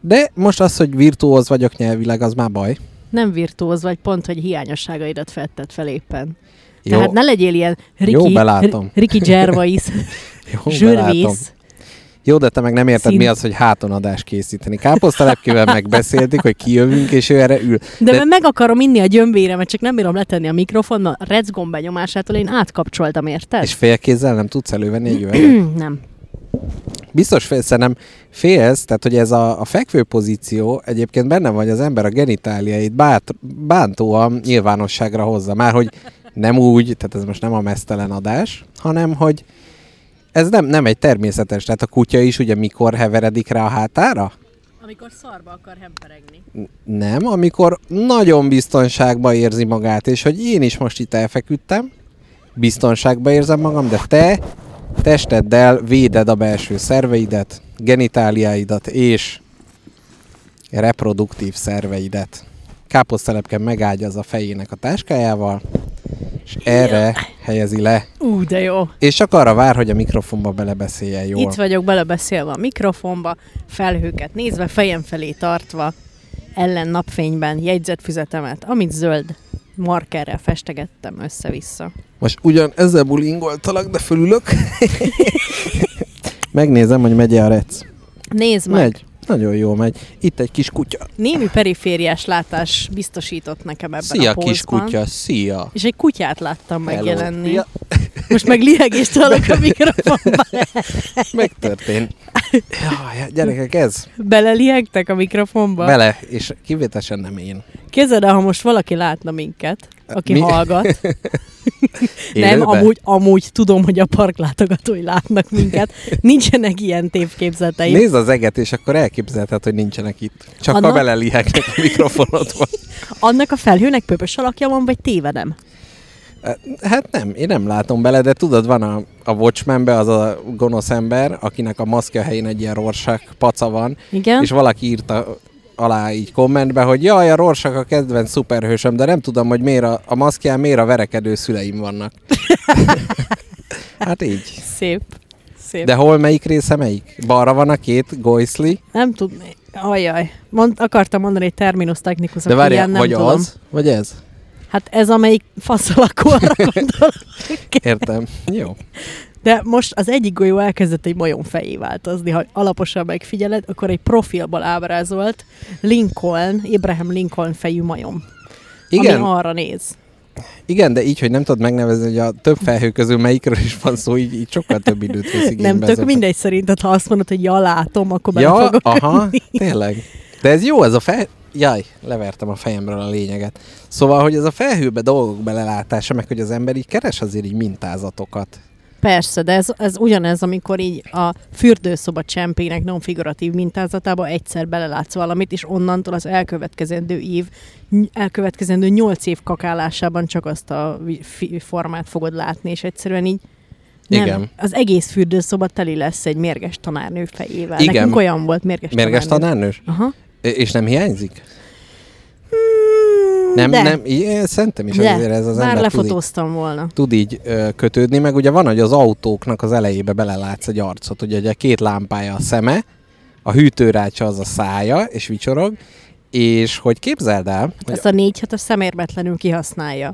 De most az, hogy virtuóz vagyok nyelvileg, az már baj. Nem virtuóz vagy, pont, hogy hiányosságaidat fetted fel éppen. Jó, Tehát ne legyél ilyen Jó, Ricky, belátom. R- Ricky Gervais, jó, belátom. zsűrvész. Jó, de te meg nem érted, Szín- mi az, hogy hátonadást készíteni. Káposztalepkével megbeszéltük, hogy kijövünk, és ő erre ül. De, De meg akarom inni a gyömbéremet, csak nem bírom letenni a mikrofon, a recgomb benyomásától én átkapcsoltam, érted? Hm, És félkézzel nem tudsz elővenni egy üveget. nem. Biztos fél, szerintem félsz, tehát hogy ez a, a fekvő pozíció egyébként benne vagy az ember a genitáliait bát, bántóan nyilvánosságra hozza. Már hogy nem úgy, tehát ez most nem a mesztelen adás, hanem hogy ez nem, nem egy természetes, tehát a kutya is ugye mikor heveredik rá a hátára? Amikor szarba akar hemperegni. Nem, amikor nagyon biztonságban érzi magát, és hogy én is most itt elfeküdtem, biztonságban érzem magam, de te testeddel véded a belső szerveidet, genitáliáidat és reproduktív szerveidet. Káposztelepke megágyaz a fejének a táskájával, és erre helyezi le. Ú, de jó. És csak arra vár, hogy a mikrofonba belebeszéljen jól. Jól. Itt vagyok belebeszélve a mikrofonba, felhőket nézve, fejem felé tartva, ellen napfényben jegyzetfüzetemet, amit zöld markerrel festegettem össze-vissza. Most ugyan ezzel bulingoltalak, de fölülök. Megnézem, hogy megy a rec. Nézd meg! Megy. Nagyon jó megy. Itt egy kis kutya. Némi perifériás látás biztosított nekem ebben Szia, a kis pózban. kutya. Szia. És egy kutyát láttam Hello. megjelenni. Ja, Most meg liegést hallok a mikrofonba. megtörtént. Jaj, gyerekek, ez. Beleliegtek a mikrofonba? Bele, és kivétesen nem én. Képzeld el, ha most valaki látna minket, aki Mi? Mi? hallgat. Élőben? Nem, amúgy, amúgy tudom, hogy a parklátogatói látnak minket. Nincsenek ilyen tévképzeteim. Nézd az eget, és akkor elképzelheted, hogy nincsenek itt. Csak Anna? ha belelihegnek a mikrofonodba. Annak a felhőnek pöpös alakja van, vagy tévedem? Hát nem, én nem látom bele, de tudod, van a, a Watchmenbe az a gonosz ember, akinek a maszkja helyén egy ilyen rorsak paca van, Igen? És valaki írta alá így kommentbe, hogy jaj, a Rorsak a kedvenc szuperhősöm, de nem tudom, hogy miért a, a maszkján miért a verekedő szüleim vannak. hát így. Szép. Szép. De hol melyik része melyik? Balra van a két Goisli, Nem tudni. Ajaj. Mond, akartam mondani egy terminus technikus, de várjál, ilyen nem vagy tudom. az, vagy ez? Hát ez, amelyik faszalakú arra gondolok. Értem. Jó. De most az egyik golyó elkezdett egy majom fejé változni, ha alaposan megfigyeled, akkor egy profilból ábrázolt Lincoln, Abraham Lincoln fejű majom, Igen, ami arra néz. igen, de így, hogy nem tudod megnevezni, hogy a több felhő közül melyikről is van szó, így, így sokkal több időt vesz igénybe. Nem ez tök a- mindegy szerinted, ha azt mondod, hogy ja, látom, akkor bele Ja, fogok. aha, tényleg. De ez jó, ez a fel... Jaj, levertem a fejemről a lényeget. Szóval, hogy ez a felhőbe dolgok belelátása, meg hogy az ember így keres azért így mintázatokat. Persze, de ez, ez ugyanez, amikor így a fürdőszoba csempének non-figuratív mintázatába egyszer belelátsz valamit, és onnantól az elkövetkezendő év, ny- elkövetkezendő nyolc év kakálásában csak azt a vi- fi- formát fogod látni, és egyszerűen így nem, Igen. az egész fürdőszoba teli lesz egy mérges tanárnő fejével. Igen. Nekünk olyan volt mérges, Mérges tanárnő. tanárnős? Aha. Ö- És nem hiányzik? Nem, de, nem, így, szerintem is de, azért ez az már ember tud így, lefotóztam volna. tud így ö, kötődni, meg ugye van, hogy az autóknak az elejébe belelátsz egy arcot, ugye, ugye két lámpája a szeme, a hűtőrácsa az a szája, és vicsorog, és hogy képzeld el, hogy Ezt a 4 6 szemérmetlenül kihasználja.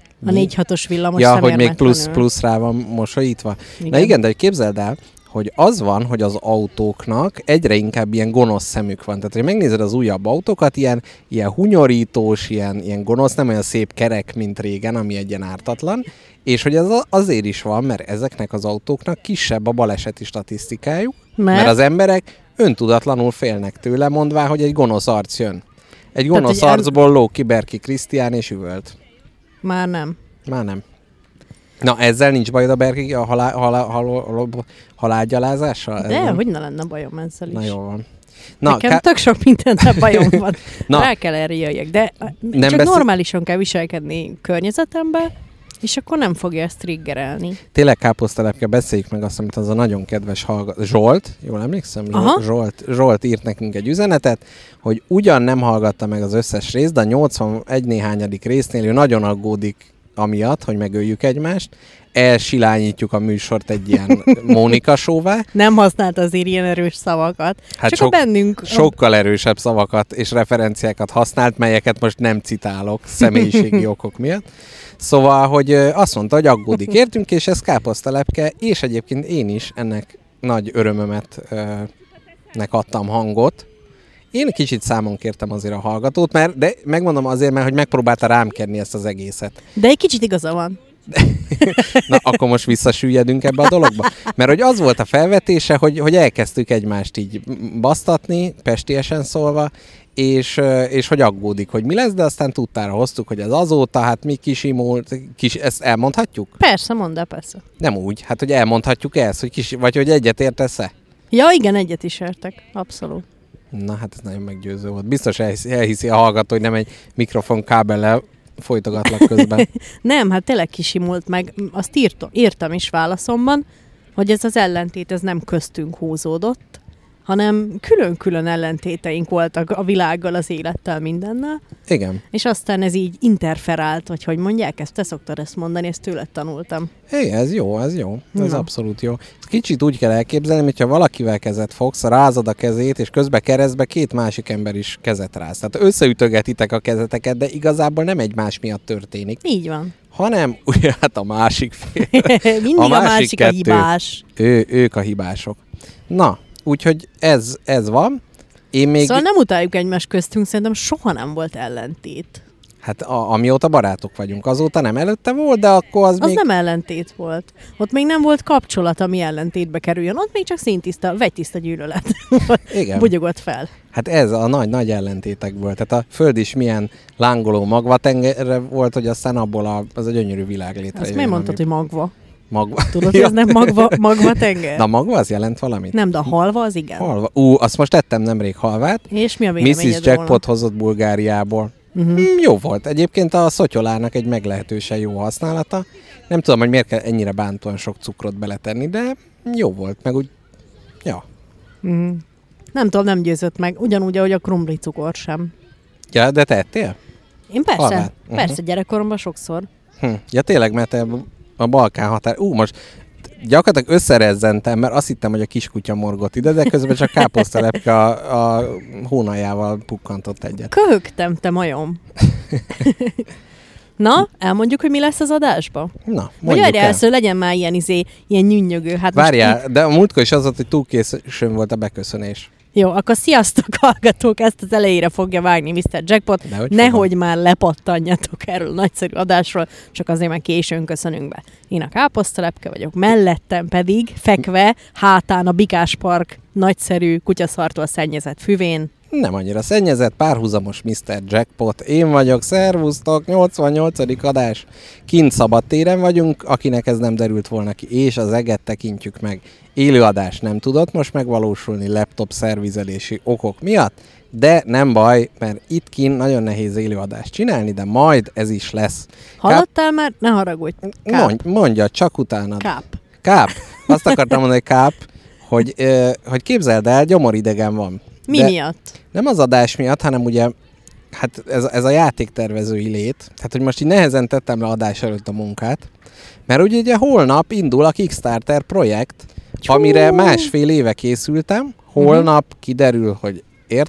A Mi? 4 6 villamos ja, hogy még plusz, szemérmetlenül. plusz rá van mosolyítva. Igen. Na Igen. igen, de hogy képzeld el, hogy az van, hogy az autóknak egyre inkább ilyen gonosz szemük van. Tehát, hogy megnézed az újabb autókat, ilyen, ilyen hunyorítós, ilyen, ilyen gonosz, nem olyan szép kerek, mint régen, ami egy ilyen ártatlan. És hogy ez a- azért is van, mert ezeknek az autóknak kisebb a baleseti statisztikájuk, mert, Mert? mert az emberek öntudatlanul félnek tőle, mondván, hogy egy gonosz arc jön. Egy gonosz hogy em- arcból em... ló ki Berki Krisztián és üvölt. Már nem. Már nem. Na, ezzel nincs bajod a Berki a halá, halá, haló- haló- halálgyalázással? De, Ezzel? hogy ne lenne bajom ezzel is. Na, jó van. Na, Na, Nekem ká- tök sok mindennel bajom van. Na. Na. Rá kell erre jöjjek, de nem csak beszél- normálisan kell viselkedni környezetembe, és akkor nem fogja ezt triggerelni. tényleg káposztalepke, beszéljük meg azt, amit az a nagyon kedves hallgató, Zsolt, jól emlékszem? Zsolt- Aha. Zsolt, Zsolt írt nekünk egy üzenetet, hogy ugyan nem hallgatta meg az összes részt, de a 81 néhányadik résznél ő nagyon aggódik amiatt, hogy megöljük egymást, elsilányítjuk a műsort egy ilyen Mónika sóvá, Nem használt azért ilyen erős szavakat. Hát Csak sok- a bennünk... sokkal erősebb szavakat és referenciákat használt, melyeket most nem citálok személyiségi okok miatt. Szóval, hogy ö, azt mondta, hogy aggódik értünk, és ez káposztalepke, és egyébként én is ennek nagy örömömet ö, nek adtam hangot. Én kicsit számon kértem azért a hallgatót, mert, de megmondom azért, mert hogy megpróbálta rám kenni ezt az egészet. De egy kicsit igaza van. Na, akkor most visszasüllyedünk ebbe a dologba. Mert hogy az volt a felvetése, hogy, hogy elkezdtük egymást így basztatni, pestiesen szólva, és, ö, és hogy aggódik, hogy mi lesz, de aztán tudtára hoztuk, hogy az azóta, hát mi kisimult, kis, ezt elmondhatjuk? Persze, mondd el, persze. Nem úgy, hát hogy elmondhatjuk ezt, hogy kis, vagy hogy egyet értesz-e? Ja, igen, egyet is értek. Abszolút. Na hát ez nagyon meggyőző volt. Biztos elhiszi, elhiszi a hallgató, hogy nem egy mikrofon kábellel folytogatlak közben. Nem, hát tényleg kisimult meg. Azt írtam, írtam is válaszomban, hogy ez az ellentét ez nem köztünk húzódott, hanem külön-külön ellentéteink voltak a világgal, az élettel, mindennel, Igen. és aztán ez így interferált, vagy hogy mondják, ezt te szoktad ezt mondani, ezt tőled tanultam. Hé, ez jó, ez jó. Ez Na. abszolút jó. Ezt Kicsit úgy kell elképzelni, hogyha valakivel kezet fogsz, rázad a kezét, és közben keresztbe két másik ember is kezet ráz. Tehát összeütögetitek a kezeteket, de igazából nem egymás miatt történik, Így van. hanem ugye hát a másik fél. Mindig A a másik, a, másik másik a kettő. hibás. Ő, ők a hibások. Na, úgyhogy ez, ez van. Én még, Szóval nem utáljuk egymás köztünk, szerintem soha nem volt ellentét. hát a, amióta barátok vagyunk, azóta nem előtte volt, de akkor az, Az még... még... nem ellentét volt. Ott még nem volt kapcsolat, ami ellentétbe kerüljön. Ott még csak szintiszta, vegytiszta gyűlölet Igen. bugyogott fel. Hát ez a nagy-nagy ellentétek volt. Tehát a Föld is milyen lángoló magvatengerre volt, hogy aztán abból a, az a gyönyörű világ létrejön. Azt miért mondtad, ami hogy magva? Magva. Tudod, hogy ez nem magva, magva tenger? Na magva az jelent valamit? Nem, de a halva az igen. Halva. Ú, azt most tettem nemrég halvát. És mi a véleményed Mrs. Jackpot róla? hozott Bulgáriából. Mhm. Uh-huh. Mm, jó volt. Egyébként a szotyolának egy meglehetősen jó használata. Nem tudom, hogy miért kell ennyire bántóan sok cukrot beletenni, de jó volt, meg úgy... Ja. Mhm. Nem tudom, nem győzött meg. Ugyanúgy, ahogy a krumpli cukor sem. ja de tettél? Én persze, Halvát. Mhm. persze, gyerekkoromban sokszor. Hm. Ja tényleg, mert te a Balkán határ... Ú, most gyakorlatilag összerezzentem, mert azt hittem, hogy a kiskutya morgott ide, de közben csak káposztelepke a, a hónaljával pukkantott egyet. Köhögtem, te majom. Na, elmondjuk, hogy mi lesz az adásba? Na, Vagy mondjuk arra el. először legyen már ilyen izé, ilyen nyűnyögő. Hát most Várjál, de a múltkor is az volt, hogy túl későn volt a beköszönés. Jó, akkor sziasztok hallgatók, ezt az elejére fogja vágni Mr. Jackpot. Dehogy Nehogy már lepattanjatok erről a nagyszerű adásról, csak azért már későn köszönünk be. Én a káposztalepke vagyok, mellettem pedig fekve hátán a Bikás Park nagyszerű kutyaszartól szennyezett füvén. Nem annyira szennyezett, párhuzamos Mr. Jackpot. Én vagyok, szervusztok, 88. adás. Kint szabadtéren vagyunk, akinek ez nem derült volna ki, és az eget tekintjük meg. Élő adás nem tudott most megvalósulni laptop szervizelési okok miatt, de nem baj, mert itt kint nagyon nehéz élő adást csinálni, de majd ez is lesz. Hallottál már? Ne haragudj. Káp. Mondj, mondja, csak utána. Káp. Káp. Azt akartam mondani, hogy káp, hogy, ö, hogy képzeld el, gyomoridegen van. Mi De miatt? Nem az adás miatt, hanem ugye hát ez, ez a játéktervezői lét. Tehát, hogy most így nehezen tettem le adás előtt a munkát, mert ugye, ugye holnap indul a Kickstarter projekt, Tyú! amire másfél éve készültem. Holnap Mhm. kiderül, hogy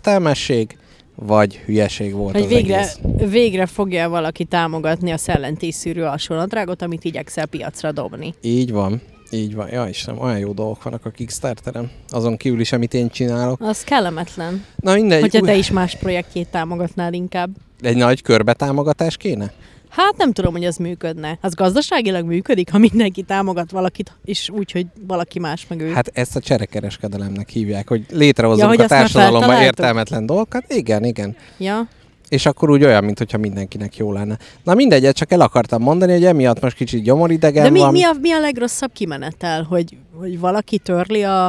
értelmesség, vagy hülyeség volt Hogy az végre, egész. végre fogja valaki támogatni a szellentészűrő alsónadrágot, amit igyekszel piacra dobni. Így van. Így van. Ja, Istenem, olyan jó dolgok vannak a Kickstarteren. Azon kívül is, amit én csinálok. Az kellemetlen. Na mindegy. Hogyha új- te is más projektjét támogatnál inkább. Egy nagy körbetámogatás kéne? Hát nem tudom, hogy az működne. Az gazdaságilag működik, ha mindenki támogat valakit, és úgy, hogy valaki más meg ő. Hát, Hát ezt a cserekereskedelemnek hívják, hogy létrehozunk hogy a azt már társadalomban feltaláltuk? értelmetlen dolgokat. Igen, igen. ja? És akkor úgy olyan, mintha mindenkinek jó lenne. Na mindegy, ezt csak el akartam mondani, hogy emiatt most kicsit gyomoridegen De mi, van. mi, a, mi a legrosszabb kimenetel, hogy, hogy valaki törli a,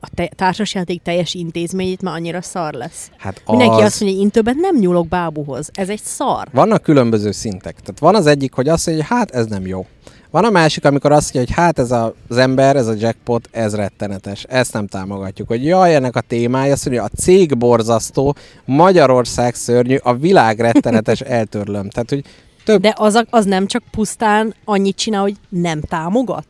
a te, társasjáték teljes intézményét, már annyira szar lesz. Hát az... Mindenki azt mondja, én többet nem nyúlok bábuhoz. Ez egy szar. Vannak különböző szintek. Tehát van az egyik, hogy azt mondja, hogy hát ez nem jó. Van a másik, amikor azt mondja, hogy hát ez a, az ember, ez a jackpot, ez rettenetes, ezt nem támogatjuk. Hogy jaj, ennek a témája, azt mondja, a cég borzasztó, Magyarország szörnyű, a világ rettenetes, eltörlöm. Tehát, hogy Több. De az, a- az nem csak pusztán annyit csinál, hogy nem támogat?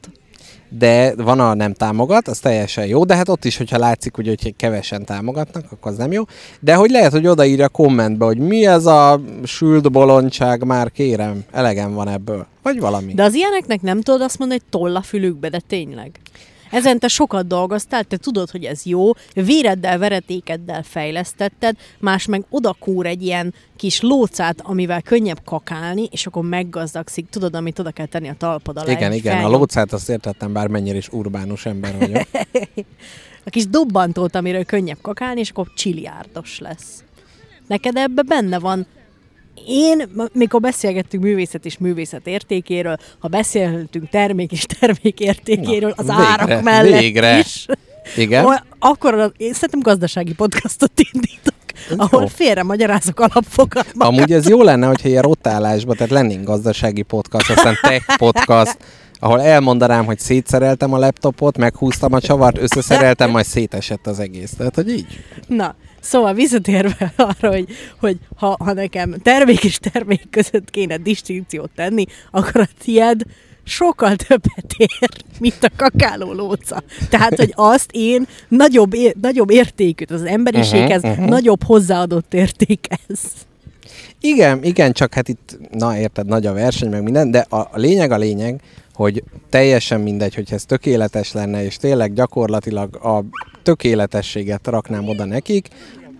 de van a nem támogat, az teljesen jó, de hát ott is, hogyha látszik, ugye, hogy kevesen támogatnak, akkor az nem jó. De hogy lehet, hogy odaírja a kommentbe, hogy mi ez a sült bolondság, már kérem, elegem van ebből. Vagy valami. De az ilyeneknek nem tudod azt mondani, hogy toll a fülükbe, de tényleg. Ezen te sokat dolgoztál, te tudod, hogy ez jó, véreddel, veretékeddel fejlesztetted, más meg odakúr egy ilyen kis lócát, amivel könnyebb kakálni, és akkor meggazdagszik. Tudod, amit oda kell tenni a talpad alá. igen, egy igen, a felnyom- lócát azt értettem, bármennyire is urbánus ember vagyok. A kis dobbantót, amiről könnyebb kakálni, és akkor csiliárdos lesz. Neked ebbe benne van én, m- mikor beszélgettünk művészet és művészet értékéről, ha beszéltünk termék és termék értékéről, az Na, árak végre, mellett végre. is, Igen? o- akkor az- én szerintem gazdasági podcastot indítok, Ez ahol jó. félre magyarázok alapfogalmakat. Amúgy ez jó lenne, hogyha ilyen rotálásban, tehát lennénk gazdasági podcast, aztán tech podcast, ahol elmondanám, hogy szétszereltem a laptopot, meghúztam a csavart, összeszereltem, majd szétesett az egész. Tehát, hogy így. Na, szóval visszatérve arra, hogy, hogy ha, ha nekem termék és termék között kéne distinkciót tenni, akkor a tied sokkal többet ér, mint a kakáló lóca. Tehát, hogy azt én nagyobb, ér, nagyobb értékűt, az emberiséghez Mhm, uh-huh, mhm. uh-huh. nagyobb hozzáadott értékhez. Igen, igen, csak hát itt, na érted, nagy a verseny, meg minden, de a, a lényeg a lényeg, hogy teljesen mindegy, hogy ez tökéletes lenne, és tényleg gyakorlatilag a tökéletességet raknám oda nekik,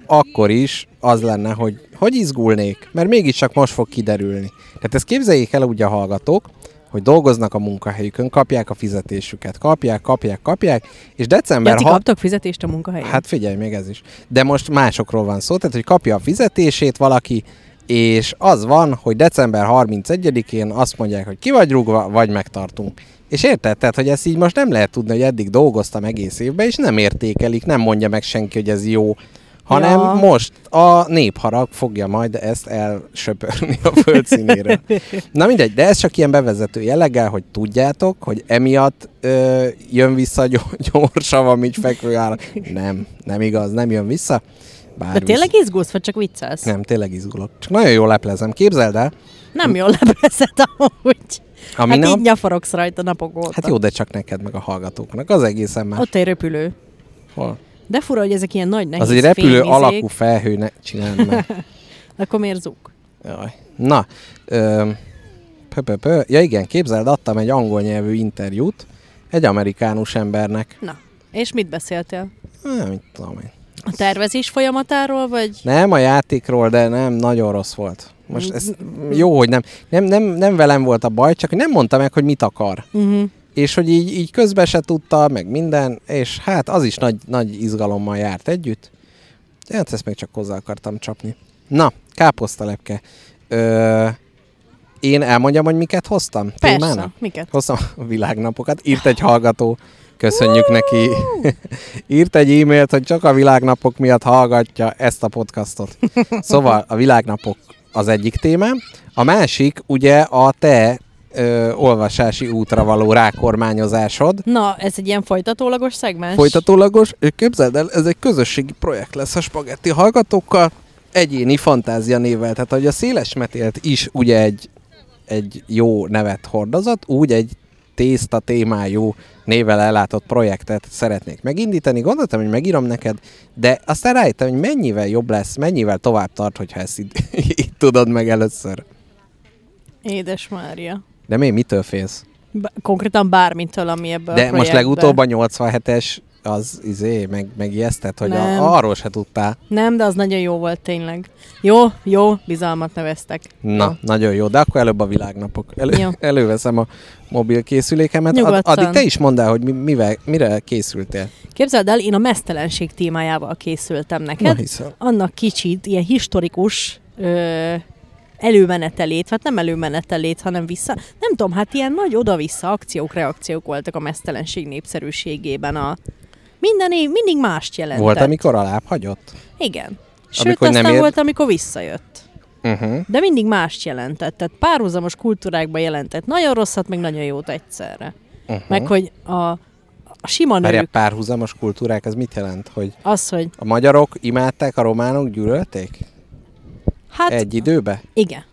akkor is az lenne, hogy hogy izgulnék, mert mégiscsak most fog kiderülni. Tehát ezt képzeljék el úgy a hallgatók, hogy dolgoznak a munkahelyükön, kapják a fizetésüket, kapják, kapják, kapják, és december Jaci, 6 kaptok fizetést a munkahelyen? Hát figyelj, még ez is. De most másokról van szó, tehát hogy kapja a fizetését valaki, és az van, hogy december 31-én azt mondják, hogy ki vagy rúgva, vagy megtartunk. És érted? Tehát, hogy ezt így most nem lehet tudni, hogy eddig dolgoztam egész évben, és nem értékelik, nem mondja meg senki, hogy ez jó, hanem Ja. most a népharag fogja majd ezt elsöpörni a föld színéről. Na mindegy, de ez csak ilyen bevezető jelleggel, hogy tudjátok, hogy emiatt ö, jön vissza gyor- gyorsabb, mint fekvő állat. Nem, nem igaz, nem jön vissza. Bár De tényleg izgulsz, vagy csak viccelsz? Visz... Nem, tényleg izgulok. Csak nagyon jól leplezem. Képzeld el, Nem jól lebreszed amúgy. ami hát nem... így nyafarogsz rajta napok óta. Hát jó, de csak neked meg a hallgatóknak. Az egészen más. Ott egy repülő. Hol? De fura, hogy ezek ilyen nagy nehéz Az egy repülő fényvizék. alakú felhő, ne csináld meg. Akkor miért zúg? Jaj. Na, öm, pö, pö, pö. ja igen, képzeld, adtam egy angol nyelvű interjút egy amerikánus embernek. Na, és mit beszéltél? Nem, mit tudom én. A tervezés folyamatáról, vagy... Nem a játékról, de nem, nagyon rossz volt. Most ez jó, hogy nem. Nem, nem, nem velem volt a baj, csak hogy nem mondta meg, hogy mit akar. Uh-huh. És hogy így, így közben se tudta, meg minden, és hát az is nagy, nagy izgalommal járt együtt. De hát ezt még csak hozzá akartam csapni. Na, káposztalepke. Ö, én elmondjam, hogy miket hoztam? Persze, Témának? miket? Hoztam a világnapokat. Írt egy hallgató, köszönjük neki. Írt egy e-mailt, hogy csak a világnapok miatt hallgatja ezt a podcastot. Szóval a világnapok az egyik témám. A másik ugye a te ö, olvasási útra való rákormányozásod. Na, ez egy ilyen folytatólagos szegmens? Folytatólagos, és képzeld el, ez egy közösségi projekt lesz a spagetti hallgatókkal, egyéni fantázia nével. Tehát, hogy a széles metélt is ugye egy, egy jó nevet hordozott, úgy egy tészta témájú nével ellátott projektet szeretnék megindítani. Gondoltam, hogy megírom neked, de aztán rájöttem, hogy mennyivel jobb lesz, mennyivel tovább tart, hogyha ezt így, így tudod meg először. Édes Mária. De mi, mitől félsz? B- konkrétan bármitől, ami ebből De a most projektben. legutóbb a 87-es az izé, meg, megijesztett, hogy Nem. a, arról se tudtál. Nem, de az nagyon jó volt tényleg. Jó, jó, bizalmat neveztek. Na, Jó. nagyon jó, de akkor előbb a világnapok. Elő, Jó. előveszem a mobil készülékemet. Ad, Nyugodtan. addig te is mondd el, hogy mi, mivel, mire készültél. Képzeld el, én a mesztelenség témájával készültem Na neked. hiszem. annak kicsit ilyen historikus ö, előmenetelét, hát nem előmenetelét, hanem vissza, nem tudom, hát ilyen nagy oda-vissza akciók, reakciók voltak a mesztelenség népszerűségében a minden év, mindig mást jelentett. Volt, amikor alább hagyott? Igen. Sőt, Amikor amikor nem aztán ér- volt, amikor visszajött. Uh-huh. De mindig mást jelentett. Tehát párhuzamos kultúrákban jelentett. Nagyon rosszat, meg nagyon jót egyszerre. Uh-huh. Meg, hogy a, a sima Várjál, nők, párhuzamos kultúrák, ez mit jelent? Hogy az, hogy a magyarok imádták, a románok gyűlölték? hát Egy időbe? Igen.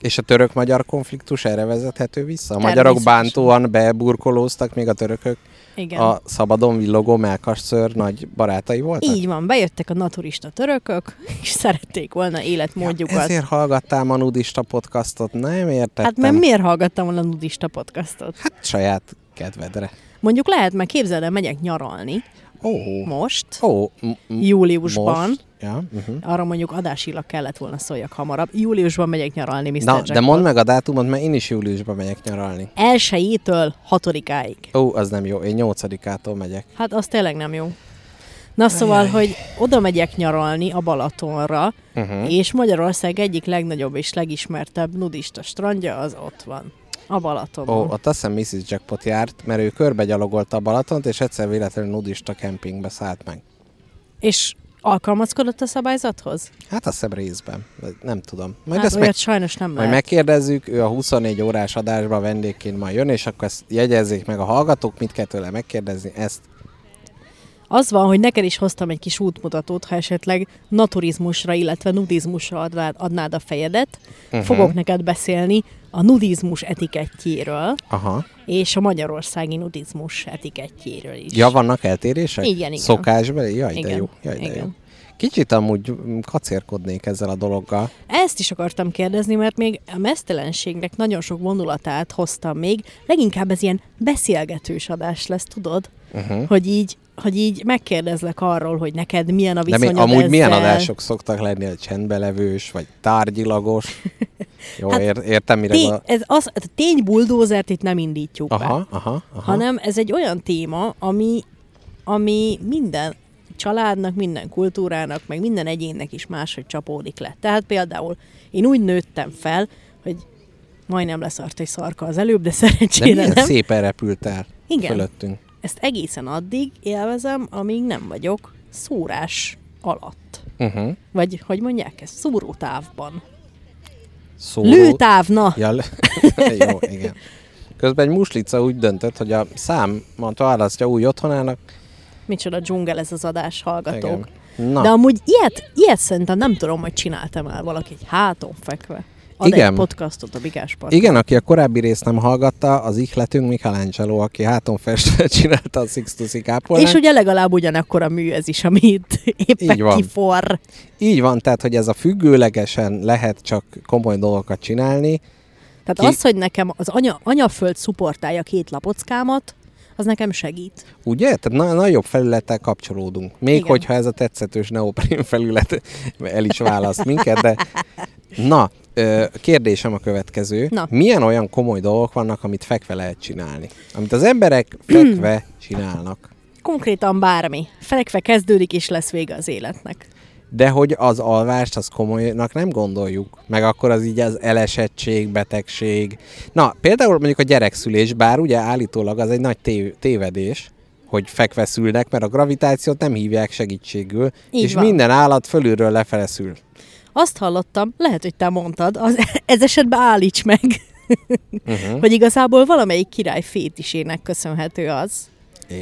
És a török-magyar konfliktus erre vezethető vissza? A magyarok Természetesen. bántóan beburkolóztak, még a törökök Igen. a szabadon villogó melkasször nagy barátai voltak? Így van, bejöttek a naturista törökök, és szerették volna életmódjukat. Ezért hallgattál a nudista podcastot, nem értettem. hát mert miért hallgattam volna a nudista podcastot? Hát saját kedvedre. Mondjuk lehet, mert képzeld el, megyek nyaralni Ó, most, ó, m- m- júliusban. most. Ja, uh-huh. Arra mondjuk adásilag kellett volna szóljak hamarabb. Júliusban megyek nyaralni, Mr. Na, Jackpot. de mondd meg a dátumot, mert én is júliusban megyek nyaralni. Elsőjétől hatodikáig. Ó, az nem jó, én nyolcadikától megyek. Hát az tényleg nem jó. Na szóval, hogy oda megyek nyaralni a Balatonra, Uh-huh. és Magyarország egyik legnagyobb és legismertebb nudista strandja az ott van. A Ó, Balatonon. ott azt hiszem Mrs. Jackpot járt, mert ő körbe a Balatont, és egyszer véletlenül nudista kempingbe szállt meg. És alkalmazkodott a szabályzathoz? Hát azt hiszem részben, de nem tudom. Majd hát ezt meg, olyat meg... sajnos nem majd lehet. Meg... megkérdezzük, ő a 24 órás adásba vendégként majd jön, és akkor ezt jegyezzék meg a hallgatók, mit kell tőle megkérdezni, ezt Az van, hogy neked is hoztam egy kis útmutatót, ha esetleg naturizmusra, illetve nudizmusra adnád, adnád a fejedet. Uh-huh. Fogok neked beszélni a nudizmus etikettjéről, Aha. és a magyarországi nudizmus etikettjéről is. Ja, vannak eltérések? Igen, igen. Szokásbeli? Jaj, de Igen, jó. Jaj, de jó. igen. Kicsit amúgy mm, kacérkodnék ezzel a dologgal. Ezt is akartam kérdezni, mert még a mesztelenségnek nagyon sok vonulatát hoztam még. Leginkább ez ilyen beszélgetős adás lesz, tudod? Mhm. Uh-huh. Hogy így hogy így megkérdezlek arról, hogy neked milyen a De mi, viszonyod amúgy ezzel. milyen adások szoktak lenni, hogy csendbelevős, vagy tárgyilagos? Jó, hát, Hát ér, értem, mire Tény, gondol... ez az, a ténybuldózert itt nem indítjuk be, Aha, aha, aha. hanem ez egy olyan téma, ami, ami minden családnak, minden kultúrának, meg minden egyénnek is máshogy csapódik le. Tehát például én úgy nőttem fel, hogy majdnem leszart egy szarka az előbb, de de szerencsére milyen nem. szépen repült el Igen. fölöttünk. Ezt egészen addig élvezem, amíg nem vagyok szórás alatt. Uh-huh. Vagy hogy mondják ezt? Szúrótávban. Szóró... Lőtávna! Ja, lő... jó, igen. Közben egy muslica úgy döntött, hogy a számat választja új otthonának. Micsoda dzsungel ez az adás, hallgatók. Igen. Na. De amúgy ilyet, ilyet szerintem nem tudom, hogy csináltam el valaki egy háton fekve. Ad Igen. Igen. egy podcastot a Bigás Park. Igen, aki a korábbi részt nem hallgatta, az ihletünk Michelangelo, aki háton festve csinálta a Sixtusi kápolnát. És ugye legalább ugyanakkor a mű ez is, amit éppen Így van. kifor. Így van, tehát, hogy ez a függőlegesen lehet csak komoly dolgokat csinálni. Tehát Ki- Ki... az, hogy nekem az anya, anyaföld szuportálja két lapockámat, az nekem segít. Ugye? Tehát na- nagyobb felülettel kapcsolódunk. Még Igen. Igen. hogyha ez a tetszetős neoprén felület el is választ minket, de... Na, ö, kérdésem a következő. Na. Milyen olyan komoly dolgok vannak, amit fekve lehet csinálni? Amit az emberek fekve csinálnak. Konkrétan bármi. Fekve kezdődik, és lesz vége az életnek. De hogy az alvást, az komolynak nem gondoljuk. Meg akkor az így az elesettség, betegség. Na, például mondjuk a gyerekszülés, bár ugye állítólag az egy nagy tév- tévedés, hogy fekve szülnek, mert a gravitációt nem hívják segítségül, Így és van. minden állat fölülről lefele szül. Azt hallottam, lehet, hogy te mondtad, az, ez esetben állíts meg, Uh-huh. hogy igazából valamelyik király fétisének köszönhető az,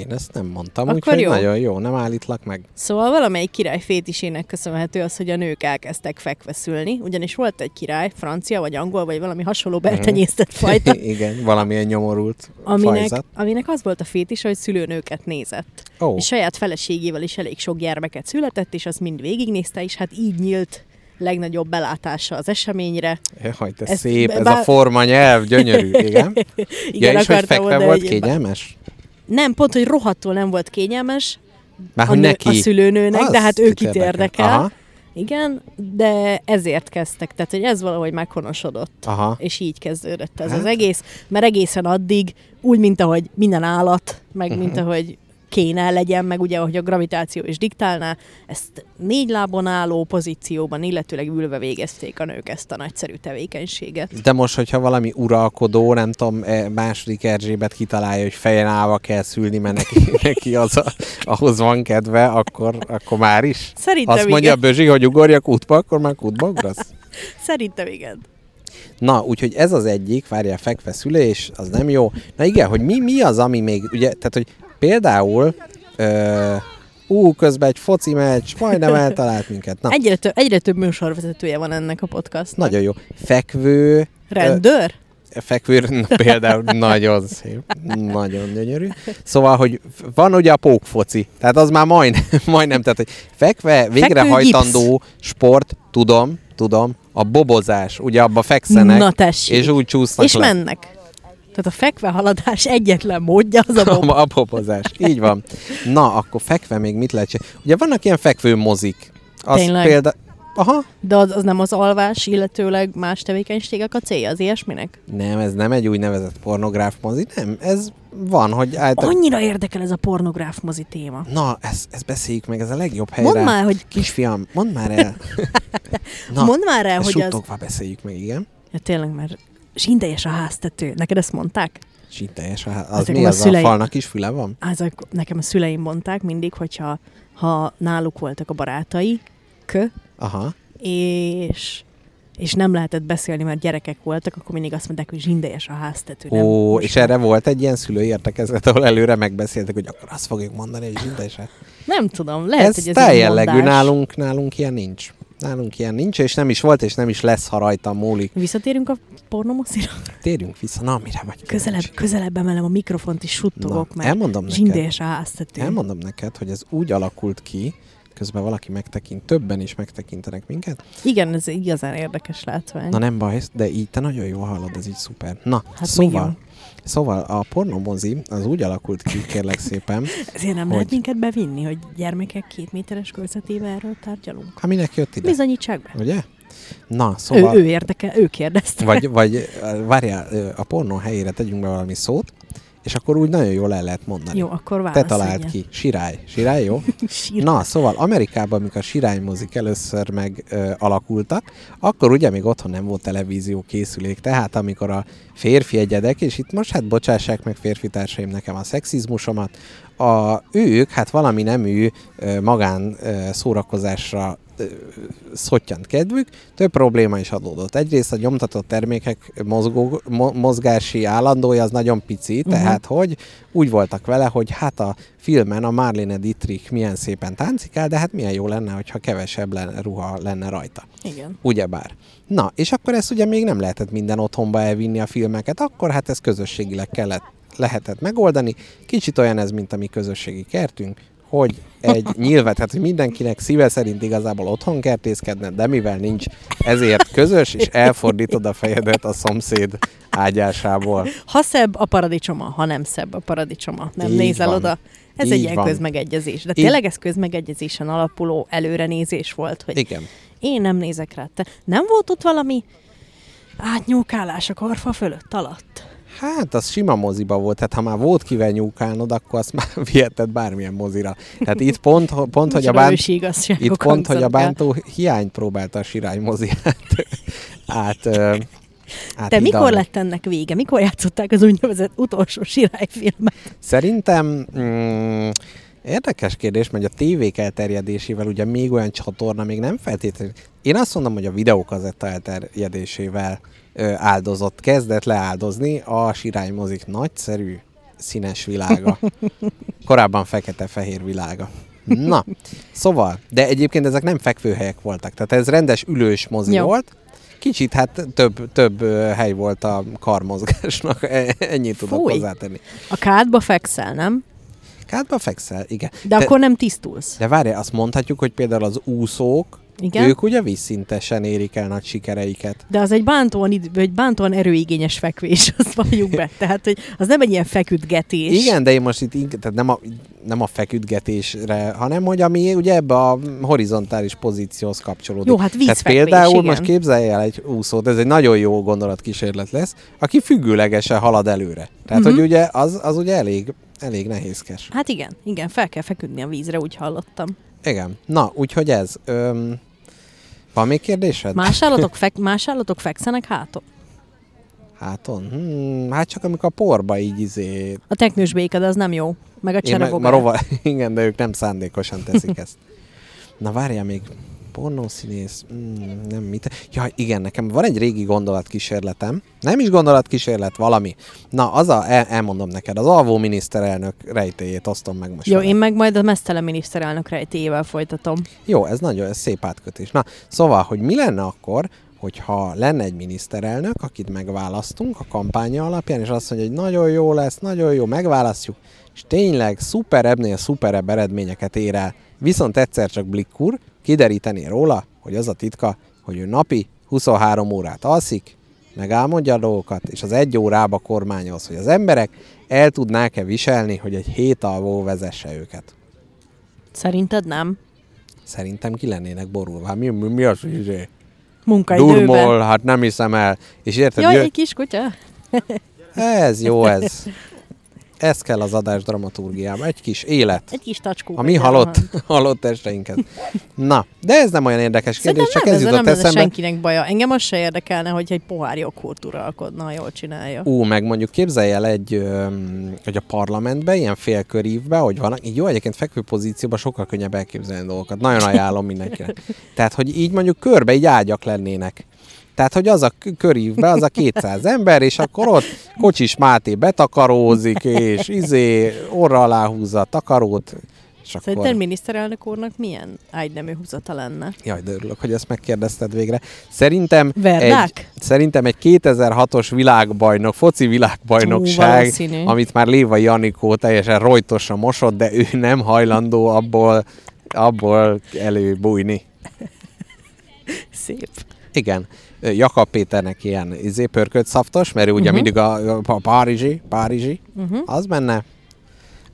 Én ezt nem mondtam, Akkor úgyhogy jó. nagyon jó, nem állítlak meg. Szóval valamelyik király fétisének köszönhető az, hogy a nők elkezdtek fekveszülni, ugyanis volt egy király, francia vagy angol, vagy valami hasonló Mhm. beltenyésztett fajta, Igen, valamilyen nyomorult aminek, fajzat. aminek az volt a fétis, hogy szülőnőket nézett. Ó. És saját feleségével is elég sok gyermeket született, és azt mind végignézte, és hát így nyílt legnagyobb belátása az eseményre. Jaj, de Ez- szép, ez a bár- forma nyelv, gyönyörű, igen. Igen, ja, és hogy akartam fekve mondani, volt hogy- kényelmes? Nem, pont, hogy rohadtul nem volt kényelmes, Már a, hogy nő, neki. a szülőnőnek, Az de hát ő kit kit érdekel. érdekel. Aha. Igen, de ezért kezdtek, tehát hogy ez valahogy meghonosodott. Aha. És így kezdődött ez Hát. hát. az egész, mert egészen addig úgy, mint ahogy minden állat, meg uh-huh. Mhm. mint ahogy kéne legyen, meg ugye, ahogy a gravitáció is diktálná, ezt négy lábon álló pozícióban, illetőleg ülve végezték a nők ezt a nagyszerű tevékenységet. De most, hogyha valami uralkodó, nem tudom, eh, második Erzsébet kitalálja, hogy fejen állva kell szülni, mert neki, neki az a, ahhoz van kedve, akkor, akkor már is. Szerintem Azt mondja igen. Bözsi, hogy ugorjak útba, akkor már útba ugrasz. Szerintem igen. Na, úgyhogy ez az egyik, várjál, fekve szülés, az nem jó. Na igen, hogy mi, mi az, ami még, ugye, tehát, hogy például ö, ú, közben egy foci meccs, majdnem eltalált minket. Na, Egyre, több, egyre több műsorvezetője van ennek a podcastnak. nagyon jó. Fekvő, Rendőr? fekvő na, például nagyon szép, nagyon gyönyörű. Szóval, hogy van ugye a pókfoci, tehát az már majdnem, majdnem tehát hogy fekve, végrehajtandó sport, tudom, tudom, a bobozás, ugye abba fekszenek, Na tessék. és úgy csúsznak És le. mennek. Tehát a fekve haladás egyetlen módja az a bob. A popozás. Így van. Na, akkor fekve még mit lehet csinálni? Ugye vannak ilyen fekvő mozik. Az Tényleg? Példa... Aha. De az, az nem az alvás, illetőleg más tevékenységek a célja, az ilyesminek? Nem, ez nem egy úgynevezett pornográf mozi, nem. Ez van, hogy álltak... Annyira érdekel ez a pornográf mozi téma. Na, ezt, ezt beszéljük meg, ez a legjobb hely Mondd rá. már, hogy- Kisfiam, mondd már el. Na, Mondd már el, ezt hogy az... suttogva beszéljük meg, igen. Ja, tényleg, mert sinteljes a háztető. Neked ezt mondták? És itt teljes a ház. Az Ezek mi a az a szüleim- falnak is füle van? Ezek, nekem a szüleim mondták mindig, hogyha ha náluk voltak a barátai, kö, Aha. és, és nem lehetett beszélni, mert gyerekek voltak, akkor mindig azt mondták, hogy zsindejes a háztető. nem? Ó, Most és erre volt egy ilyen szülői értekezlet, ahol előre megbeszéltek, hogy akkor azt fogjuk mondani, hogy zsindesen. Nem tudom, lehet, hát ez hogy ez táj így jellegű, mondás. nálunk, nálunk ilyen nincs. Nálunk ilyen nincs, és nem is volt, és nem is lesz, ha rajta múlik. Visszatérünk a pornomoszira? Térjünk vissza, na mire vagy? Közelebb, kíváncsi? közelebb emelem a mikrofont, és suttogok, Na, mert elmondom neked. zsindejes a háztető. Elmondom neked, hogy ez úgy alakult ki, közben valaki megtekint, többen is megtekintenek minket. Igen, ez igazán érdekes látvány. Na nem baj, de így te nagyon jól hallod, ez így szuper. Na, Hát szóval, még szóval a pornomozi az úgy alakult ki, kérlek szépen, Ezért nem hogy- lehet minket bevinni, hogy gyermekek két méteres körzetével erről tárgyalunk. aminek jött ide. Bizonyítsák be. Ugye? Na, szóval... Ő, ő érdekel, ő kérdezte. Vagy, vagy ö, várjál, ö, a pornó helyére tegyünk be valami szót, és akkor úgy nagyon jól el lehet mondani. Jó, akkor Te válaszolj. találd ki. Sirály. Sirály, jó? Sír. Na, szóval Amerikában, amikor a siránymozik először meg ö, alakultak, akkor ugye még otthon nem volt televízió készülék, tehát amikor a férfi egyedek, és itt most hát bocsássák meg férfi társaim nekem a szexizmusomat, a, ők hát valami nemű ö, magán ö, szórakozásra ö, szottyant kedvük, több probléma is adódott. Egyrészt a nyomtatott termékek mozgó, mo- mozgási állandója az nagyon pici, tehát hogy úgy voltak vele, hogy hát a filmen a Marlene Dietrich milyen szépen táncikál, de hát milyen jó lenne, hogyha kevesebb lenne, ruha lenne rajta. Igen. Ugyebár. Na, és akkor ezt ugye még nem lehetett minden otthonba elvinni a filmeket, akkor hát ez közösségileg kellett, lehetett megoldani. Kicsit olyan ez, mint a mi közösségi kertünk, hogy egy nyilván, tehát hogy mindenkinek szíve szerint igazából otthon kertészkedne, de mivel nincs, ezért közös, és elfordítod a fejedet a szomszéd ágyásából. Ha szebb a paradicsoma, ha nem szebb a paradicsoma. Nem Így Így nézel van. van. oda. Ez Így egy ilyen van. közmegegyezés. De Így- tényleg ez közmegegyezésen alapuló előrenézés volt, hogy Igen. én nem nézek rá. Te nem volt ott valami átnyúkálás a karfa fölött alatt? Hát, az sima moziba volt, tehát ha már volt kivel nyúkálnod, akkor azt már viheted bármilyen mozira. Tehát itt pont, pont hogy a Micsoda bánt, ősi igazságok Itt pont, hogy a hangzanak el. bántó hiány próbálta a sirály moziát át, ö, át Te mikor hidalni. lett ennek vége? Mikor játszották az úgynevezett utolsó sirályfilmet? Szerintem mm, érdekes kérdés, mert a tévék elterjedésével ugye még olyan csatorna még nem feltétlenül. Én azt mondom, hogy a videókazetta elterjedésével ö, áldozott, kezdett leáldozni a sirály mozik nagyszerű színes világa. Korábban fekete-fehér világa. Na, szóval, de egyébként ezek nem fekvőhelyek voltak, tehát ez rendes ülős mozi Jó. volt, Kicsit hát több, több ö, hely volt a karmozgásnak, E- ennyit tudok Fúj. hozzátenni. A kádba fekszel, nem? Kádba fekszel, igen. De Te... akkor nem tisztulsz. de várj, azt mondhatjuk, hogy például az úszók, Igen? ők ugye vízszintesen érik el nagy sikereiket. De az egy bántóan, id- vagy bántóan erőigényes fekvés, azt valljuk be. Tehát, hogy az nem egy ilyen feküdgetés. Igen, de én most itt ink- tehát nem, a, nem a feküdgetésre, hanem hogy ami ugye ebbe a horizontális pozícióhoz kapcsolódik. Jó, hát tehát vízfekvés, például igen. most képzelj el egy úszót, ez egy nagyon jó gondolatkísérlet lesz, aki függőlegesen halad előre. Tehát, Mhm. hogy ugye az, az ugye elég, elég nehézkes. Hát igen, igen, fel kell feküdni a vízre, úgy hallottam. Igen. Na, úgyhogy ez. Öm, van még kérdésed? Más állatok, fek, más állatok fekszenek háton. Háton? Hmm, hát csak amikor a porba így izé... A teknős béka, de az nem jó. Meg a Én meg, ma cserebogár. rova... Igen, de ők nem szándékosan teszik ezt. Na várjál még, Pornószínész, mm, nem mit. Ja, igen, nekem van egy régi gondolatkísérletem. Nem is gondolatkísérlet, valami. Na, az a, el, elmondom neked, az alvó miniszterelnök rejtélyét osztom meg most. Jó, veled. én meg majd a mesztele miniszterelnök rejtéjével folytatom. Jó, ez nagyon ez szép átkötés. Na, szóval, hogy mi lenne akkor, hogyha lenne egy miniszterelnök, akit megválasztunk a kampánya alapján, és azt mondja, hogy nagyon jó lesz, nagyon jó, megválasztjuk, és tényleg szuperebbnél szuperebb eredményeket ér el. Viszont egyszer csak Blikkur kideríteni róla, hogy az a titka, hogy ő napi 23 órát alszik, meg álmodja a dolgokat, és az egy órába kormányoz, hogy az emberek el tudnák-e viselni, hogy egy hét alvó vezesse őket. Szerinted nem? Szerintem ki lennének borulva. Hát Mi, mi, mi az, hogy izé? Munkaidőben. Durmol, hát nem hiszem el. És érted, Jaj, jö... egy kis kutya. ez jó, ez. Ez kell az adás dramaturgiában. Egy kis élet. Egy kis tacskó. A mi halott, halott esteinket. Na, de ez nem olyan érdekes Szerintem kérdés, csak nem, ez ez nem jutott ez a eszembe. senkinek baja. Engem az se érdekelne, hogy egy pohár joghurt uralkodna, ha jól csinálja. Ú, meg mondjuk képzelj el egy, öm, hogy a parlamentben, ilyen félkörívbe, hogy van, így jó egyébként fekvő pozícióban sokkal könnyebb elképzelni dolgokat. Nagyon ajánlom mindenkinek. Tehát, hogy így mondjuk körbe így ágyak lennének. Tehát, hogy az a k- körívbe, az a 200 ember, és akkor ott Kocsis Máté betakarózik, és izé orra alá húzza a takarót, és akkor... Szerinted miniszterelnök úrnak milyen ágynemű húzata lenne? Jaj, de örülök, hogy ezt megkérdezted végre. Szerintem Verdák? egy, szerintem egy 2006-os világbajnok, foci Ú, világbajnokság, valószínű. amit már Léva Janikó teljesen rojtosra mosott, de ő nem hajlandó abból, abból előbújni. Szép. Igen. Ö, Jakab Péternek ilyen izé pörkölt szaftos, mert ő ugye Mhm. mindig a, a párizsi, párizsi, Uh-huh. az menne.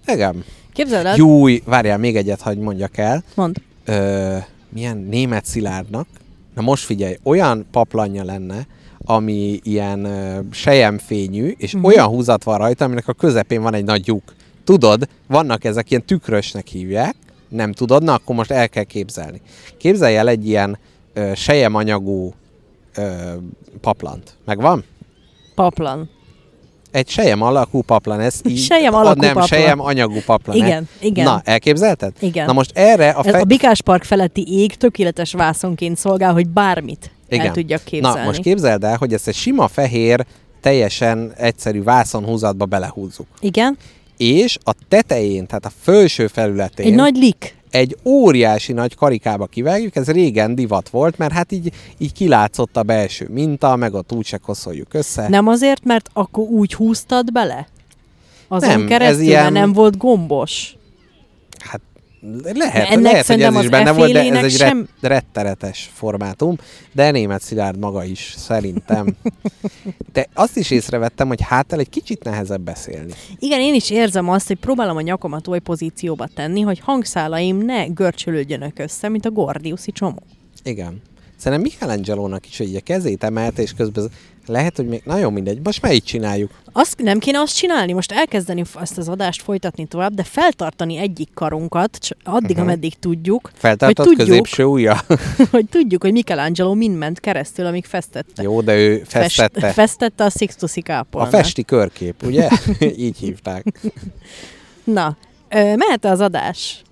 Igen. Képzeld el, Júj, várjál, még egyet hagyd mondjak el. mondd. ö, milyen német szilárdnak, na most figyelj, olyan paplanja lenne, ami ilyen ö, sejemfényű, és Mhm. uh-huh. olyan húzat van rajta, aminek a közepén van egy nagy lyuk. Tudod, vannak ezek ilyen tükrösnek hívják, nem tudod, na akkor most el kell képzelni. Képzelj el egy ilyen ö, sejemanyagú ö, paplant. Megvan? Paplan. Egy sejem alakú paplan, ez így. Sejem a- alakú Nem, paplan. sejem anyagú paplan. Igen, igen. Na, elképzelted? Igen. Na most erre a, Ez fej- a Bikás Park feletti ég tökéletes vászonként szolgál, hogy bármit el Igen. tudjak képzelni. Na, most képzeld el, hogy ezt egy sima fehér, teljesen egyszerű vászonhúzatba belehúzzuk. Igen? És a tetején, tehát a felső felületén Egy nagy lik. egy óriási nagy karikába kivágjuk, ez régen divat volt, mert hát így, így kilátszott a belső minta, meg ott úgy se koszoljuk össze. Nem azért, mert akkor úgy húztad bele? Azon Nem, ez keresztül, ilyen- mert nem volt gombos. Hát lehet, De lehet ennek hogy ez szerintem is az benne volt, de ez efélének egy sem- sem... retteretes formátum, de német Szilárd maga is, szerintem. De azt is észrevettem, hogy háttal egy kicsit nehezebb beszélni. Igen, én is érzem azt, hogy próbálom a nyakamat oly pozícióba tenni, hogy hangszálaim ne görcsölődjönök össze, mint a gordiuszi csomó. Igen. Szerintem Michelangelo-nak is így a kezét emelte, és közben az- lehet, hogy még nagyon mindegy. Most már így csináljuk. Azt nem kéne azt csinálni, most elkezdeni f- ezt az adást folytatni tovább, de feltartani egyik karunkat, cs- addig, Mhm. uh-huh. ameddig tudjuk, Feltartott hogy tudjuk, középső ujja. hogy tudjuk, hogy Michelangelo mind ment keresztül, amíg festette. Jó, de ő Fest- festette. festette a Sixtusi A kápolnát. festi körkép, ugye? így hívták. Na, ö, mehet az adás?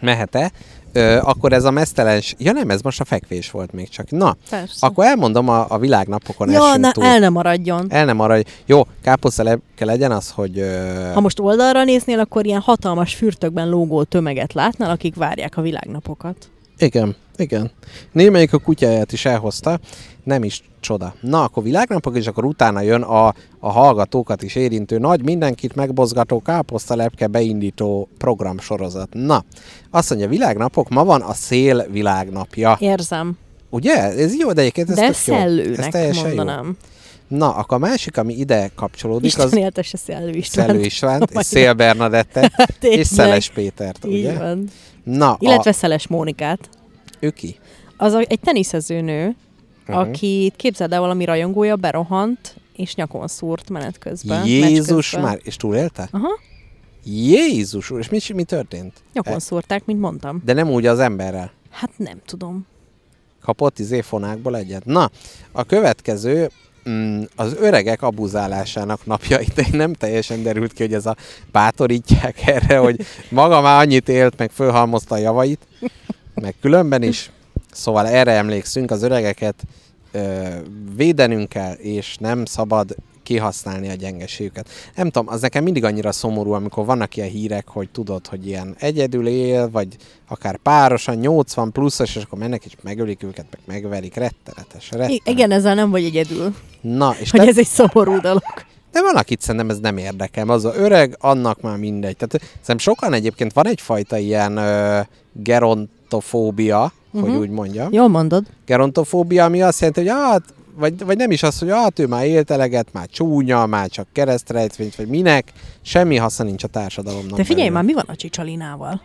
Mehet-e? Ö, akkor ez a mesztelens... Ja nem, ez most a fekvés volt még csak. Na, Persze. akkor elmondom a, a világnapokon ja, essünk na, túl. el ne maradjon. El nem maradj. Jó, káposztelepke legyen az, hogy... Ö... Ha most oldalra néznél, akkor ilyen hatalmas fürtökben lógó tömeget látnál, akik várják a világnapokat. Igen, igen. Némelyik a kutyáját is elhozta, nem is csoda. Na, akkor világnapok, és akkor utána jön a, a hallgatókat is érintő, nagy mindenkit megbozgató káposztalepke beindító programsorozat. Na, azt mondja, világnapok, ma van a szél világnapja. Érzem. Ugye? Ez jó, de egyébként ez De tök jó. Ez szellőnek teljesen mondanám. Jó. Na, akkor a másik, ami ide kapcsolódik, Isten az éltesse Szellő Istvánt. Szellő Istvánt, és Szél Bernadette, Hát Tényleg. és Szeles Pétert, Így ugye? van. Na, Illetve a, Szeles Mónikát. ő ki? Az a- egy teniszező nő, Mhm. uh-huh. akit képzeld el valami rajongója, berohant, és nyakon szúrt menet közben. meccs Jézus közben. már, és túlélte? Aha, Jézus úr, és mi, mi történt? nyakon E, szúrták, mint mondtam. De nem úgy az emberrel. Hát nem tudom. Kapott izé fonákból egyet. Na, a következő mm, az öregek abuzálásának napja. Itt nem teljesen derült ki, hogy ez a bátorítják erre, hogy maga már annyit élt, meg fölhalmozta a javait, meg különben is. Szóval erre emlékszünk, az öregeket ö, védenünk kell, és nem szabad kihasználni a gyengeségüket. Nem tudom, az nekem mindig annyira szomorú, amikor vannak ilyen hírek, hogy tudod, hogy ilyen egyedül él, vagy akár párosan, 80 pluszos, és akkor mennek és megölik őket, meg megverik, rettenetes, rettenetes. Igen, ezzel nem vagy egyedül, Na, E- és hogy te, ez egy szomorú dolog. de van, akit szerintem ez nem érdekel. Az a öreg, annak már mindegy. Tehát szerintem sokan egyébként van egyfajta ilyen ö, gerontofóbia, uh-huh. hogy Mhm. úgy mondjam Jól mondod. gerontofóbia, ami azt jelenti, hogy hát, vagy, vagy nem is az, hogy hát ő már élt eleget, már csúnya, már csak keresztrejtvényt, vagy minek, semmi haszna nincs a társadalomnak. De figyelj belőle. már, mi van a Csicsalinával?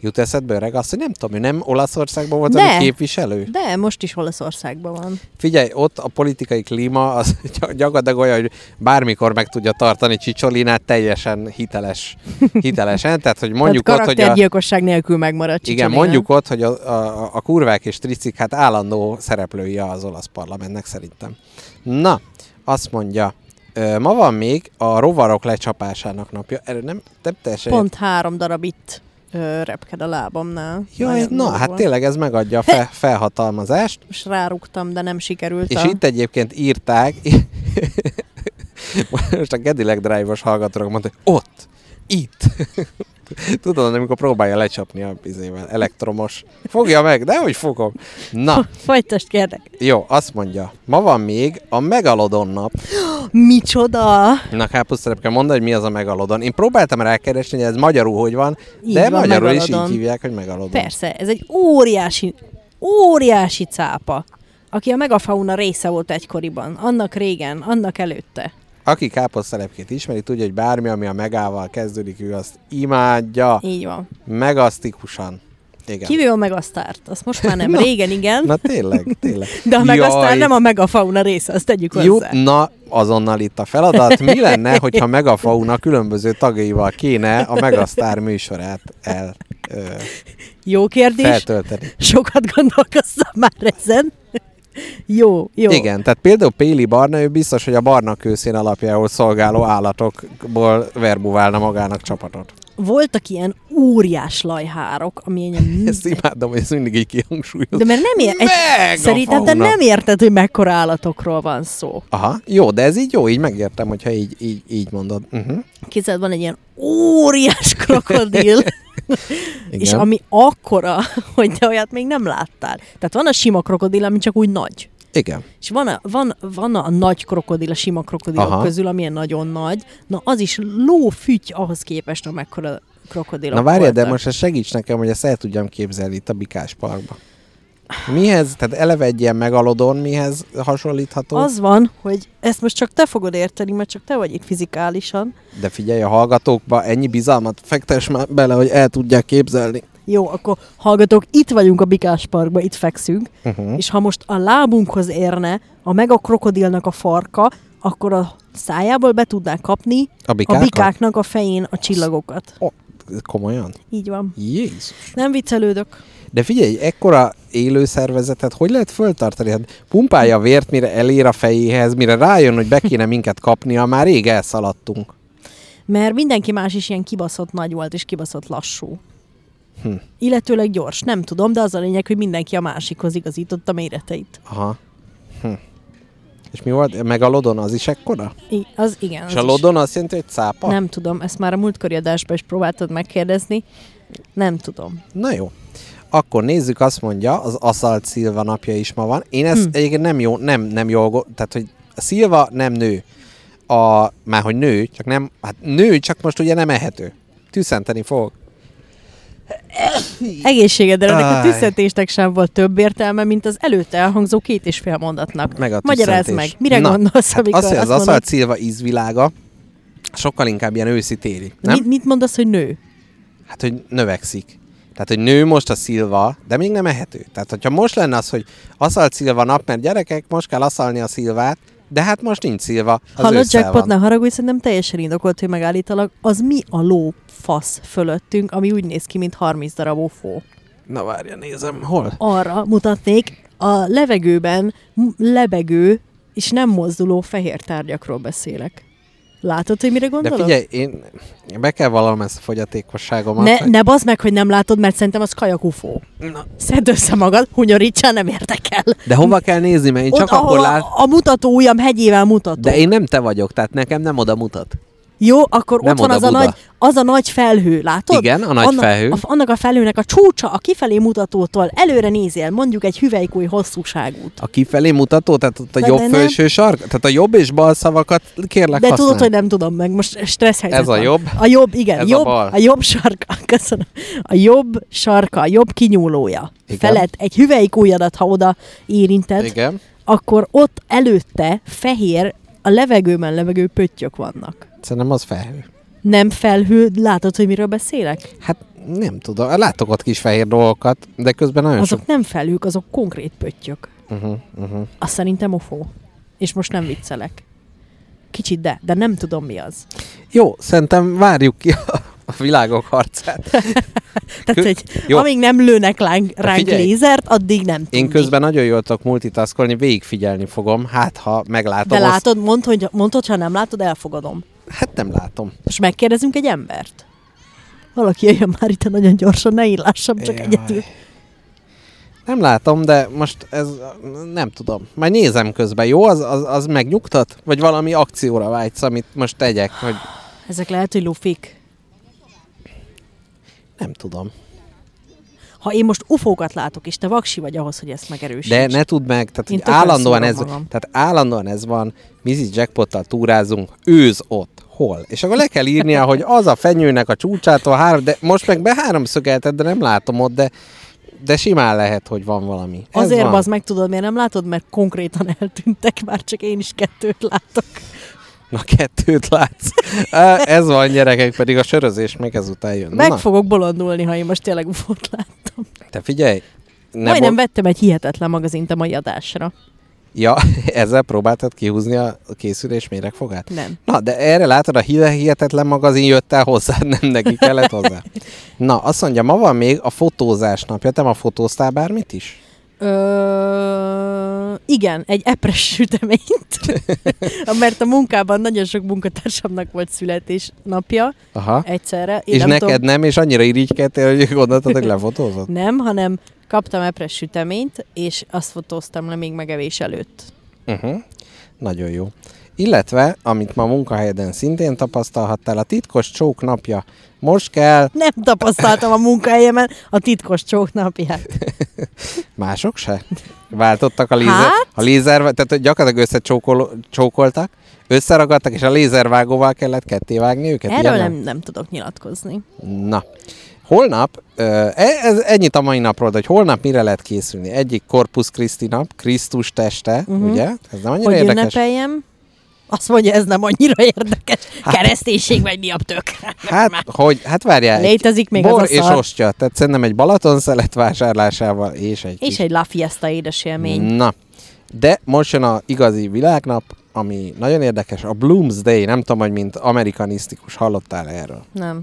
Jut eszedbe öreg azt, hogy nem tudom, ő nem Olaszországban volt, De. ami képviselő? De most is Olaszországban van. Figyelj, ott a politikai klíma az gy- gyakorlatilag olyan, hogy bármikor meg tudja tartani Csicsolinát teljesen hiteles, hitelesen, tehát hogy mondjuk Tehát ott, hogy a, karaktergyilkosság nélkül megmarad igen, Csicsolina. mondjuk ott, hogy a, a, a kurvák és tricik hát állandó szereplői az olasz parlamentnek szerintem. Na, azt mondja, ö, ma van még a rovarok lecsapásának napja. Erről nem, nem teljesen... Pont három darab itt ö, repked a lábamnál. Jaj, Nagyon na, durva. hát tényleg ez megadja a fe, felhatalmazást. Most rárugtam, de nem sikerült És a... itt egyébként írták, most a Cadillac Drive-os hallgatók mondta, hogy ott, itt. Tudod, amikor próbálja lecsapni a izével, elektromos. Fogja meg, de hogy fogom. Na, Folytasd, kérlek. Jó, azt mondja. Ma van még a Megalodon nap. Ah. Micsoda? Na, káposzterep kell mondani, hogy mi az a Megalodon. Én próbáltam rákeresni, hogy ez magyarul hogy van, Így de van, magyarul is Megalodon. így hívják, hogy Megalodon. Persze, ez egy óriási, óriási cápa, aki a megafauna része volt egykoriban, annak régen, annak előtte. Aki káposzterepkét ismeri, tudja, hogy bármi, ami a megával kezdődik, ő azt imádja. Így van. Megasztikusan. Igen. Kivéve a megasztárt, azt most már nem, Na. régen igen, Na tényleg, tényleg. de a megasztár Jaj. nem a megafauna része, azt tegyük Jó, hozzá. na azonnal itt a feladat. Mi lenne, hogyha Megafauna különböző tagjaival kéne a Megasztár műsorát el ö, Jó kérdés, feltölteni? sokat gondolkoztam már ezen. Jó, jó. Igen, tehát például Péli Barna, ő biztos, hogy a barna kőszín alapjául szolgáló állatokból verbuválna magának csapatot. Voltak ilyen óriás lajhárok, amilyen... Ezt imádom, hogy ez mindig így kihangsúlyozom. Hm. De mert nem ér... egy- Megafauna! Szerintem te nem érted, hogy mekkora állatokról van szó. Aha, jó, de ez így jó, így megértem, hogyha így, így, így mondod. Uh-huh. Képzeld, van egy ilyen óriás krokodil, Igen. és ami akkora, hogy te olyat még nem láttál. Tehát van a sima krokodil, ami csak úgy nagy. Igen. És van a, van, van a nagy krokodil, a sima krokodilok Aha. Aha. közül, amilyen nagyon nagy. Na, az is lófüty ahhoz képest, amekkora krokodilok Na várjál, de voltak. most ezt segíts nekem, hogy ezt el tudjam képzelni itt a Bikás Parkban. Mihez, tehát eleve egy ilyen megalodon, mihez hasonlítható? Az van, hogy ezt most csak te fogod érteni, mert csak te vagy itt fizikálisan. De figyelj a hallgatókba, ennyi bizalmat fektes már bele, hogy el tudják képzelni. Jó, akkor hallgatók, itt vagyunk a Bikás Parkban, itt fekszünk. Uh-huh. És ha most a lábunkhoz érne a megakrokodilnak a farka, akkor a szájából be tudná kapni A a bikákat? bikáknak a fején a csillagokat. Oh, komolyan? Így van. Jézus. Nem viccelődök. De figyelj, ekkora élő szervezetet hogy lehet föltartani? Hát pumpálja a vért, mire elér a fejéhez, mire rájön, hogy be kéne minket kapnia, már rég elszaladtunk. Mert mindenki más is ilyen kibaszott nagy volt, és kibaszott lassú. Hm. Illetőleg gyors, nem tudom, de az a lényeg, hogy mindenki a másikhoz igazította méreteit. Aha. Hm. És mi volt? Meg a lodon az is ekkora? I- az igen. Az És a is. lodon azt jelenti, hogy cápa? Nem tudom, ezt már a múltkori adásban is próbáltad megkérdezni. Nem tudom. Na jó. Akkor nézzük, azt mondja, az Aszalt Szilva napja is ma van. Én ezt Hm. egyébként nem jó, nem, nem jó, go- tehát hogy a Szilva nem nő. A, már hogy nő, csak nem, hát nő, csak most ugye nem ehető. Tüszenteni fog. Egészségedre, ennek a Áj. tüsszetésnek sem volt több értelme, mint az előtte elhangzó két és fél mondatnak. Meg a Magyarázd meg, tüsszentés. mire Na, gondolsz, hát amikor Azt, hogy az azt Aszalt mondod, Szilva ízvilága sokkal inkább ilyen őszi téli, nem? mit, mit mondasz, hogy nő? Hát, hogy növekszik. Tehát, hogy nő most a szilva, de még nem ehető. Tehát, hogyha most lenne az, hogy aszalt szilva nap, mert gyerekek, most kell aszalni a szilvát, de hát most nincs szilva, az Hallod, ősszel Jackpot, van. ne haragudj, szerintem teljesen indokolt, hogy megállítalak. Az mi a ló fasz fölöttünk, ami úgy néz ki, mint 30 darab ofó? Na várja, nézem, hol? Arra mutatnék, a levegőben m- lebegő és nem mozduló fehér tárgyakról beszélek. Látod, hogy mire De gondolok? figyelj, én én be kell vallanom ezt a fogyatékosságomat. ne, hogy- ne bazd meg, hogy nem látod, mert szerintem az kajak ufó. Na, Szedd össze magad, hunyorítsál, nem érdekel. de hova kell nézni, mert én csak Ott, akkor ahol lát... a, a mutató ujjam hegyével mutató. De én nem te vagyok, tehát nekem nem oda mutat. Jó, akkor Nem ott van oda az a, Buda. nagy, az a nagy felhő, látod? Igen, a nagy annak, felhő. A, annak a felhőnek a csúcsa a kifelé mutatótól előre nézél, mondjuk egy hüvelykúj hosszúságút. A kifelé mutató, tehát ott a De jobb nem. felső sark, tehát a jobb és bal szavakat kérlek De használj. tudod, hogy nem tudom meg, most stressz helyzet Ez a van. jobb. A jobb, igen, Ez a jobb, bal. a jobb sarka, köszönöm. A jobb sarka, a jobb kinyúlója. Igen. Felett egy hüvelykújadat, ha oda érinted, Igen. akkor ott előtte fehér, a levegőben levegő pöttyök vannak. Szerintem az felhő. Nem felhő, látod, hogy miről beszélek? Hát nem tudom, látok ott kis fehér dolgokat, de közben nagyon sok... Azok nem felhők, azok konkrét pöttyök. Uh-huh, uh-huh. Azt szerintem ofó. És most nem viccelek. Kicsit de, de nem tudom mi az. Jó, szerintem várjuk ki a, a világok harcát. Tehát, Kö- hogy jó. Hát Jó. amíg nem lőnek láng, ránk figyelj, lézert, addig nem tudjuk. Én közben nagyon jól tudok multitaskolni, végigfigyelni fogom, hát ha De meglátom azt... látod, mondd, hogy, mondd, hogy ha nem látod, elfogadom. Hát nem látom. Most megkérdezünk egy embert. Valaki jöjjön már itt nagyon gyorsan, ne én lássam csak Jaj. egyetül. Nem látom, de most ez nem tudom. Majd nézem közben, jó? Az, az, az megnyugtat? Vagy valami akcióra vágysz, amit most tegyek, hogy Ezek lehet, hogy lufik. nem tudom. Ha én most ufókat látok, és te vaksi vagy ahhoz, hogy ezt megerősítsd. De ne tudd meg, tehát, Én hogy tökre állandóan szúrom ez, magam. tehát állandóan ez van, Mrs. Jackpottal túrázunk, őz ott, hol. És akkor le kell írnia, hogy az a fenyőnek a csúcsától három, de most meg be háromszögelted, de nem látom ott, de, de simán lehet, hogy van valami. Ez Azért van. az meg tudod, miért nem látod, mert konkrétan eltűntek, már csak én is kettőt látok. Na, kettőt látsz. Á, ez van, gyerekek, pedig a sörözés még ezután jön. Meg Na, fogok bolondulni, ha én most tényleg ufót láttam. te figyelj. Ne Ne Majdnem bo- vettem egy hihetetlen magazint a mai adásra. ja, ezzel próbáltad kihúzni a készülés méregfogát? Nem. Na, de erre látod, a hile- hihetetlen magazin jött el hozzá, nem neki kellett hozzá. Na, azt mondja, ma van még a fotózás napja. Te ma fotóztál bármit is? Ö... Igen, egy epres süteményt. Mert a munkában nagyon sok munkatársamnak volt születésnapja Aha. egyszerre. Én és nem neked tudom- nem, és annyira irigykedtél, hogy gondoltad, hogy lefotózod? Nem, hanem kaptam epres süteményt, és azt fotóztam le még megevés előtt. Mhm. Uh-huh. Nagyon jó. Illetve, amit ma munkahelyeden szintén tapasztalhattál, a titkos csók napja. Most kell, Nem tapasztaltam a munkahelyemen a titkos csók napját. Hát mások se? Váltottak a lézer, Hát? a lézer tehát hogy gyakorlatilag összecsókoltak, összeragadtak, és a lézervágóval kellett kettévágni őket. Erről ilyen nem, nem tudok nyilatkozni. Na, holnap, ö, e- ez ennyit a mai napról, de hogy holnap mire lehet készülni? Egyik Corpus Christi nap, Krisztus teste, Mhm. uh-huh. ugye? Ez nem annyira hogy érdekes. ünnepeljem. Azt mondja, ez nem annyira érdekes. Kereszténység vagy mi a tök. Hát, hogy, hát várjál. egy Létezik még Bor az a és szar. ostya, tehát szerintem egy Balaton szelet vásárlásával és egy És kis- egy La Fiesta édesélmény. Na, de most jön a igazi világnap, ami nagyon érdekes, a Bloomsday, nem tudom, hogy mint amerikanisztikus hallottál erről. Nem.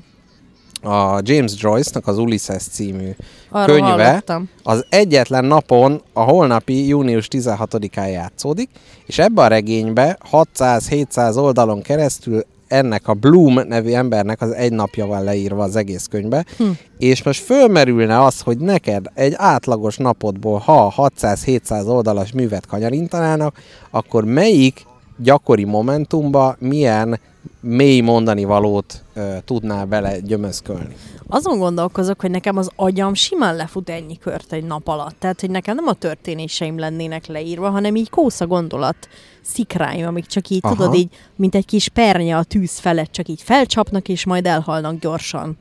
A James Joyce-nak az Ulysses című Arról könyve, hallottam. az egyetlen napon a holnapi június 16-án játszódik, és ebben a regénybe 600-700 oldalon keresztül ennek a Bloom nevű embernek az egy napja van leírva az egész könyvbe, hm. és most fölmerülne az, hogy neked egy átlagos napodból, ha 600-700 oldalas művet kanyarintanának, akkor melyik gyakori momentumba milyen mély mondani valót ö, tudnál bele gyömözkölni? Azon gondolkozok, hogy nekem az agyam simán lefut ennyi kört egy nap alatt. Tehát, hogy nekem nem a történéseim lennének leírva, hanem így kósza gondolat szikráim, amik csak így, Aha. Aha. tudod, így, mint egy kis pernye a tűz felett, csak így felcsapnak, és majd elhalnak gyorsan.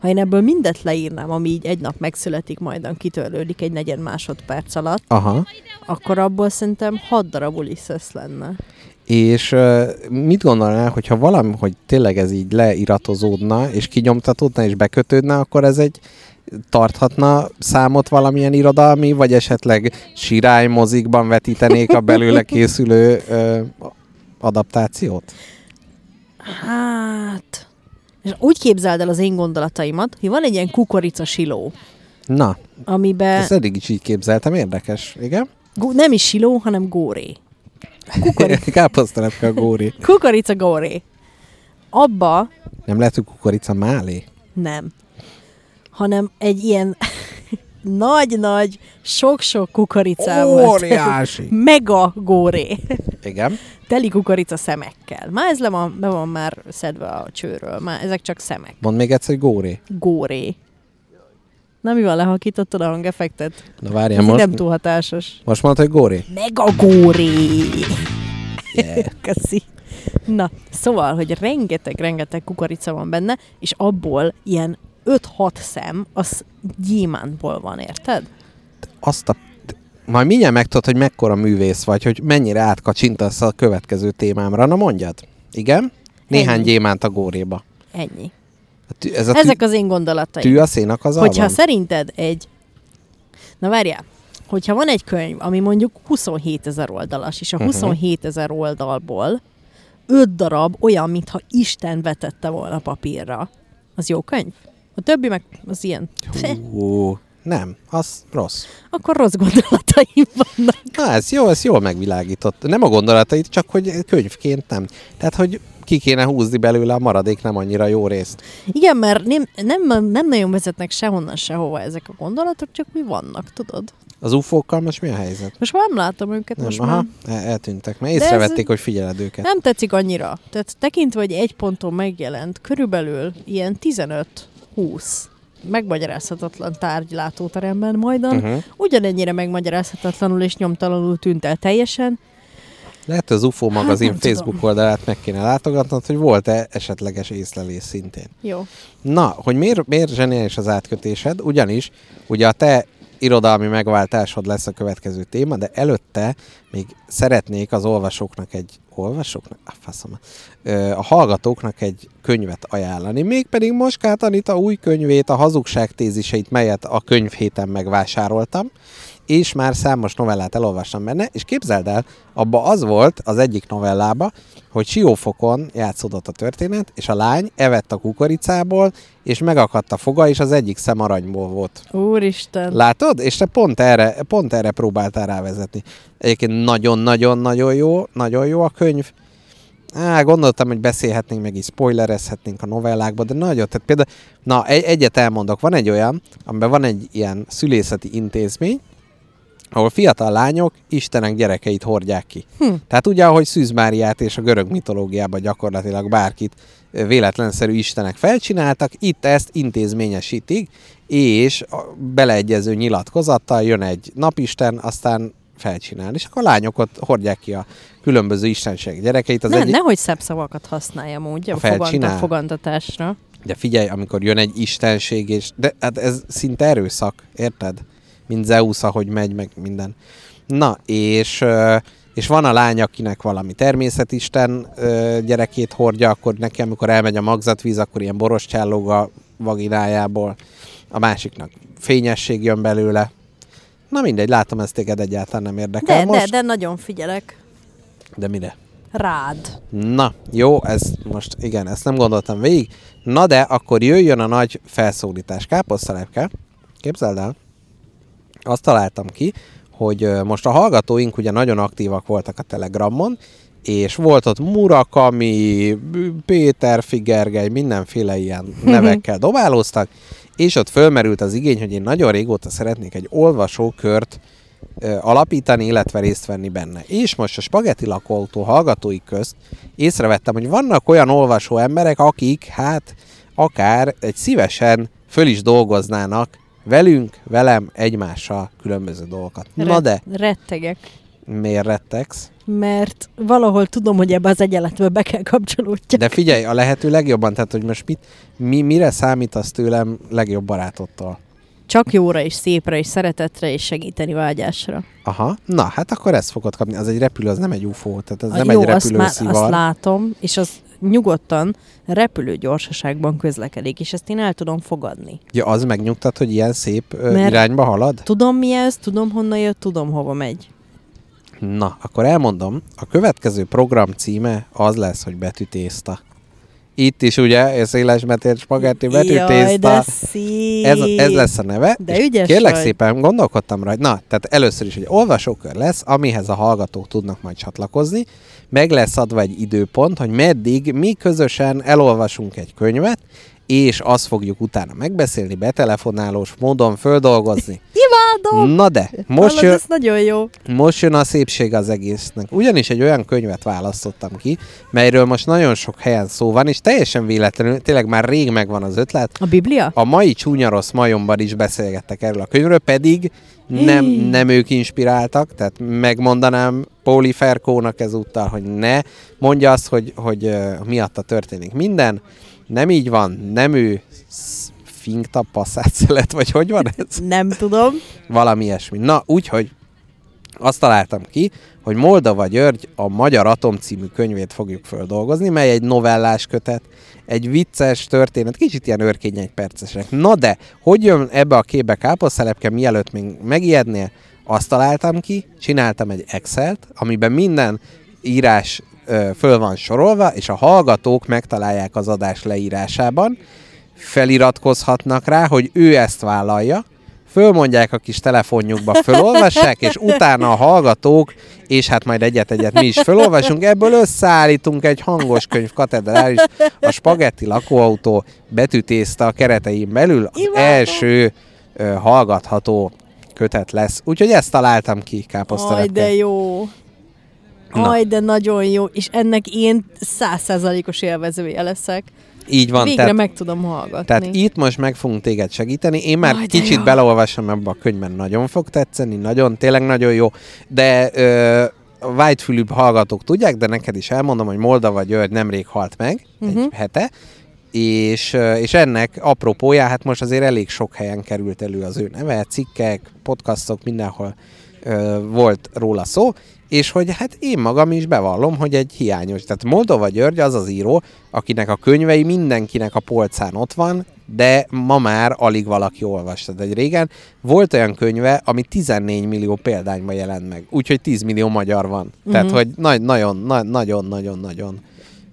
Ha én ebből mindet leírnám, ami így egy nap megszületik, majdan kitörlődik egy negyed másodperc alatt, Aha. akkor abból szerintem hat darab Ulysses lenne. És ö, mit gondolnál, hogyha valami, hogy tényleg ez így leiratozódna, és kinyomtatódna, és bekötődne, akkor ez egy tarthatna számot valamilyen irodalmi, vagy esetleg sirály mozikban vetítenék a belőle készülő ö, adaptációt? Hát... És úgy képzeld el az én gondolataimat, hogy van egy ilyen kukorica siló, Na, amiben ezt eddig is így képzeltem, érdekes, igen? gó, nem is siló, hanem góré. Káposztelepke a góri. Kukorica góré. abba Nem lehet, hogy kukorica málé? nem, hanem egy ilyen nagy-nagy, sok-sok kukoricával. Óriási! Mega góré. Igen. Teli kukorica szemekkel. Már ez le van, be van már szedve a csőről. Már ezek csak szemek. Mondd még egyszer, hogy góré. Góré. Na mi van, lehakítottad a hangeffektet? Na várjál, Ez most, nem túl hatásos. most mondta, hogy góré. Mega góré! Yeah. Köszi. Na, szóval, hogy rengeteg-rengeteg kukorica van benne, és abból ilyen 5-6 szem, az gyémántból van, érted? Azt a... Majd mindjárt megtudod, hogy mekkora művész vagy, hogy mennyire átkacsintasz a következő témámra. Na mondjad. Igen? Néhány Ennyi. gyémánt a góréba. Ennyi. A tű, ez a tű, Ezek az én gondolataim. tű a szénak az Hogyha alban? szerinted egy... Na várjál, hogyha van egy könyv, ami mondjuk 27 ezer oldalas, és a Mhm. 27 ezer oldalból 5 darab olyan, mintha Isten vetette volna papírra, az jó könyv? A többi meg az ilyen. Fe, Hú, nem, az rossz. akkor rossz gondolataim vannak. Na ez jó, ez jól megvilágított. Nem a gondolatait, csak hogy könyvként nem. Tehát, hogy ki kéne húzni belőle a maradék nem annyira jó részt. Igen, mert nem, nem, nem nagyon vezetnek sehonnan sehova ezek a gondolatok, csak mi vannak, tudod? Az ufókkal most mi a helyzet? Most már nem látom őket, Nem, most már aha, el- eltűntek, mert észrevették, ez- hogy figyeled őket. Nem tetszik annyira. Tehát tekintve, hogy egy ponton megjelent, körülbelül ilyen 15-20 megmagyarázhatatlan tárgy látóteremben majdan, uh-huh. Uh-huh. ugyanennyire megmagyarázhatatlanul és nyomtalanul tűnt el teljesen. Lehet, hogy az UFO magazin Hát, nem tudom. Facebook oldalát meg kéne látogatnod, hogy volt-e esetleges észlelés szintén. Jó. Na, hogy miért, miért zseniális az átkötésed? Ugyanis ugye a te irodalmi megváltásod lesz a következő téma, de előtte még szeretnék az olvasóknak egy... Olvasóknak? Ah, faszom. Ö, A hallgatóknak egy könyvet ajánlani. Mégpedig Moskát Anita új könyvét, a hazugság téziseit, melyet a könyvhéten megvásároltam, és már számos novellát elolvastam benne, és képzeld el, abba az volt az egyik novellába, hogy siófokon játszódott a történet, és a lány evett a kukoricából, és megakadt a foga, és az egyik szem aranyból volt. Úristen. Látod? És te pont erre, pont erre próbáltál rávezetni. Egyébként nagyon-nagyon-nagyon jó, nagyon jó a könyv. Á, gondoltam, hogy beszélhetnénk, meg így spoilerezhetnénk a novellákba, de nagyon, tehát például, na, egy, egyet elmondok, van egy olyan, amiben van egy ilyen szülészeti intézmény, ahol fiatal lányok Istenek gyerekeit hordják ki. Hm. Tehát ugye, ahogy Szűz Máriát és a görög mitológiában gyakorlatilag bárkit ö, véletlenszerű Istenek felcsináltak, itt ezt intézményesítik, és a beleegyező nyilatkozattal jön egy napisten, aztán felcsinál. És akkor a lányok ott hordják ki a különböző istenség gyerekeit. Az ne, egyik- nehogy szebb szavakat használjam úgy a, A foganta, felcsinál. fogantatásra. De figyelj, amikor jön egy istenség, és de hát ez szinte erőszak, érted? Mint Zeus, ahogy megy, meg minden. Na, és, ö, és van a lány, akinek valami természetisten ö, gyerekét hordja, akkor neki, amikor elmegy a magzatvíz, akkor ilyen boros csellóg a vaginájából. A másiknak fényesség jön belőle. Na mindegy, látom, ez téged egyáltalán nem érdekel De, most. de, de nagyon figyelek de mire? rád. Na, jó, ez most igen, ezt nem gondoltam végig. Na de, akkor jöjjön a nagy felszólítás. Káposztalepke, képzeld el, azt találtam ki, hogy ö, most a hallgatóink ugye nagyon aktívak voltak a Telegramon, és volt ott Murakami, Péter Figergely, mindenféle ilyen nevekkel dobálóztak, és ott fölmerült az igény, hogy én nagyon régóta szeretnék egy olvasókört ö, alapítani, illetve részt venni benne. És most a spagetti lakóautó hallgatói közt észrevettem, hogy vannak olyan olvasó emberek, akik hát akár egy szívesen föl is dolgoznának velünk, velem, egymással különböző dolgokat. Na de, Rettegek. miért rettegsz? Mert valahol tudom, hogy ebbe az egyenletbe be kell kapcsolódjak. De figyelj, a lehető legjobban, tehát hogy most mit, mi, mire számítasz tőlem legjobb barátottól? Csak jóra és szépre és szeretetre és segíteni vágyásra. Aha, na hát akkor ezt fogod kapni. Az egy repülő, az nem egy UFO, tehát ez A nem jó, egy azt, már, azt repülőszivar. látom, és az nyugodtan repülő gyorsaságban közlekedik, és ezt én el tudom fogadni. Ja, az megnyugtat, hogy ilyen szép ö, Mert- irányba halad? Tudom mi ez, tudom honnan jött, tudom hova megy. Na, akkor elmondom, a következő program címe az lesz, hogy betűtészta. Itt is ugye, és szélesmetér spagetti Jaj, de betűtészta. szép. Ez, ez lesz a neve. De és ügyes Kérlek vagy. szépen, gondolkodtam rajta. Na, tehát először is, hogy olvasókör lesz, amihez a hallgatók tudnak majd csatlakozni. Meg lesz adva egy időpont, hogy meddig mi közösen elolvasunk egy könyvet, és azt fogjuk utána megbeszélni, betelefonálós módon földolgozni. Imádom! Na de, most Hallod, jön, ez nagyon jó. most jön a szépség az egésznek. Ugyanis egy olyan könyvet választottam ki, melyről most nagyon sok helyen szó van, és teljesen véletlenül, tényleg már rég megvan az ötlet, A Biblia? a mai csúnya rossz majomban is beszélgettek erről a könyvről, pedig nem, Hí. nem ők inspiráltak, tehát megmondanám Póli Ferkónak ezúttal, hogy ne mondja azt, hogy, hogy ö, miatta történik minden. Nem így van, nem ő sz- finkta passzát szelet, vagy hogy van ez? Nem tudom. Valami ilyesmi. Na, úgyhogy azt találtam ki, hogy Moldova György a Magyar Atom című könyvét fogjuk földolgozni, mely egy novellás kötet, egy vicces történet, kicsit ilyen őrkény egy percesek. Na de, hogy jön ebbe a képbe káposztelepke, mielőtt még megijednél? Azt találtam ki, csináltam egy Excel-t, amiben minden írás ö, föl van sorolva, és a hallgatók megtalálják az adás leírásában, feliratkozhatnak rá, hogy ő ezt vállalja, fölmondják a kis telefonjukba, fölolvassák, és utána a hallgatók, és hát majd egyet-egyet mi is fölolvasunk, ebből összeállítunk egy hangos könyv katedrális, a spagetti lakóautó betűtészta keretein belül az Imádom. első ö, hallgatható kötet lesz. Úgyhogy ezt találtam ki, Aj, káposztelepke. de jó. Na. Aj, de nagyon jó. És ennek én százszázalékos élvezője leszek. Így van, Végre tehát, meg tudom hallgatni. tehát itt most meg fogunk téged segíteni. Én már Aj, de kicsit jó. beleolvasom ebbe a könyvben, nagyon fog tetszeni, nagyon, tényleg nagyon jó, de ö, a vágyfülűbb hallgatók tudják, de neked is elmondom, hogy Moldava György nemrég halt meg, Mhm. uh-huh. egy hete, és, ö, és ennek apropóján, hát most azért elég sok helyen került elő az ő neve, cikkek, podcastok, mindenhol ö, volt róla szó, és hogy hát én magam is bevallom, hogy egy hiányos. Tehát Moldova György az az író, akinek a könyvei mindenkinek a polcán ott van, de ma már alig valaki olvasta. De régen volt olyan könyve, ami 14 millió példányban jelent meg, úgyhogy 10 millió magyar van. Mm-hmm. Tehát, hogy na- nagyon, na- nagyon-nagyon-nagyon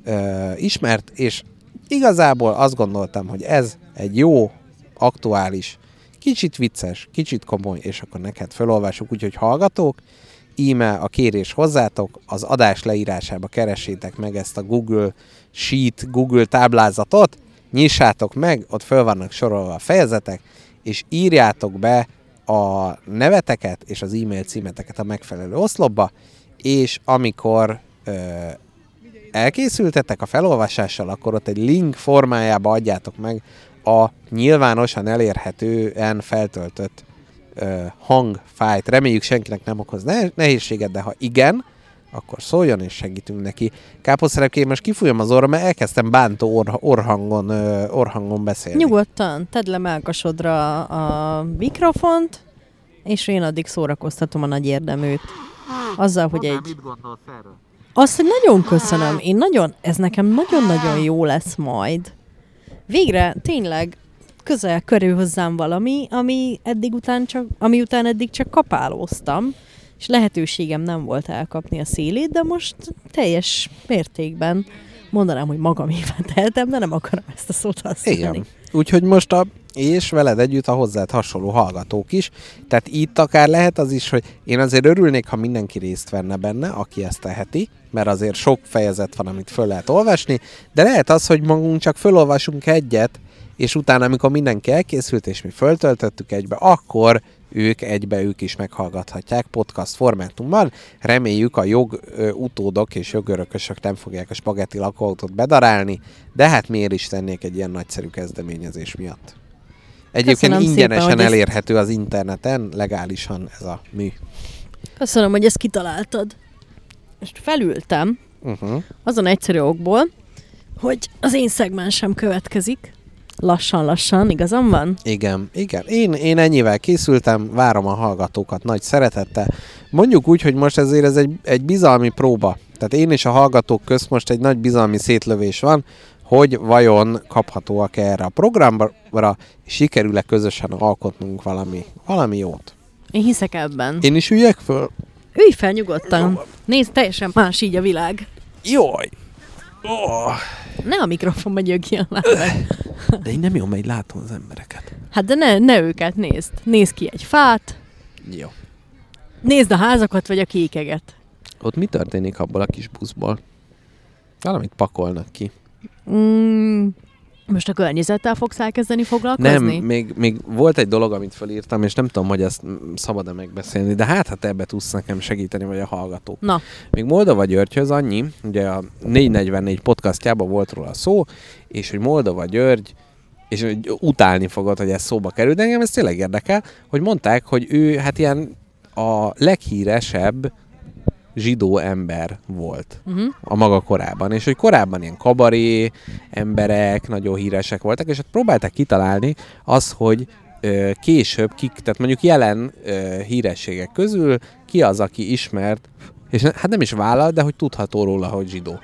ö, ismert, és igazából azt gondoltam, hogy ez egy jó, aktuális, kicsit vicces, kicsit komoly, és akkor neked felolvasok, úgyhogy hallgatók, íme a kérés hozzátok, az adás leírásába keresétek meg ezt a Google Sheet, Google táblázatot, nyissátok meg, ott föl vannak sorolva a fejezetek, és írjátok be a neveteket és az e-mail címeteket a megfelelő oszlopba, és amikor ö, elkészültetek a felolvasással, akkor ott egy link formájába adjátok meg a nyilvánosan elérhetően feltöltött ö, hangfájt. Reméljük senkinek nem okoz ne- nehézséget, de ha igen, akkor szóljon és segítünk neki. Káposzterepként most kifújom az orrom, mert elkezdtem bántó orha- orhangon, ö, orhangon beszélni. Nyugodtan, tedd le melkasodra a mikrofont, és én addig szórakoztatom a nagy érdeműt. Azzal, hogy egy... Mit gondolsz erről? Azt, hogy nagyon köszönöm, én nagyon, ez nekem nagyon-nagyon jó lesz majd. Végre, tényleg, közel körül hozzám valami, ami eddig után csak, ami után eddig csak kapálóztam, és lehetőségem nem volt elkapni a szélét, de most teljes mértékben mondanám, hogy magamévá tehetem, de nem akarom ezt a szót használni. Igen. Úgyhogy most a és veled együtt a hozzád hasonló hallgatók is. Tehát itt akár lehet az is, hogy én azért örülnék, ha mindenki részt venne benne, aki ezt teheti, mert azért sok fejezet van, amit föl lehet olvasni, de lehet az, hogy magunk csak fölolvasunk egyet, és utána, amikor mindenki elkészült, és mi föltöltöttük egybe, akkor ők egybe ők is meghallgathatják podcast formátumban. Reméljük a jog ö, utódok és jogörökösök nem fogják a spagetti lakóautót bedarálni, de hát miért is tennék egy ilyen nagyszerű kezdeményezés miatt? Egyébként Köszönöm Köszönöm szépen, ingyenesen hogy szépen, ezt- elérhető az interneten, legálisan ez a mű. Köszönöm, hogy ezt kitaláltad. Most felültem, Uh-huh. azon egyszerű okból, hogy az én szegmensem következik. Lassan-lassan, igazam van? Igen, igen. Én, én ennyivel készültem, várom a hallgatókat nagy szeretettel. Mondjuk úgy, hogy most ezért ez egy, egy bizalmi próba. Tehát én és a hallgatók közt most egy nagy bizalmi szétlövés van, hogy vajon kaphatóak erre a programra, és sikerül-e közösen alkotnunk valami, valami jót. Én hiszek ebben. Én... Én is üljek föl? Ülj fel nyugodtan. Nézd, teljesen más így a világ. Jaj! Oh. Ne a mikrofon megy ilyen látvány. De én nem jó, mert így látom az embereket. Hát de ne, ne őket nézd. Nézd ki egy fát, Jó. nézd a házakat vagy a kékeget. Ott mi történik abból a kis buszból? Valamit pakolnak ki. Mm, most a környezettel fogsz elkezdeni foglalkozni? Nem, még, még volt egy dolog, amit felírtam, és nem tudom, hogy ezt mm, szabad-e megbeszélni, de hát, ha te ebbe tudsz nekem segíteni, vagy a hallgatók. Na, Még Moldova Györgyhöz annyi, ugye a 444 podcastjában volt róla szó, és hogy Moldova György, és hogy utálni fogod, hogy ez szóba kerül, de engem ez tényleg érdekel, hogy mondták, hogy ő hát ilyen a leghíresebb zsidó ember volt uh-huh. a maga korában, és hogy korábban ilyen kabaré emberek nagyon híresek voltak, és hát próbálták kitalálni az, hogy ö, később kik, tehát mondjuk jelen ö, hírességek közül ki az, aki ismert, és ne- hát nem is vállal, de hogy tudható róla, hogy zsidó.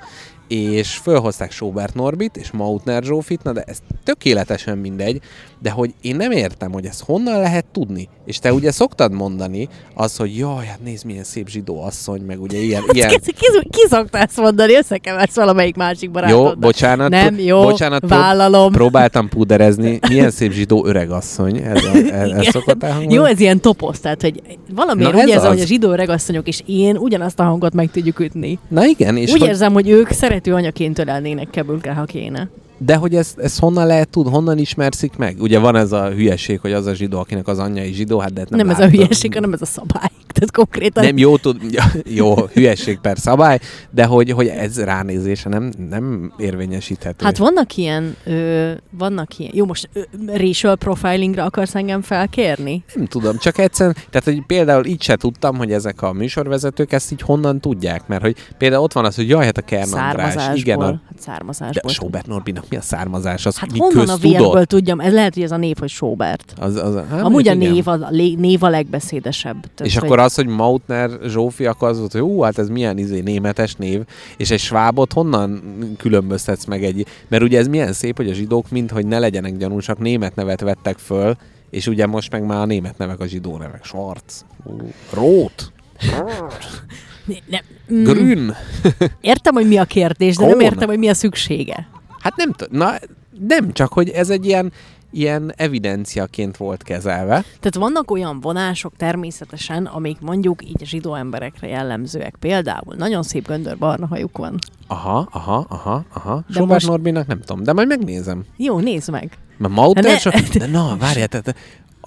És fölhozták Sobert Norbit és Mautner Zsófit, na de ez tökéletesen mindegy, de hogy én nem értem, hogy ezt honnan lehet tudni. És te ugye szoktad mondani az, hogy jaj, hát nézd milyen szép zsidó asszony, meg ugye ilyen, ilyen Ki, ki, ki szokta ezt mondani? Összekeversz valamelyik másik jó, barátoddal. bocsánat. Nem, pró- jó, bocsánat, pró- vállalom. próbáltam puderezni. Milyen szép zsidó öregasszony. Ez, a, ez, ez Igen. szokott elhangolni. Jó, ez ilyen toposz, tehát hogy valamiért Na, úgy ez érzem, az. hogy a zsidó öregasszonyok és én ugyanazt a hangot meg tudjuk ütni. Na igen, és úgy hogy, érzem, hogy ők szerető anyaként ölelnének kebülkre, ha kéne. de hogy ezt, ezt honnan lehet tud, honnan ismerszik meg? Ugye van ez a hülyeség, hogy az a zsidó, akinek az anyja is zsidó, hát de hát Nem, nem nem ez a láttam. hülyeség, hanem ez a szabály. Tehát konkrétan Nem jó, tud, ja, jó, hülyeség per szabály, de hogy, hogy ez ránézése nem, nem érvényesíthető. Hát vannak ilyen, ö, vannak ilyen, jó most ö, racial profilingra akarsz engem felkérni? Nem tudom, csak egyszerűen, tehát hogy például így se tudtam, hogy ezek a műsorvezetők ezt így honnan tudják, mert hogy például ott van az, hogy jaj, hát a Kern András, származásból. igen, a, Hát De származásból. a Sobert Norbinak mi a származás? Az hát mi honnan a köztudott? vérből tudjam, ez lehet, hogy ez a név, hogy Sobert. Az, az, hát Amúgy mondjuk a igen. név a, a lé- név a legbeszédesebb. Tehát, És akkor az, hogy Mautner Zsófi, akkor az volt, hogy hú, hát ez milyen izé, németes név, és egy svábot honnan különböztetsz meg egy... Mert ugye ez milyen szép, hogy a zsidók, mint hogy ne legyenek gyanúsak, német nevet vettek föl, és ugye most meg már a német nevek a zsidó nevek. Schwarz, Rót, Ne, mm, Grün. értem, hogy mi a kérdés, de nem Kohn. értem, hogy mi a szüksége. Hát nem t- na, nem, csak hogy ez egy ilyen, ilyen evidenciaként volt kezelve. Tehát vannak olyan vonások természetesen, amik mondjuk így a zsidó emberekre jellemzőek. Például nagyon szép göndörbarna hajuk van. Aha, aha, aha, aha. De Sobert most- Norbinak nem tudom, de majd megnézem. Jó, nézd meg. Mert Mautner Hát Ne- ne... so... De na, várjál, tehát...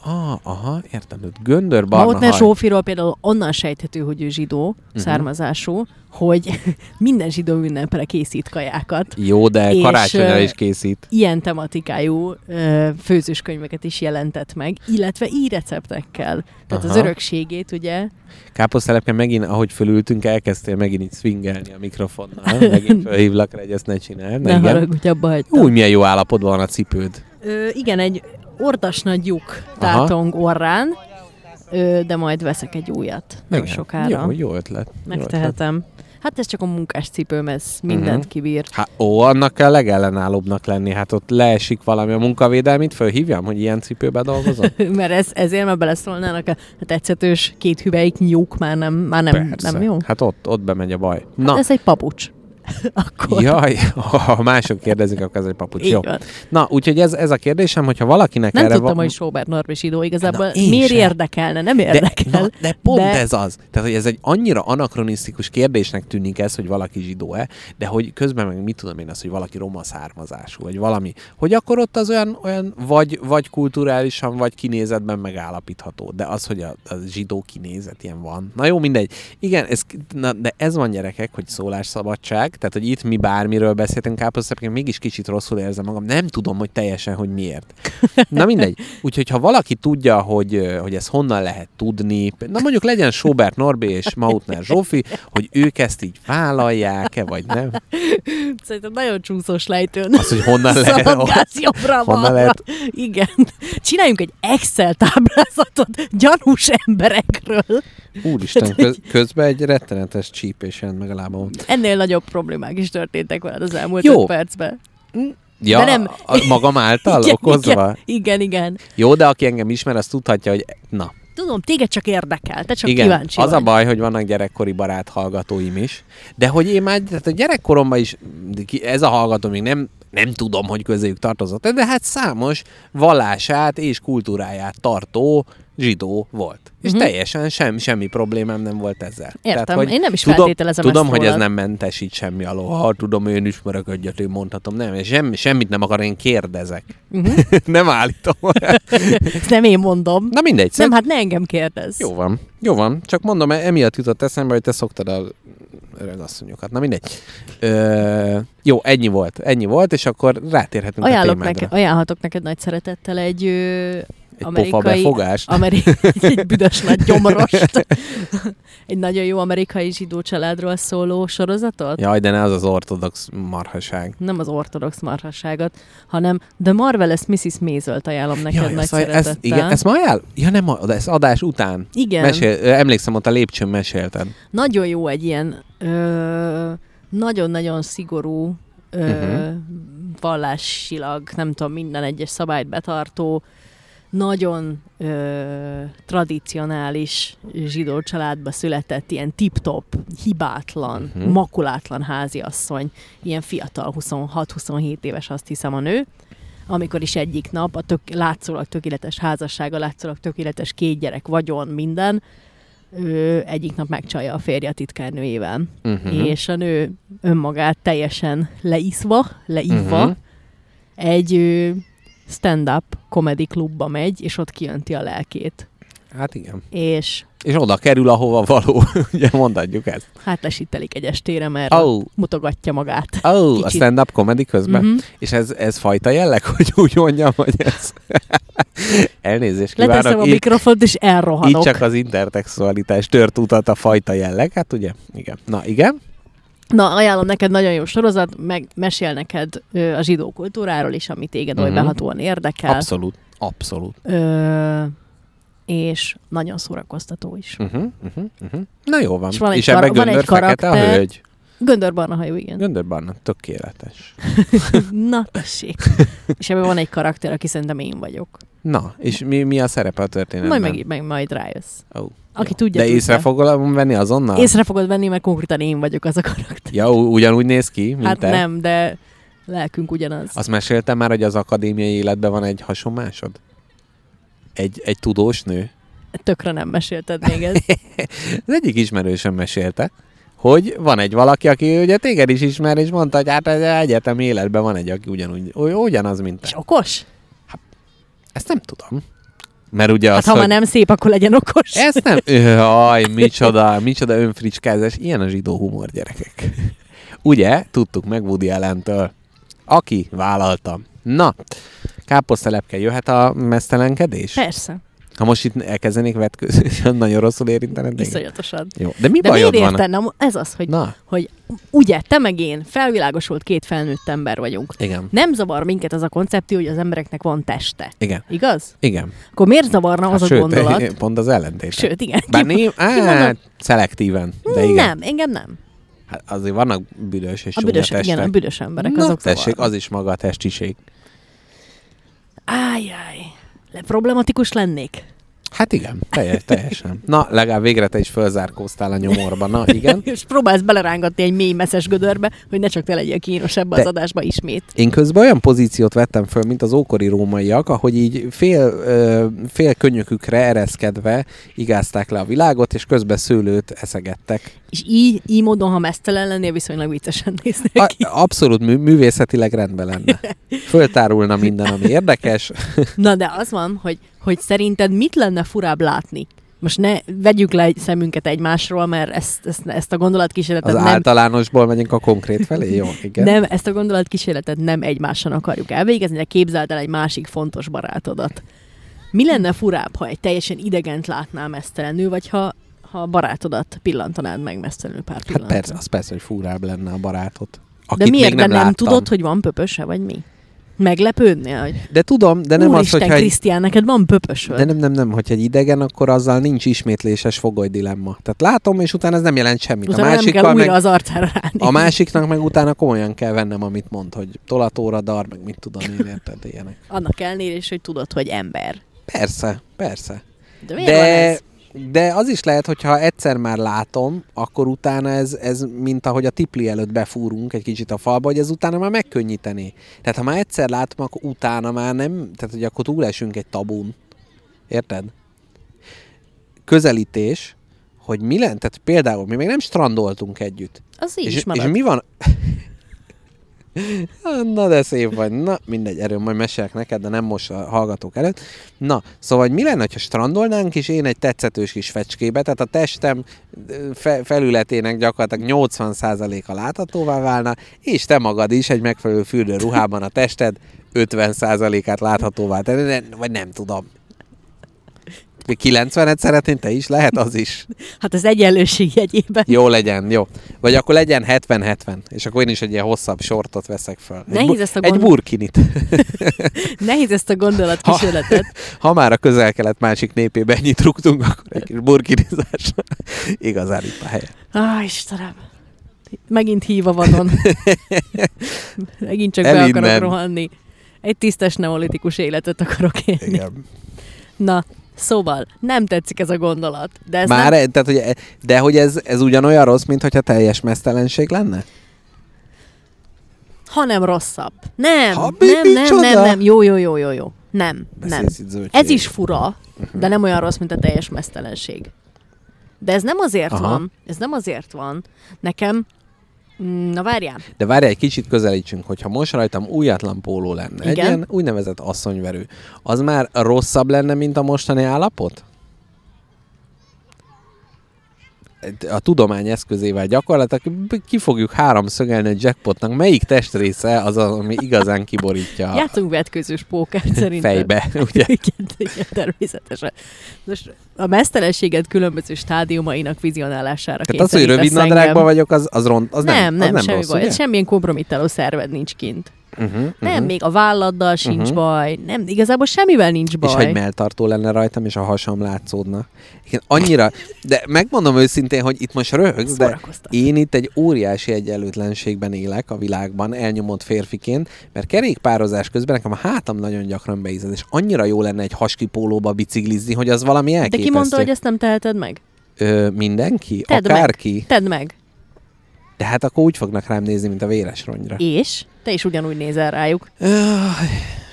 Ah, aha, értem, őt göndör barna Mautner haj. Mhm. Zsófiról például onnan sejthető, hogy ő zsidó származású, hogy minden zsidó ünnepre készít kajákat. Jó, de És, karácsonyra ö, is készít. Ilyen tematikájú ö, főzőskönyveket is jelentett meg, illetve így receptekkel. Tehát Aha. az Aha. örökségét, ugye? Káposztelepke megint, ahogy fölültünk, elkezdtél megint így swingelni a mikrofonnal. Megint felhívlak rá, hogy ezt ne csináld. Ne Ne igen. haragudj, abba hagytam. Úgy milyen jó állapotban van a cipőd. Ö, igen, egy ordas nagy lyuk Aha. tátong orrán, ö, de majd veszek egy újat nem Igen. sokára. Jó, jó ötlet. Jó ötlet. Megtehetem. Hát ez csak a munkás cipőm, ez mindent Mhm. kibír. Hát ó, annak kell legellenállóbbnak lenni. Hát ott leesik valami a munkavédelmit, fölhívjam, hogy ilyen cipőbe dolgozom. Mert ez, ezért már beleszólnának a a tetszetős két hüvelyik nyúk, már nem, már nem, Persze. nem jó? Hát Hát ott, ott bemegy a baj. Na, Ez egy papucs. Akkor Jaj, ha mások kérdezik, akkor ez egy papucs. így Jó. van. Na, úgyhogy ez, ez a kérdésem, hogyha valakinek Nem erre tudtam, va- hogy Sobert Norbis idő igazából. Na, én miért sem. érdekelne? Nem de, érdekel. na, de pont de- de... ez az. Tehát, hogy ez egy annyira anakronisztikus kérdésnek tűnik ez, hogy valaki zsidó-e, de hogy közben meg mit tudom én az, hogy valaki roma származású, vagy valami. Hogy akkor ott az olyan, olyan vagy, vagy kulturálisan, vagy kinézetben megállapítható. De az, hogy a, a zsidó kinézet ilyen van. Na jó, mindegy. Igen, ez, na, de ez van gyerekek, hogy szólásszabadság, tehát, hogy itt mi bármiről beszéltünk, káposztapiként mégis kicsit rosszul érzem magam. Nem tudom, hogy teljesen, hogy miért. Na mindegy. Úgyhogy ha valaki tudja, hogy, ö, hogy ez honnan lehet tudni, na mondjuk legyen Sobert Norbi és Mautner Zsófi, hogy ők ezt így vállalják-e, vagy nem. Szerintem nagyon csúszós lejtőn. Az, hogy honnan lehet... Szaladgálsz jobbra honnan balra. lehet- Igen. Csináljunk egy Excel táblázatot gyanús emberekről. Úristen, köz, közben egy rettenetes csípés jelent meg a lábamon. Ennél nagyobb problémák is történtek veled az elmúlt Jó. öt percben. Ja, De nem. a- magam által Igen, okozva? Igen, igen. Jó, de aki engem ismer, az tudhatja, hogy na, Tudom, téged csak érdekel, te csak Igen, kíváncsi az vagy. a baj, hogy vannak gyerekkori barát hallgatóim is, de hogy én már tehát a gyerekkoromban is, ki- ez a hallgató még nem, nem tudom, hogy közéjük tartozott, de hát számos vallását és kultúráját tartó zsidó volt. És teljesen sem, semmi problémám nem volt ezzel. Mhm. Értem, hogy én nem is tudom, feltételezem Tudom, ezt hogy ez rólad. nem mentesít semmi alól. Ha tudom, én ismerek egyet, én mondhatom. Nem, én semmi, semmit nem akar, én kérdezek. Mhm. nem állítom. Ezt nem én mondom. Na mindegy, Nem, hát ne engem kérdezz. jó van, jó van. Csak mondom, e- emiatt jutott eszembe, hogy te szoktad a öreg asszonyokat. Na mindegy. Ö, jó, ennyi volt. Ennyi volt, és akkor rátérhetünk Ajánlok a témádra. neked, ajánlhatok neked nagy szeretettel egy, ö, Egy amerikai... pofabefogást? Ameri... egy büdös nagy gyomrost. egy nagyon jó amerikai zsidó családról szóló sorozatot. Jaj, de ne az az ortodox marhaság. Nem az ortodox marhasságot, hanem The Marvelous Mrs. Maisel-t ajánlom neked Jaj, nagy ezt, ezt, szeretettel. igen, ezt ma ajánl? Ja nem, ma- de ez adás után. Igen. Mesél, ö, emlékszem, ott a lépcsőn mesélted. Nagyon jó egy ilyen ö, nagyon-nagyon szigorú ö, Mhm. uh-huh. vallásilag, nem tudom, minden egyes szabályt betartó, nagyon ö, tradicionális zsidó családba született, ilyen tip-top, hibátlan, Mhm. uh-huh. makulátlan háziasszony, ilyen fiatal, 26-27 éves azt hiszem a nő, amikor is egyik nap a tök, látszólag tökéletes házassága, látszólag tökéletes két gyerek, vagyon, minden, ő egyik nap megcsalja a férje a titkárnőjével. Uh-huh. Uh-huh. És a nő önmagát teljesen leiszva, leívva Mhm. uh-huh. egy ö, stand-up comedy klubba megy, és ott kijönti a lelkét. Hát igen. És És oda kerül, ahova való. Ugye mondhatjuk ezt. hát lesítelik egy estére, mert oh. Au, mutogatja magát. au, a Kicsit. stand-up comedy közben. Mhm. És ez, ez fajta jelleg, hogy úgy mondjam, hogy ez... Elnézést Leteszem kívánok. a Így, mikrofont, és így elrohanok. csak az intertextualitás tört utat a fajta jelleg, hát ugye? Igen. Na igen. Na, ajánlom neked nagyon jó sorozat, meg mesél neked ö, a zsidó kultúráról is, ami téged Mhm. uh-huh. behatóan érdekel. Abszolút. Abszolút. Ö, és nagyon szórakoztató is. Uh-huh, uh-huh, uh-huh. Na jó van. És van egy És ebben kar- van egy göndör fekete a karakter. hölgy. Göndörbarna hajú, igen. Göndörbarna, tökéletes. Na, tessék. És ebben van egy karakter, aki szerintem én vagyok. Na, és mi, mi a szerepe a történetben? Majd, meg, meg majd rájössz. Ó, Aki jó. tudja, De tudja. észre fogom venni azonnal? Észre fogod venni, mert konkrétan én vagyok az a karakter. Ja, u- ugyanúgy néz ki, mint hát te? nem, de lelkünk ugyanaz. Azt meséltem már, hogy az akadémiai életben van egy hasonmásod? Egy, egy tudós nő? Tökre nem mesélted még ezt. Az egyik ismerősöm mesélte, hogy van egy valaki, aki ugye téged is ismer, és mondta, hogy hát az egyetem életben van egy, aki ugyanúgy, u- ugyanaz, mint És te. okos? Ezt nem tudom. Mert ugye Hát az, ha már hogy... nem szép, akkor legyen okos. Ezt nem... Jaj, micsoda, micsoda önfricskázás. Ilyen a zsidó humor, gyerekek. Ugye, tudtuk meg Woody Allen-től. Aki vállaltam. Na, káposztelepke, jöhet a mesztelenkedés? Persze, Ha most itt elkezdenék vetkőzni, nagyon rosszul érintenem. téged. iszonyatosan. Jó. De mi De bajod miért van? érted? Na, ez az, hogy, Na, hogy ugye, te meg én, felvilágosult két felnőtt ember vagyunk. igen. Nem zavar minket az a koncepció, hogy az embereknek van teste. Igen, Igaz? igen. Akkor miért zavarna az a gondolat? Hát pont az ellentét. Sőt, igen. Bár né, á, kimondod? szelektíven, de igen. Nem, engem nem. Hát azért vannak büdös és A csúnya büdös, testek. igen, a büdös emberek Na, azok tessék, zavarnak. az is maga a testiség. Ájjáj, le problematikus lennék. Hát igen, teljes, teljesen. Na, legalább végre te is fölzárkóztál a nyomorba. Na, igen. És próbálsz belerángatni egy mély messzes gödörbe, hogy ne csak te legyél kínos ebbe De- az adásba ismét. Én közben olyan pozíciót vettem föl, mint az ókori rómaiak, ahogy így fél, ö, fél könnyökükre ereszkedve igázták le a világot, és közben szőlőt eszegettek. És így, így módon, ha mesztelen lennél, viszonylag viccesen néznék A, ki. abszolút mű, művészetileg rendben lenne. Föltárulna minden, ami érdekes. Na de az van, hogy, hogy szerinted mit lenne furább látni? Most ne vegyük le egy szemünket egymásról, mert ezt, ezt, ezt a Hát Az gondolatkísérletet nem... nem, általánosból megyünk a konkrét felé? Jó, igen. nem, ezt a gondolatkísérletet nem egymáson akarjuk elvégezni, de képzeld el egy másik fontos barátodat. Mi lenne furább, ha egy teljesen idegent látnál mesztelenül, vagy ha, ha a barátodat pillantanád meg mesztelenül pár Hát pillanatra? persze, az persze, hogy fúrább lenne a barátot. Akit De miért? még de nem, nem láttam. tudod, hogy van pöpöse, vagy mi? Meglepődnél, hogy De tudom, de nem az, Úristen, hogyha egy... Krisztián, neked van pöpösöd. De nem, nem, nem, hogyha egy idegen, akkor azzal nincs ismétléses fogoly dilemma. Tehát látom, és utána ez nem jelent semmit. Utána a nem kell másikkal újra meg, az arcára ráni. a másiknak meg utána komolyan kell vennem, amit mond, hogy tolatóra dar, meg mit tudom én, érted, ilyenek. Annak ellenére is, hogy tudod, hogy ember. Persze, persze. De miért van De, ez? de az is lehet, hogyha egyszer már látom, akkor utána ez, ez, mint ahogy a tipli előtt befúrunk egy kicsit a falba, hogy ez utána már megkönnyíteni. Tehát ha már egyszer látom, akkor utána már nem, tehát hogy akkor túlesünk egy tabun. Érted? Közelítés, hogy mi lent, tehát például mi még nem strandoltunk együtt. Az így és, is marad. és mi van? Na de szép vagy. Na, mindegy, erről majd mesélek neked, de nem most a hallgatók előtt. Na, szóval hogy mi lenne, ha strandolnánk, és én egy tetszetős kis fecskébe, tehát a testem ö, fe, felületének gyakorlatilag 80%-a láthatóvá válna, és te magad is egy megfelelő fürdő ruhában a tested 50%-át láthatóvá tenni, de- vagy nem tudom. 90-et szeretnél, te is lehet, az is. Hát az egyenlőség jegyében. Jó legyen, jó. Vagy akkor legyen 70-70, és akkor én is egy ilyen hosszabb sortot veszek föl. Egy, Nehéz bu- ezt a egy gond- burkinit. Nehéz ezt a Ha. gondolatkísérletet. Ha már a közel-kelet másik népében ennyit rúgtunk, akkor egy kis burkinizás igazán itt a helye. Á, Istenem. Megint hív a vadon. Megint csak El be innen. akarok rohanni. Egy tisztes neolitikus életet akarok élni. Igen. Na, szóval nem tetszik ez a gondolat. De ez Már, nem... e- tehát, hogy, e- de hogy ez, ez ugyanolyan rossz, mint hogyha teljes mesztelenség lenne? hanem rosszabb. Nem, e- Ha, mi- nem, nem, micsoda? nem, nem, jó, jó, jó, jó, jó. Nem, nem. Beszélsz itt zöldség. Ez is fura, Mhm. de nem olyan rossz, mint a teljes mesztelenség. De ez nem azért Aha. Aha. van, ez nem azért van. Nekem, Mm, na várjál, De várj, egy kicsit közelítsünk, hogyha most rajtam újatlan póló lenne, egy Igen. ilyen úgynevezett asszonyverő, az már rosszabb lenne, mint a mostani állapot? A tudomány eszközével gyakorlatilag b- ki fogjuk háromszögelni a jackpotnak, melyik testrésze az, az, ami igazán kiborítja a játszunk vetkőzős pókert szerintem. fejbe, ugye? igen, igen, természetesen. Most a mesztelenséget különböző stádiumainak vizionálására Tehát az, hogy kényszerít rövid lesz nadrágban engem. vagyok, az, az, ront, az nem, nem, az nem, nem semmi rossz, baj. ugye? Ez semmilyen kompromittáló szerved nincs kint. Uh-huh, Nem, uh-huh. még a válladdal sincs Mhm. baj. Nem, igazából semmivel nincs baj. És hogy melltartó lenne rajtam, és a hasam látszódna. Igen, annyira, de megmondom őszintén, hogy itt most röhögsz, de Szórakoztat. én itt egy óriási egyenlőtlenségben élek a világban, elnyomott férfiként, mert kerékpározás közben nekem a hátam nagyon gyakran beízed, és annyira jó lenne egy haskipólóba biciklizni, hogy az valami De elképesztő. ki mondta, hogy ezt nem teheted meg? Ö, mindenki? Tedd meg. akárki? Tedd meg. De hát akkor úgy fognak rám nézni, mint a véres rongyra. És? Te is ugyanúgy nézel rájuk.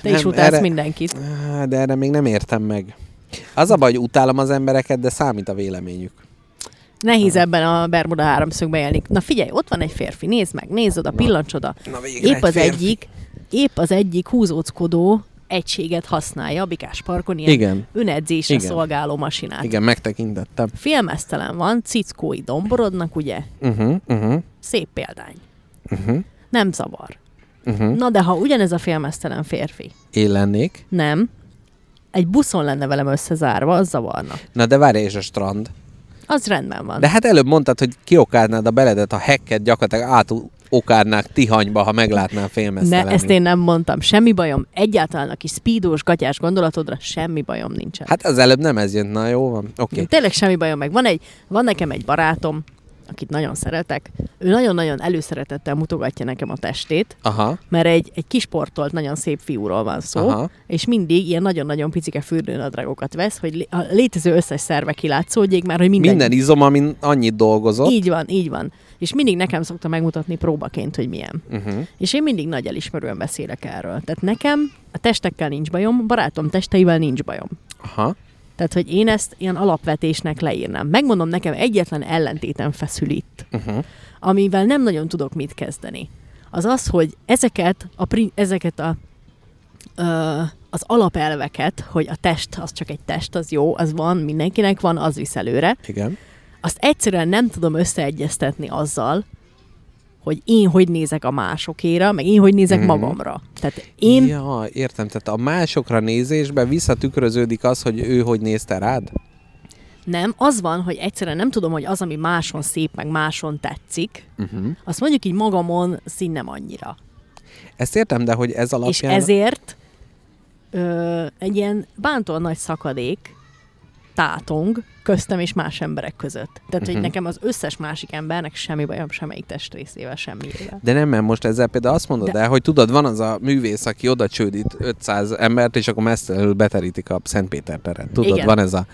Te is Nem, utálsz erre- mindenkit. Á, De erre még nem értem meg. Az a baj, hogy utálom az embereket, de számít a véleményük. Nehéz ebben a Bermuda háromszögbe élni. Na figyelj, ott van egy férfi, nézd meg, nézd oda, pillancs oda. Na végre Épp az egyik, épp az egyik húzóckodó egységet használja a Bikás Parkon, ilyen Igen, önedzésre Igen. szolgáló masinát. igen, megtekintettem. Filmesztelen van, cickói domborodnak, ugye? Uh-huh, uh-huh, Szép példány. uh-huh, Nem zavar. uh-huh. Na de ha ugyanez a filmesztelen férfi, Én lennék. nem, egy buszon lenne velem összezárva, az zavarna. Na de várj, és a strand. Az rendben van. De hát előbb mondtad, hogy kiokádnád a beledet, a hekket gyakorlatilag átokádnák tihanyba, ha meglátnál ne, félmeztelenül. ezt én nem mondtam. Semmi bajom. Egyáltalán a kis speedós, gatyás gondolatodra semmi bajom nincsen. Hát az előbb nem ez jött, na jó van, oké. Okay. Tényleg semmi bajom meg. Van, egy, van nekem egy barátom, akit nagyon szeretek. Ő nagyon-nagyon előszeretettel mutogatja nekem a testét, Aha, mert egy, egy kisportolt, nagyon szép fiúról van szó, Aha. Aha. és mindig ilyen nagyon-nagyon picike fürdőnadrágokat vesz, hogy lé- a létező összes szerve kilátszódjék már, hogy minden, minden izom, amin annyit dolgozott. Így van, így van. És mindig nekem szokta megmutatni próbaként, hogy milyen. Uh-huh. És én mindig nagy elismerően beszélek erről. Tehát nekem a testekkel nincs bajom, barátom testeivel nincs bajom. Aha, Tehát, hogy én ezt ilyen alapvetésnek leírnám. Megmondom, nekem egyetlen ellentétem feszül itt, uh-huh. amivel nem nagyon tudok mit kezdeni. Az az, hogy ezeket a, pri- ezeket a ö, az alapelveket, hogy a test az csak egy test, az jó, az van, mindenkinek van, az visz előre, igen. azt egyszerűen nem tudom összeegyeztetni azzal, hogy én hogy nézek a másokéra, meg én hogy nézek Mhm. mm. magamra. Tehát én, ja. Ja, értem, tehát a másokra nézésbe visszatükröződik az, hogy ő hogy nézte rád? nem, az van, hogy egyszerűen nem tudom, hogy az, ami máson szép, meg máson tetszik, Uh-huh. azt mondjuk így magamon szín nem annyira. Ezt értem, de hogy ez És alapján... ezért ö, egy ilyen bántóan nagy szakadék tátong köztem és más emberek között. Tehát, hogy nekem az összes másik embernek semmi bajom semmelyik testrészével, semmiével. De nem, mert most ezzel például azt mondod De- el, hogy tudod, van az a művész, aki oda csődít 500 embert, és akkor messzelenül beterítik a Szentpéter teret. Tudod, Igen. van ez a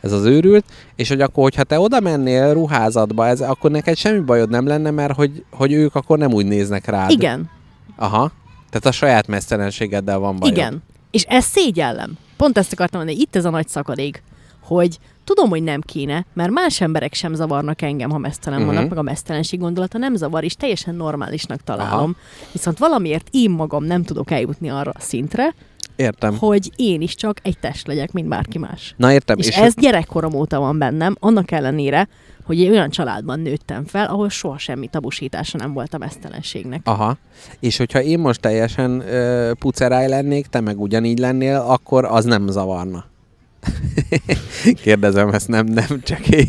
ez az őrült, és hogy akkor, hogyha te oda mennél ruházatba, ez, akkor neked semmi bajod nem lenne, mert hogy, hogy ők akkor nem úgy néznek rád. Igen, Aha. Tehát a saját mesztelenségeddel van bajod. igen. És ez szégyellem. Pont ezt akartam mondani, itt ez a nagy szakadék, hogy tudom, hogy nem kéne, mert más emberek sem zavarnak engem, ha mesztelen Mhm. uh-huh. vannak, meg a mesztelenség gondolata nem zavar, és teljesen normálisnak találom. Aha. Viszont valamiért én magam nem tudok eljutni arra a szintre, Értem. hogy én is csak egy test legyek, mint bárki más. Na értem. És, és ez gyerekkorom óta van bennem, annak ellenére, hogy én olyan családban nőttem fel, ahol soha semmi tabusítása nem volt a mesztelenségnek. Aha. És hogyha én most teljesen ö, puceráj lennék, te meg ugyanígy lennél, akkor az nem zavarna. Kérdezem, ezt nem, nem csak én.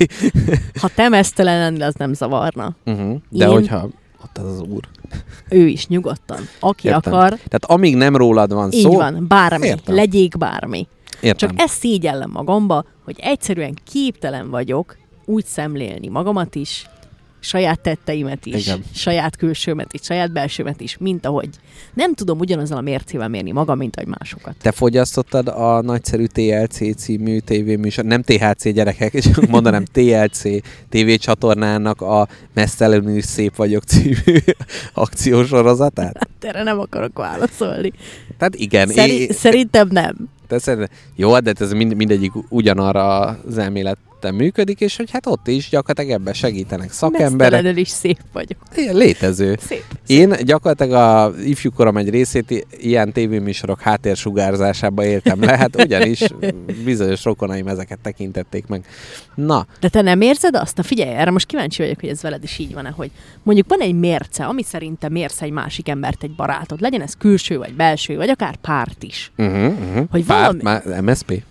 Ha te mesztelen lennél, az nem zavarna. Uh-huh. De Én- hogyha ott az az úr. Ő is nyugodtan. Aki Értem. Értem. akar, Tehát amíg nem rólad van így szó, van, bármi, Értem. Értem. legyék bármi. értem. Csak e- ezt szégyellem magamba, hogy egyszerűen képtelen vagyok úgy szemlélni magamat is, saját tetteimet is, Igen. Igen. saját külsőmet is, saját belsőmet is, mint ahogy nem tudom ugyanazzal a mércével mérni magam, mint ahogy másokat. Te fogyasztottad a nagyszerű TLC című tévéműsor, nem THC gyerekek, csak mondanám TLC tévécsatornának a Mesztelenül is szép vagyok című akciósorozatát? Hát Erre nem akarok válaszolni. Tehát igen. én- Szeri- Szerintem nem. Te szerint, jó, de hát ez mind, mindegyik ugyanarra az elméleten működik, és hogy hát ott is gyakorlatilag ebben segítenek szakemberek. Mesztelenül is szép vagyok. Ilyen létező. Szép. Én gyakorlatilag a ifjúkorom egy részét i- ilyen tévéműsorok háttérsugárzásába éltem le, hát ugyanis bizonyos rokonaim ezeket tekintették meg. Na, De te nem érzed azt? Na figyelj, erre most kíváncsi vagyok, hogy ez veled is így van-e, hogy mondjuk van egy mérce, ami szerint te mérsz egy másik embert, egy barátod, legyen ez külső, vagy belső, vagy akár párt is. uh-huh, uh-huh. Mhm, Hogy Párt, valami- már MSP?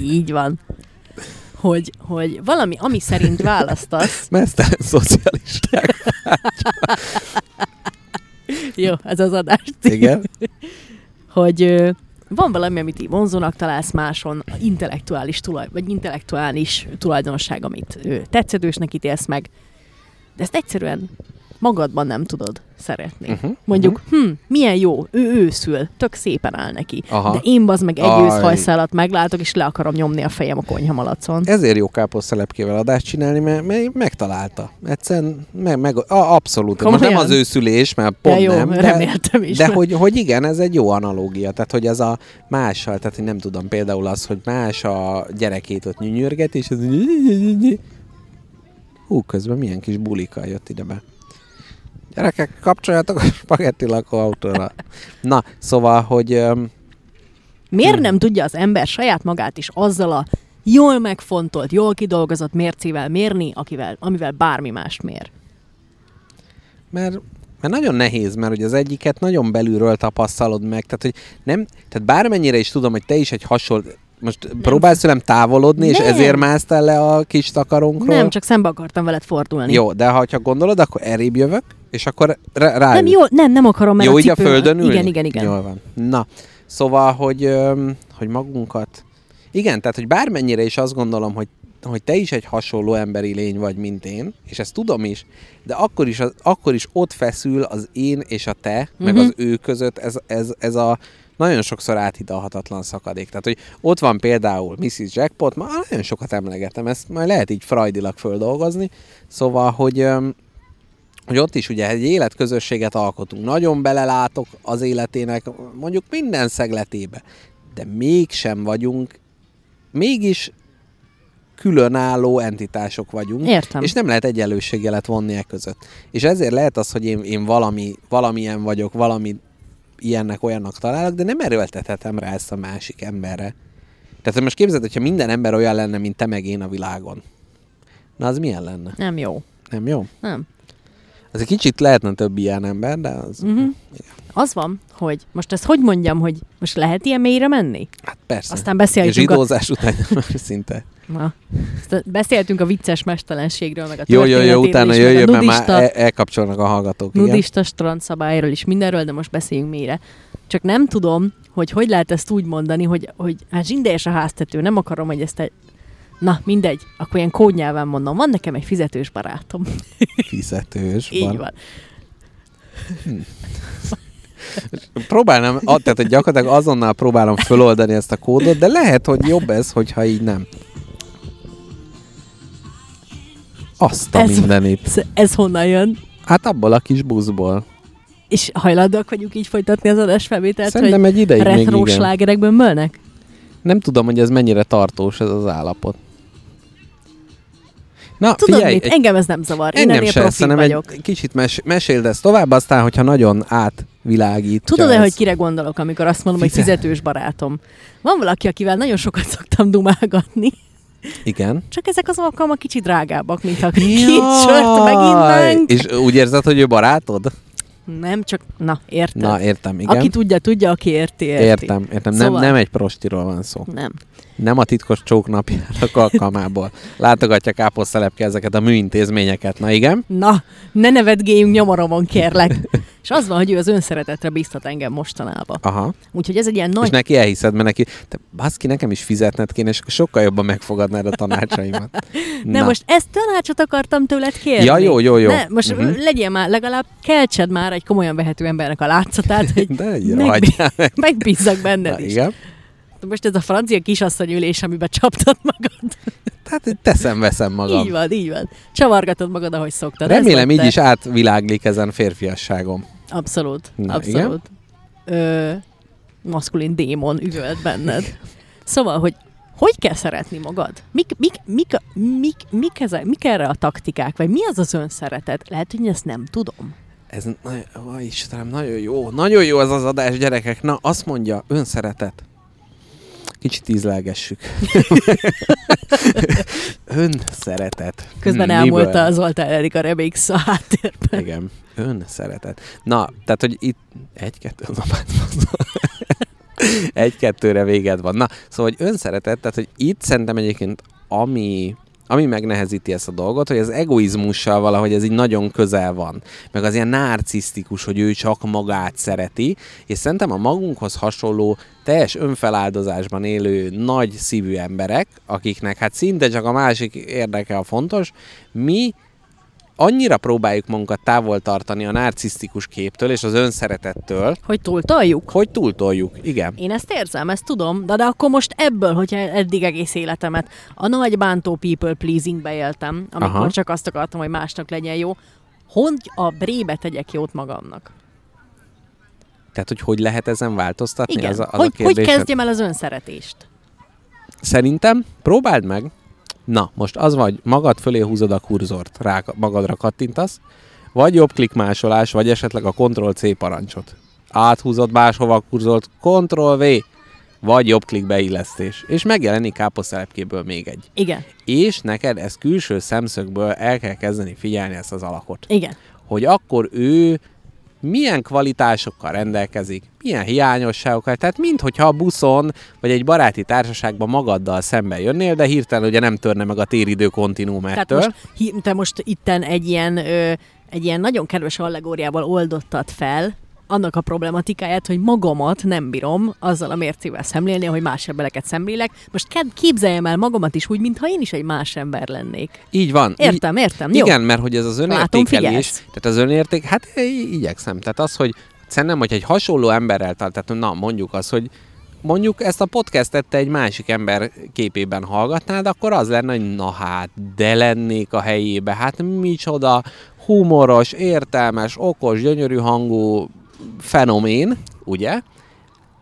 Így van. Hogy, hogy valami, ami szerint választasz. Mesztelen szocialisták. Jó, ez az adást. Igen. hogy ö, van valami, amit így vonzónak találsz máson, a intellektuális tulaj, vagy intellektuális tulajdonság, amit ö, tetszedősnek ítélsz meg, de ezt egyszerűen magadban nem tudod szeretni. Uh-huh, Uh-huh, Mondjuk, hm, milyen jó, ő őszül, tök szépen áll neki, Aha. Aha. de én bazd meg egy Aj. őszhajszálat meglátok, és le akarom nyomni a fejem a konyha malacon. Ezért jó káposztelepkével adást csinálni, mert, mert megtalálta. Egyszerűen meg, meg, a, abszolút. Komolyan? Most nem Komolyan? az őszülés, mert pont de jó, nem. De, reméltem is. de mert- hogy, hogy igen, ez egy jó analógia. Tehát, hogy ez a mással, tehát hogy nem tudom például az, hogy más a gyerekét ott nyűnyörget, és ez... Hú, közben milyen kis bulika jött ide be. Gyerekek, kapcsoljatok a spagetti lakóautóra. Na, szóval, hogy... öm, Hm. Miért nem tudja az ember saját magát is azzal a jól megfontolt, jól kidolgozott mércével mérni, akivel, amivel bármi mást mér? Mert, mert nagyon nehéz, mert hogy az egyiket nagyon belülről tapasztalod meg, tehát hogy nem, tehát bármennyire is tudom, hogy te is egy hasonló, most nem. próbálsz velem távolodni, és Nem. ezért másztál le a kis takarunkról? Nem, csak szembe akartam veled fordulni. Jó, de ha ha gondolod, akkor erébb jövök, és akkor rá, rá Nem, jó, nem, nem akarom, mert jó a így a cipőm- földön ülni? Igen, igen, igen. Jól van. Na, szóval, hogy, öm, hogy magunkat... Igen, tehát, hogy bármennyire is azt gondolom, hogy, hogy te is egy hasonló emberi lény vagy, mint én, és ezt tudom is, de akkor is, az, akkor is ott feszül az én és a te, mm-hmm. meg Mhm. az ő között ez, ez, ez a nagyon sokszor áthidalhatatlan szakadék. Tehát, hogy ott van például Mrs. Jackpot, már nagyon sokat emlegetem, ezt majd lehet így frajdilag földolgozni, szóval, hogy... öm, hogy ott is ugye egy életközösséget alkotunk. Nagyon belelátok az életének mondjuk minden szegletébe, de mégsem vagyunk, mégis különálló entitások vagyunk. Értem. És nem lehet egyenlőségjelet vonni e között. És ezért lehet az, hogy én, én valami, valamilyen vagyok, valami ilyennek, olyannak találok, de nem erőltethetem rá ezt a másik emberre. Tehát most képzeld, hogyha minden ember olyan lenne, mint te meg én a világon. Na az milyen lenne? Nem jó. Nem jó? Nem. Ez egy kicsit lehetne több ilyen ember, de az... Mhm. Az van, hogy most ezt hogy mondjam, hogy most lehet ilyen mélyre menni? Hát persze. Aztán a beszéltünk a, zsidózás után már szinte. na, aztán beszéltünk a vicces mestelenségről, meg a Jó, jó, jó, történetéről utána is, meg a jöjjön, mert már nudista- el, elkapcsolnak a hallgatók. igen. nudista strand szabályról is, mindenről, de most beszéljünk mélyre. Csak nem tudom, hogy hogy lehet ezt úgy mondani, hogy, hogy hát zsindelyes a háztető, nem akarom, hogy ezt egy... Na, mindegy, akkor ilyen kódnyelven mondom, van nekem egy fizetős barátom. Fizetős. Így van. Próbálnám, a- tehát hogy gyakorlatilag azonnal próbálom föloldani ezt a kódot, de lehet, hogy jobb ez, hogyha így nem. Azt a Ez- mindenit. Ez, ez honnan jön? Hát abból a kis buszból. És hajlandóak vagyunk így folytatni az adásfelvételt, hogy Szerintem egy ideig még retro igen. Hát slágerekből mölnek? Nem tudom, hogy ez mennyire tartós ez az állapot. Na, Tudod figyelj, mit? egy- Engem ez nem zavar. Én engem ennél se, profi szerintem vagyok. egy kicsit mes- meséld ezt tovább, aztán, hogyha nagyon átvilágít. Tudod-e, hogy kire gondolok, amikor azt mondom, hogy Fizet- fizetős barátom? Van valaki, akivel nagyon sokat szoktam dumálgatni, Igen. csak ezek az alkalmak kicsit drágábbak, mint ha két sört meginnánk. És úgy érzed, hogy ő barátod? Nem, csak, na, érted. Na, értem, igen. aki tudja, tudja, aki érti, érti. Értem, értem. Nem, Szóval- nem egy prostiról van szó. Nem. Nem a titkos csóknapjának alkalmából. Látogatja káposztelepke ezeket a műintézményeket. Na igen? Na, ne nevetgéljünk nyomoromon, kérlek. És az van, hogy ő az önszeretetre bíztat engem mostanában. Aha. Úgyhogy ez egy ilyen És nagy... neki elhiszed, mert neki, te baszki, nekem is fizetned kéne, és akkor sokkal jobban megfogadnád a tanácsaimat. Ne, most ezt tanácsot akartam tőled kérni. Ja, jó, jó, jó. Ne, most Mhm. uh-huh. legyél már, legalább keltsed már egy komolyan vehető embernek a látszatát, hogy De egy meg- hagyjál meg. megbízzak Na, benned is. igen. Most ez a francia kisasszony ülés, amiben csaptad magad. Tehát teszem-veszem magam. Így van, így van. Csavargatod magad, ahogy szoktad. Ez Remélem vagy így te. is átviláglik ezen férfiasságom. Abszolút, Na, abszolút. Ö, maszkulin démon üvölt benned. Szóval, hogy hogy kell szeretni magad? Mik, mik, mik, a- mik, mik, ezek, mik erre a taktikák? Vagy mi az az önszeretet? Lehet, hogy én ezt nem tudom. Ez nagyon, ó, Istenem, nagyon jó. Nagyon jó ez az adás, gyerekek. Na, azt mondja, önszeretet. Kicsit ízlelgessük. önszeretet. Közben Hm, hmm, miből? elmúlta az Oltár Erika remix a háttérben. Igen, önszeretet. Na, tehát, hogy itt egy-kettő napát Egy-kettőre véged van. Na, szóval, hogy önszeretet, tehát, hogy itt szerintem egyébként ami ami megnehezíti ezt a dolgot, hogy az egoizmussal valahogy ez így nagyon közel van. Meg az ilyen narcisztikus, hogy ő csak magát szereti, és szerintem a magunkhoz hasonló, teljes önfeláldozásban élő, nagy szívű emberek, akiknek hát szinte csak a másik érdeke a fontos, mi annyira próbáljuk magunkat távol tartani a narcisztikus képtől és az önszeretettől, Hogy túltaljuk? hogy túltoljuk. Igen. Én ezt érzem, ezt tudom, de, de akkor most ebből, hogyha eddig egész életemet a nagy bántó people pleasingbe éltem, amikor Aha. Aha. csak azt akartam, hogy másnak legyen jó, hogy a brébe tegyek jót magamnak. Tehát, hogy hogy lehet ezen változtatni? Igen, Az a, az hogy, a hogy kérdésed. kezdjem el az önszeretést? Szerintem próbáld meg. Na, most az vagy, magad fölé húzod a kurzort, rá magadra kattintasz, vagy jobb klikmásolás, vagy esetleg a Ctrl-C parancsot. Áthúzod máshova a kurzort, Ctrl-V, vagy jobb klik beillesztés. És megjelenik káposztelepkéből még egy. Igen, és neked ezt külső szemszögből el kell kezdeni figyelni ezt az alakot. igen. Hogy akkor ő milyen kvalitásokkal rendelkezik, milyen hiányosságokkal, tehát minthogyha a buszon vagy egy baráti társaságban magaddal szembe jönnél, de hirtelen ugye nem törne meg a téridő kontinúum Tehát ettől. most, hi- te most itten egy ilyen, ö, egy ilyen nagyon kedves allegóriával oldottad fel annak a problematikáját, hogy magamat nem bírom azzal a mércével szemlélni, hogy más embereket szemlélek. Most ke- képzeljem el magamat is úgy, mintha én is egy más ember lennék. Így van. Így- Értem, értem. Jó. Igen, mert hogy ez az önértékelés, figyelsz. tehát az önérték, hát i- igyekszem. Tehát az, hogy szerintem, hogy egy hasonló emberrel, tart- tehát na mondjuk az, hogy mondjuk ezt a podcastet te egy másik ember képében hallgatnád, akkor az lenne, hogy na hát, de lennék a helyébe, hát micsoda humoros, értelmes, okos, gyönyörű hangú fenomén, ugye?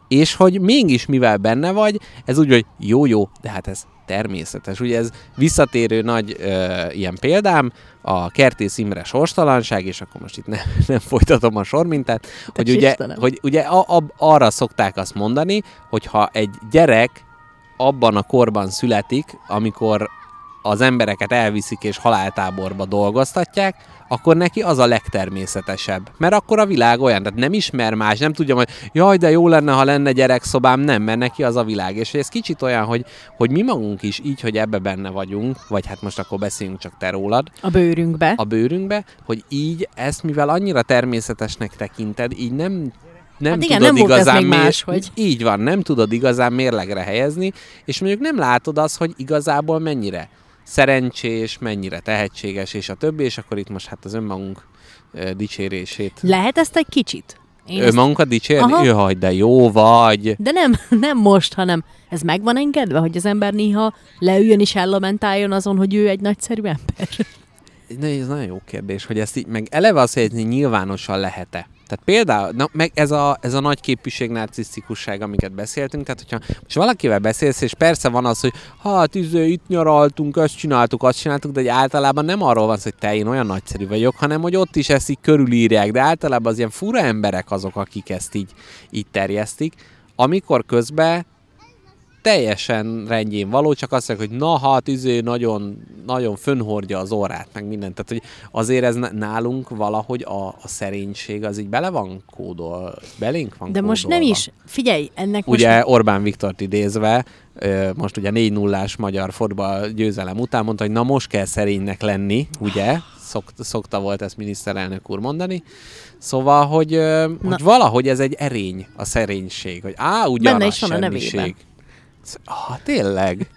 és hogy mégis mivel benne vagy, ez úgy, hogy jó-jó, de hát ez természetes. Ugye ez visszatérő nagy ö, ilyen példám, a Kertész Imre sorstalanság, és akkor most itt ne, nem folytatom a sormintát, hogy ugye, Istenem. hogy ugye a, a, arra szokták azt mondani, hogyha egy gyerek abban a korban születik, amikor az embereket elviszik és haláltáborba dolgoztatják, akkor neki az a legtermészetesebb. Mert akkor a világ olyan, tehát nem ismer más, nem tudja majd, jaj, de jó lenne, ha lenne gyerekszobám, nem, mert neki az a világ. És ez kicsit olyan, hogy, hogy mi magunk is így, hogy ebbe benne vagyunk, vagy hát most akkor beszéljünk csak te rólad, A bőrünkbe. a bőrünkbe, hogy így ezt, mivel annyira természetesnek tekinted, így nem nem Hát igen, tudod nem volt ez igazán még mér- máshogy. Így van, nem tudod igazán mérlegre helyezni, és mondjuk nem látod azt, hogy igazából mennyire szerencsés, mennyire tehetséges, és a többi, és akkor itt most hát az önmagunk ö, dicsérését. Lehet ezt egy kicsit? Én ezt... Önmagunkat dicsérni? Aha. Jaj, de jó vagy! De nem, nem most, hanem ez meg van engedve, hogy az ember néha leüljön és ellamentáljon azon, hogy ő egy nagyszerű ember. Na, ez nagyon jó kérdés, hogy ezt így, meg eleve az, hogy ez így nyilvánosan lehet-e. Tehát például, na, meg ez a, ez a nagy képűség, narcisztikusság, amiket beszéltünk, tehát hogyha most valakivel beszélsz, és persze van az, hogy hát izé, itt nyaraltunk, ezt csináltuk, azt csináltuk, de hogy általában nem arról van szó, hogy te én olyan nagyszerű vagyok, hanem hogy ott is ezt így körülírják, de általában az ilyen fura emberek azok, akik ezt így, így terjesztik, amikor közben teljesen rendjén való, csak azt mondják, hogy na hát, izé nagyon, nagyon fönhordja az orrát, meg mindent. Tehát, hogy azért ez n- nálunk valahogy a, a szerénység az így bele van kódol, belénk van De most nem kódolva. is. Figyelj, ennek most... Ugye Orbán Viktort idézve, ö, most ugye 4 0 magyar fotball győzelem után mondta, hogy na most kell szerénynek lenni, ugye? Szok, szokta volt ezt miniszterelnök úr mondani. Szóval, hogy, ö, Na. hogy valahogy ez egy erény, a szerénység. Hogy á, ugyanaz Benne is van a semmiség. nevében. Sz- Ah, tényleg?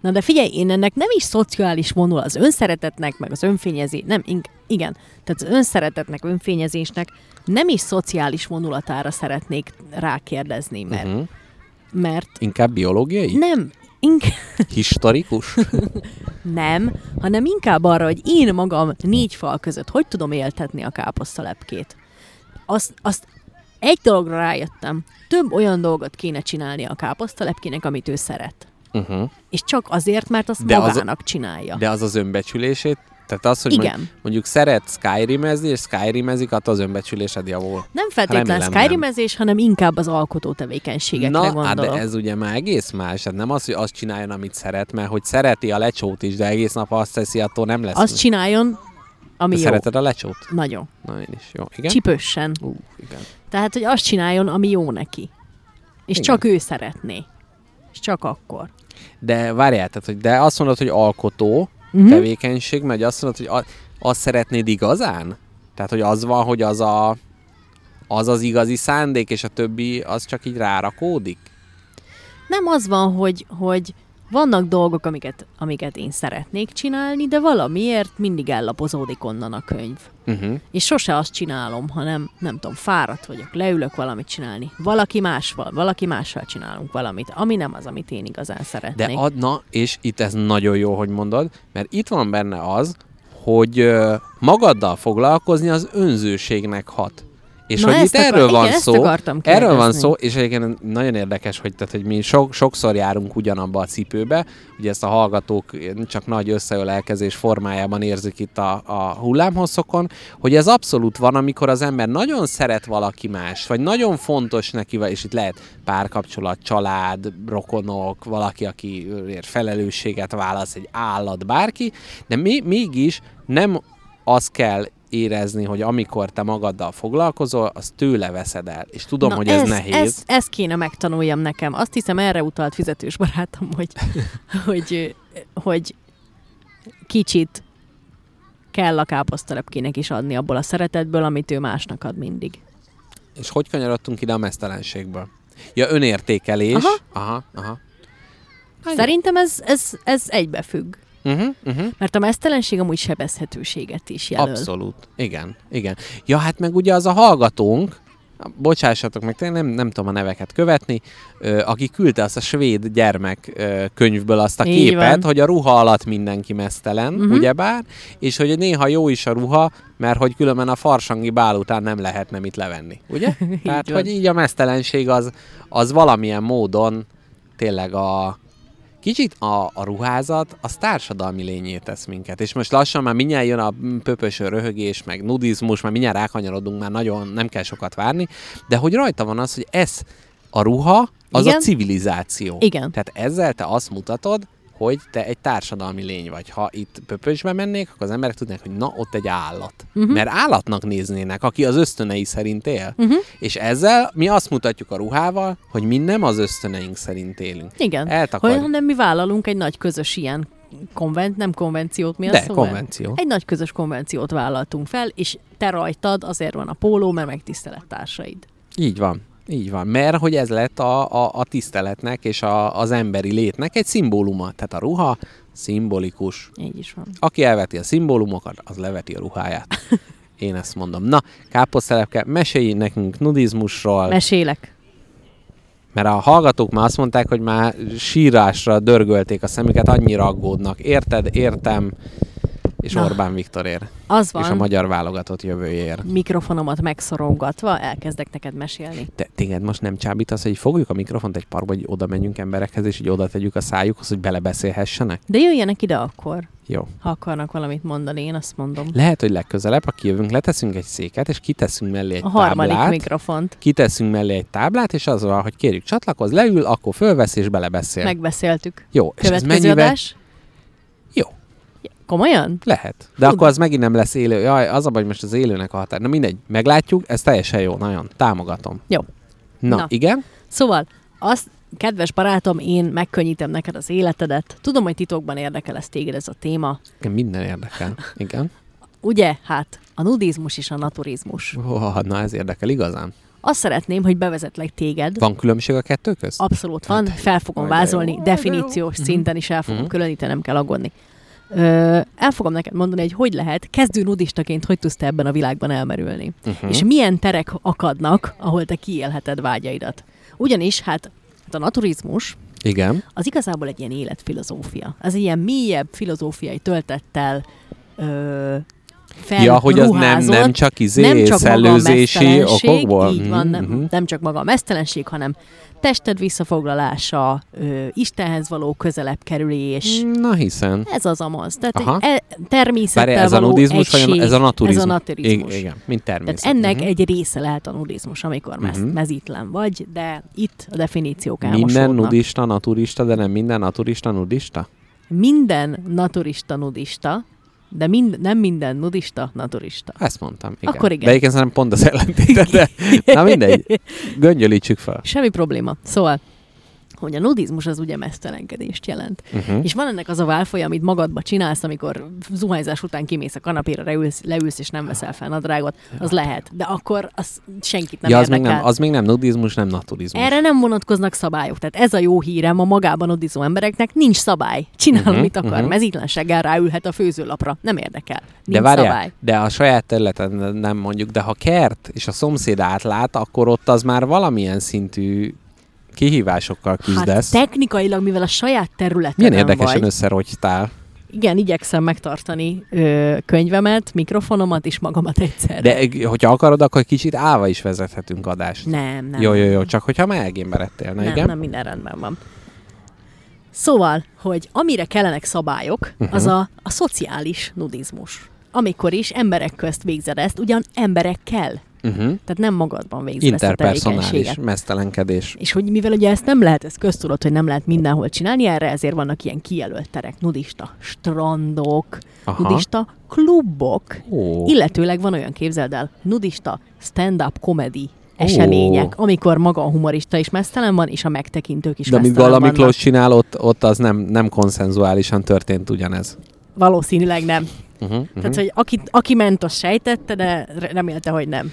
Na de figyelj, én ennek nem is szociális vonul az önszeretetnek, meg az önfényezés, nem, ing- igen, tehát az önszeretetnek, önfényezésnek nem is szociális vonulatára szeretnék rákérdezni, mert, uh-huh. Uh-huh. mert Inkább biológiai? nem, inkább Historikus? nem, hanem inkább arra, hogy én magam négy fal között hogy tudom éltetni a káposztalepkét. Azt, azt egy dologra rájöttem, több olyan dolgot kéne csinálni a káposztalepkének, amit ő szeret. Uh-huh. És csak azért, mert azt De De az- magának az... csinálja. De... De az az önbecsülését? Tehát az, hogy Igen. Mondjuk, mondjuk szeret skyrimezni, és skyrimezik, attól az önbecsülésed javul. Nem feltétlen Remélem nem. skyrimezés, hanem inkább az alkotó tevékenységekre Na, gondolok. hát de ez ugye már egész más. Hát nem az, hogy azt csináljon, amit szeret, mert hogy szereti a lecsót is, de egész nap azt teszi, attól nem lesz. Azt csináljon, ami Te jó. szereted a lecsót? Nagyon. Na, én is. Jó, igen? Csipősen. Ú, igen. Tehát, hogy azt csináljon, ami jó neki. És Igen. Igen. csak ő szeretné. És csak akkor. De várjál, tehát, hogy de azt mondod, hogy alkotó Mhm. tevékenység, mert hogy azt mondod, hogy a, azt szeretnéd igazán? Tehát, hogy az van, hogy az a, az, az igazi szándék, és a többi az csak így rárakódik? Nem az van, hogy, hogy vannak dolgok, amiket, amiket én szeretnék csinálni, de valamiért mindig ellapozódik onnan a könyv. Uh-huh. És sose azt csinálom, hanem nem tudom, fáradt vagyok, leülök valamit csinálni. Valaki mással, valaki mással csinálunk valamit, ami nem az, amit én igazán De szeretnék. adna, és itt ez nagyon jó, hogy mondod, mert itt van benne az, hogy ö, magaddal foglalkozni az önzőségnek hat. És Na, hogy itt ezt akar- erről van igen, ezt szó, akartam erről van kérdezni. szó, és egyébként nagyon érdekes, hogy, tehát, hogy mi so, sokszor járunk ugyanabba a cipőbe, ugye ezt a hallgatók csak nagy összeölelkezés formájában érzik itt a, a hullámhosszokon, hogy ez abszolút van, amikor az ember nagyon szeret valaki más, vagy nagyon fontos neki, vagy- és itt lehet párkapcsolat, család, rokonok, valaki, aki felelősséget válasz, egy állat, bárki, de mi, mégis nem az kell érezni, hogy amikor te magaddal foglalkozol, az tőle veszed el. És tudom, hogy ez, nehéz. Ez, ez kéne megtanuljam nekem. Azt hiszem, erre utalt fizetős barátom, hogy, hogy, hogy kicsit kell a káposztalepkének is adni abból a szeretetből, amit ő másnak ad mindig. És hogy kanyarodtunk ide a mesztelenségből? Ja, önértékelés. Aha. aha. aha. Hát Szerintem ez, ez, ez egybefügg. Uh-huh, uh-huh. Mert a mesztelenség amúgy sebezhetőséget is jelöl. Abszolút. Igen, igen. Ja, hát meg ugye az a hallgatónk, bocsássatok meg, tényleg nem, nem tudom a neveket követni, ö, aki küldte azt a svéd gyermek ö, könyvből azt a Így képet, van. Mhm. hogy a ruha alatt mindenki mesztelen, uh-huh. ugyebár, és hogy néha jó is a ruha, mert hogy különben a farsangi bál után nem lehetne mit levenni, ugye? Tehát, van. hogy így a mesztelenség az, az valamilyen módon tényleg a, Kicsit a, a ruházat az társadalmi lényé tesz minket, és most lassan már mindjárt jön a pöpöső röhögés, meg nudizmus, már mindjárt rákanyarodunk, már nagyon nem kell sokat várni, de hogy rajta van az, hogy ez a ruha, az Igen? a Igen. civilizáció. Igen. Tehát ezzel te azt mutatod, hogy te egy társadalmi lény vagy. Ha itt pöpösbe mennék, akkor az emberek tudnák, hogy na, ott egy állat. Uh-huh. Mert állatnak néznének, aki az ösztönei szerint él. Uh-huh. És ezzel mi azt mutatjuk a ruhával, hogy mi nem az ösztöneink szerint élünk. Igen. Eltakarjuk. Hogy, hanem mi vállalunk egy nagy közös ilyen konvent, nem konvenciót, mi a De, szó? konvenció. Egy nagy közös konvenciót vállaltunk fel, és te rajtad, azért van a póló, mert megtisztelet társaid. Így van. Így van, mert hogy ez lett a, a, a tiszteletnek és a, az emberi létnek egy szimbóluma. Tehát a ruha szimbolikus. Így is van. Aki elveti a szimbólumokat, az leveti a ruháját. Én ezt mondom. Na, káposztelepke, mesélj nekünk nudizmusról, Mesélek. mert a hallgatók már azt mondták, hogy már sírásra dörgölték a szemüket, annyira aggódnak. Érted, értem, és Na. Orbán Viktorért, Az és a van, magyar válogatott jövőjéért. mikrofonomat megszorongatva elkezdek neked mesélni. Te, téged most nem csábítasz, hogy fogjuk a mikrofont egy parba, hogy oda menjünk emberekhez, és így oda tegyük a szájukhoz, hogy belebeszélhessenek? De jöjjenek ide akkor, Jó. ha akarnak valamit mondani, én azt mondom. Lehet, hogy legközelebb, ha kijövünk, leteszünk egy széket, és kiteszünk mellé egy A harmadik táblát. mikrofont. Kiteszünk mellé egy táblát, és az van, hogy kérjük csatlakozz, leül, akkor fölvesz és belebeszél. Megbeszéltük. Jó, és ez Következő mennyivel? adás? Jó. Ja, Komolyan? Lehet. De Fú, akkor de- az megint nem lesz élő. Jaj, az a baj, hogy most az élőnek a határ. Na mindegy, meglátjuk, ez teljesen jó, nagyon. Támogatom. Jó. Na, Na. igen? Szóval, azt, kedves barátom, én megkönnyítem neked az életedet. Tudom, hogy titokban érdekel ez téged ez a téma. Engem Minden érdekel. Igen. Ugye, hát a nudizmus és a naturizmus. Oh, na ez érdekel igazán. Azt szeretném, hogy bevezetlek téged. Van különbség a kettő közt? Abszolút van, fel fogom Jaj, de Hát, jó. Mhm. vázolni, definíciós szinten is el fogom különíteni, nem kell aggódni. Ö, el fogom neked mondani, hogy hogy lehet kezdő nudistaként, hogy tudsz te ebben a világban elmerülni. Mhm. Uh-huh. És milyen terek akadnak, ahol te kiélheted vágyaidat. Ugyanis, hát, hát a naturizmus, Igen. az igazából egy ilyen életfilozófia. Az ilyen mélyebb filozófiai töltettel ö, fel ja, hogy az nem, nem csak izé nem csak maga a szellőzési mesztelenség, okokból. Így van, nem, Mhm. nem csak maga a mesztelenség, hanem tested visszafoglalása, ö, Istenhez való közelebb kerülés. Na hiszen. Ez az amaz. Tehát Mm. Aha. egy e, természettel Várj, ez a való nudizmus, vagy egység, a- ez a naturizmus? Ez a naturizmus. I- igen, mint természet. Tehát ennek Mhm. egy része lehet a nudizmus, amikor mez, Mhm. mezítlen vagy, de itt a definíciók Minden elmosódnak. nudista, naturista, de nem minden naturista, nudista? Minden naturista nudista, de mind, nem minden nudista naturista. Ezt mondtam, igen. Akkor igen. De egyébként szerintem pont az ellentéte, de na mindegy. Göngyölítsük fel. Semmi probléma. Szóval, hogy a nudizmus az ugye mesztelenkedést jelent. Uh-huh. És van ennek az a válfolyam, amit magadba csinálsz, amikor zuhanyzás után kimész a kanapéra, leülsz, leülsz és nem veszel fel nadrágot, az lehet. De akkor az senkit nem ja, az még érdekel. nem, az még nem nudizmus, nem naturizmus. Erre nem vonatkoznak szabályok. Tehát ez a jó hírem a magában odizó embereknek, nincs szabály. Csinál, Mhm, uh-huh, mit akar, mhm. uh-huh. mezítlenséggel ráülhet a főzőlapra. Nem érdekel. Nincs de várjál, szabály. de a saját területen nem mondjuk, de ha kert és a szomszéd átlát, akkor ott az már valamilyen szintű kihívásokkal Hát küzdesz. technikailag, mivel a saját területen Milyen érdekesen vagy, összerogytál. igen, igyekszem megtartani ö, könyvemet, mikrofonomat és magamat egyszerre. De eh, hogyha akarod, akkor kicsit állva is vezethetünk adást. nem, nem. Jó, jó, jó, csak hogyha már elgémeredtél, na nem, igen? nem minden rendben van. Szóval, hogy amire kellenek szabályok, uh-huh. Mhm. az a, a szociális nudizmus. Amikor is emberek közt végzed ezt, ugyan emberekkel, Uh-huh. tehát nem magadban végzed ezt a Interpersonális tevékenységet. mesztelenkedés. És hogy mivel ugye ezt nem lehet, ez köztudott, hogy nem lehet mindenhol csinálni, erre ezért vannak ilyen kijelölt terek, nudista strandok, Aha. Aha. nudista klubok, Ó, Illetőleg van olyan, képzeld el, nudista stand-up comedy események, amikor maga a humorista is mesztelen van, és a megtekintők is de amit mesztelen Gala vannak. Miklós csinál, ott, ott az nem, nem konszenzuálisan történt ugyanez. Valószínűleg nem. Uh-huh, uh-huh. Tehát, hogy aki, aki ment, az sejtette, de re- remélte, hogy nem.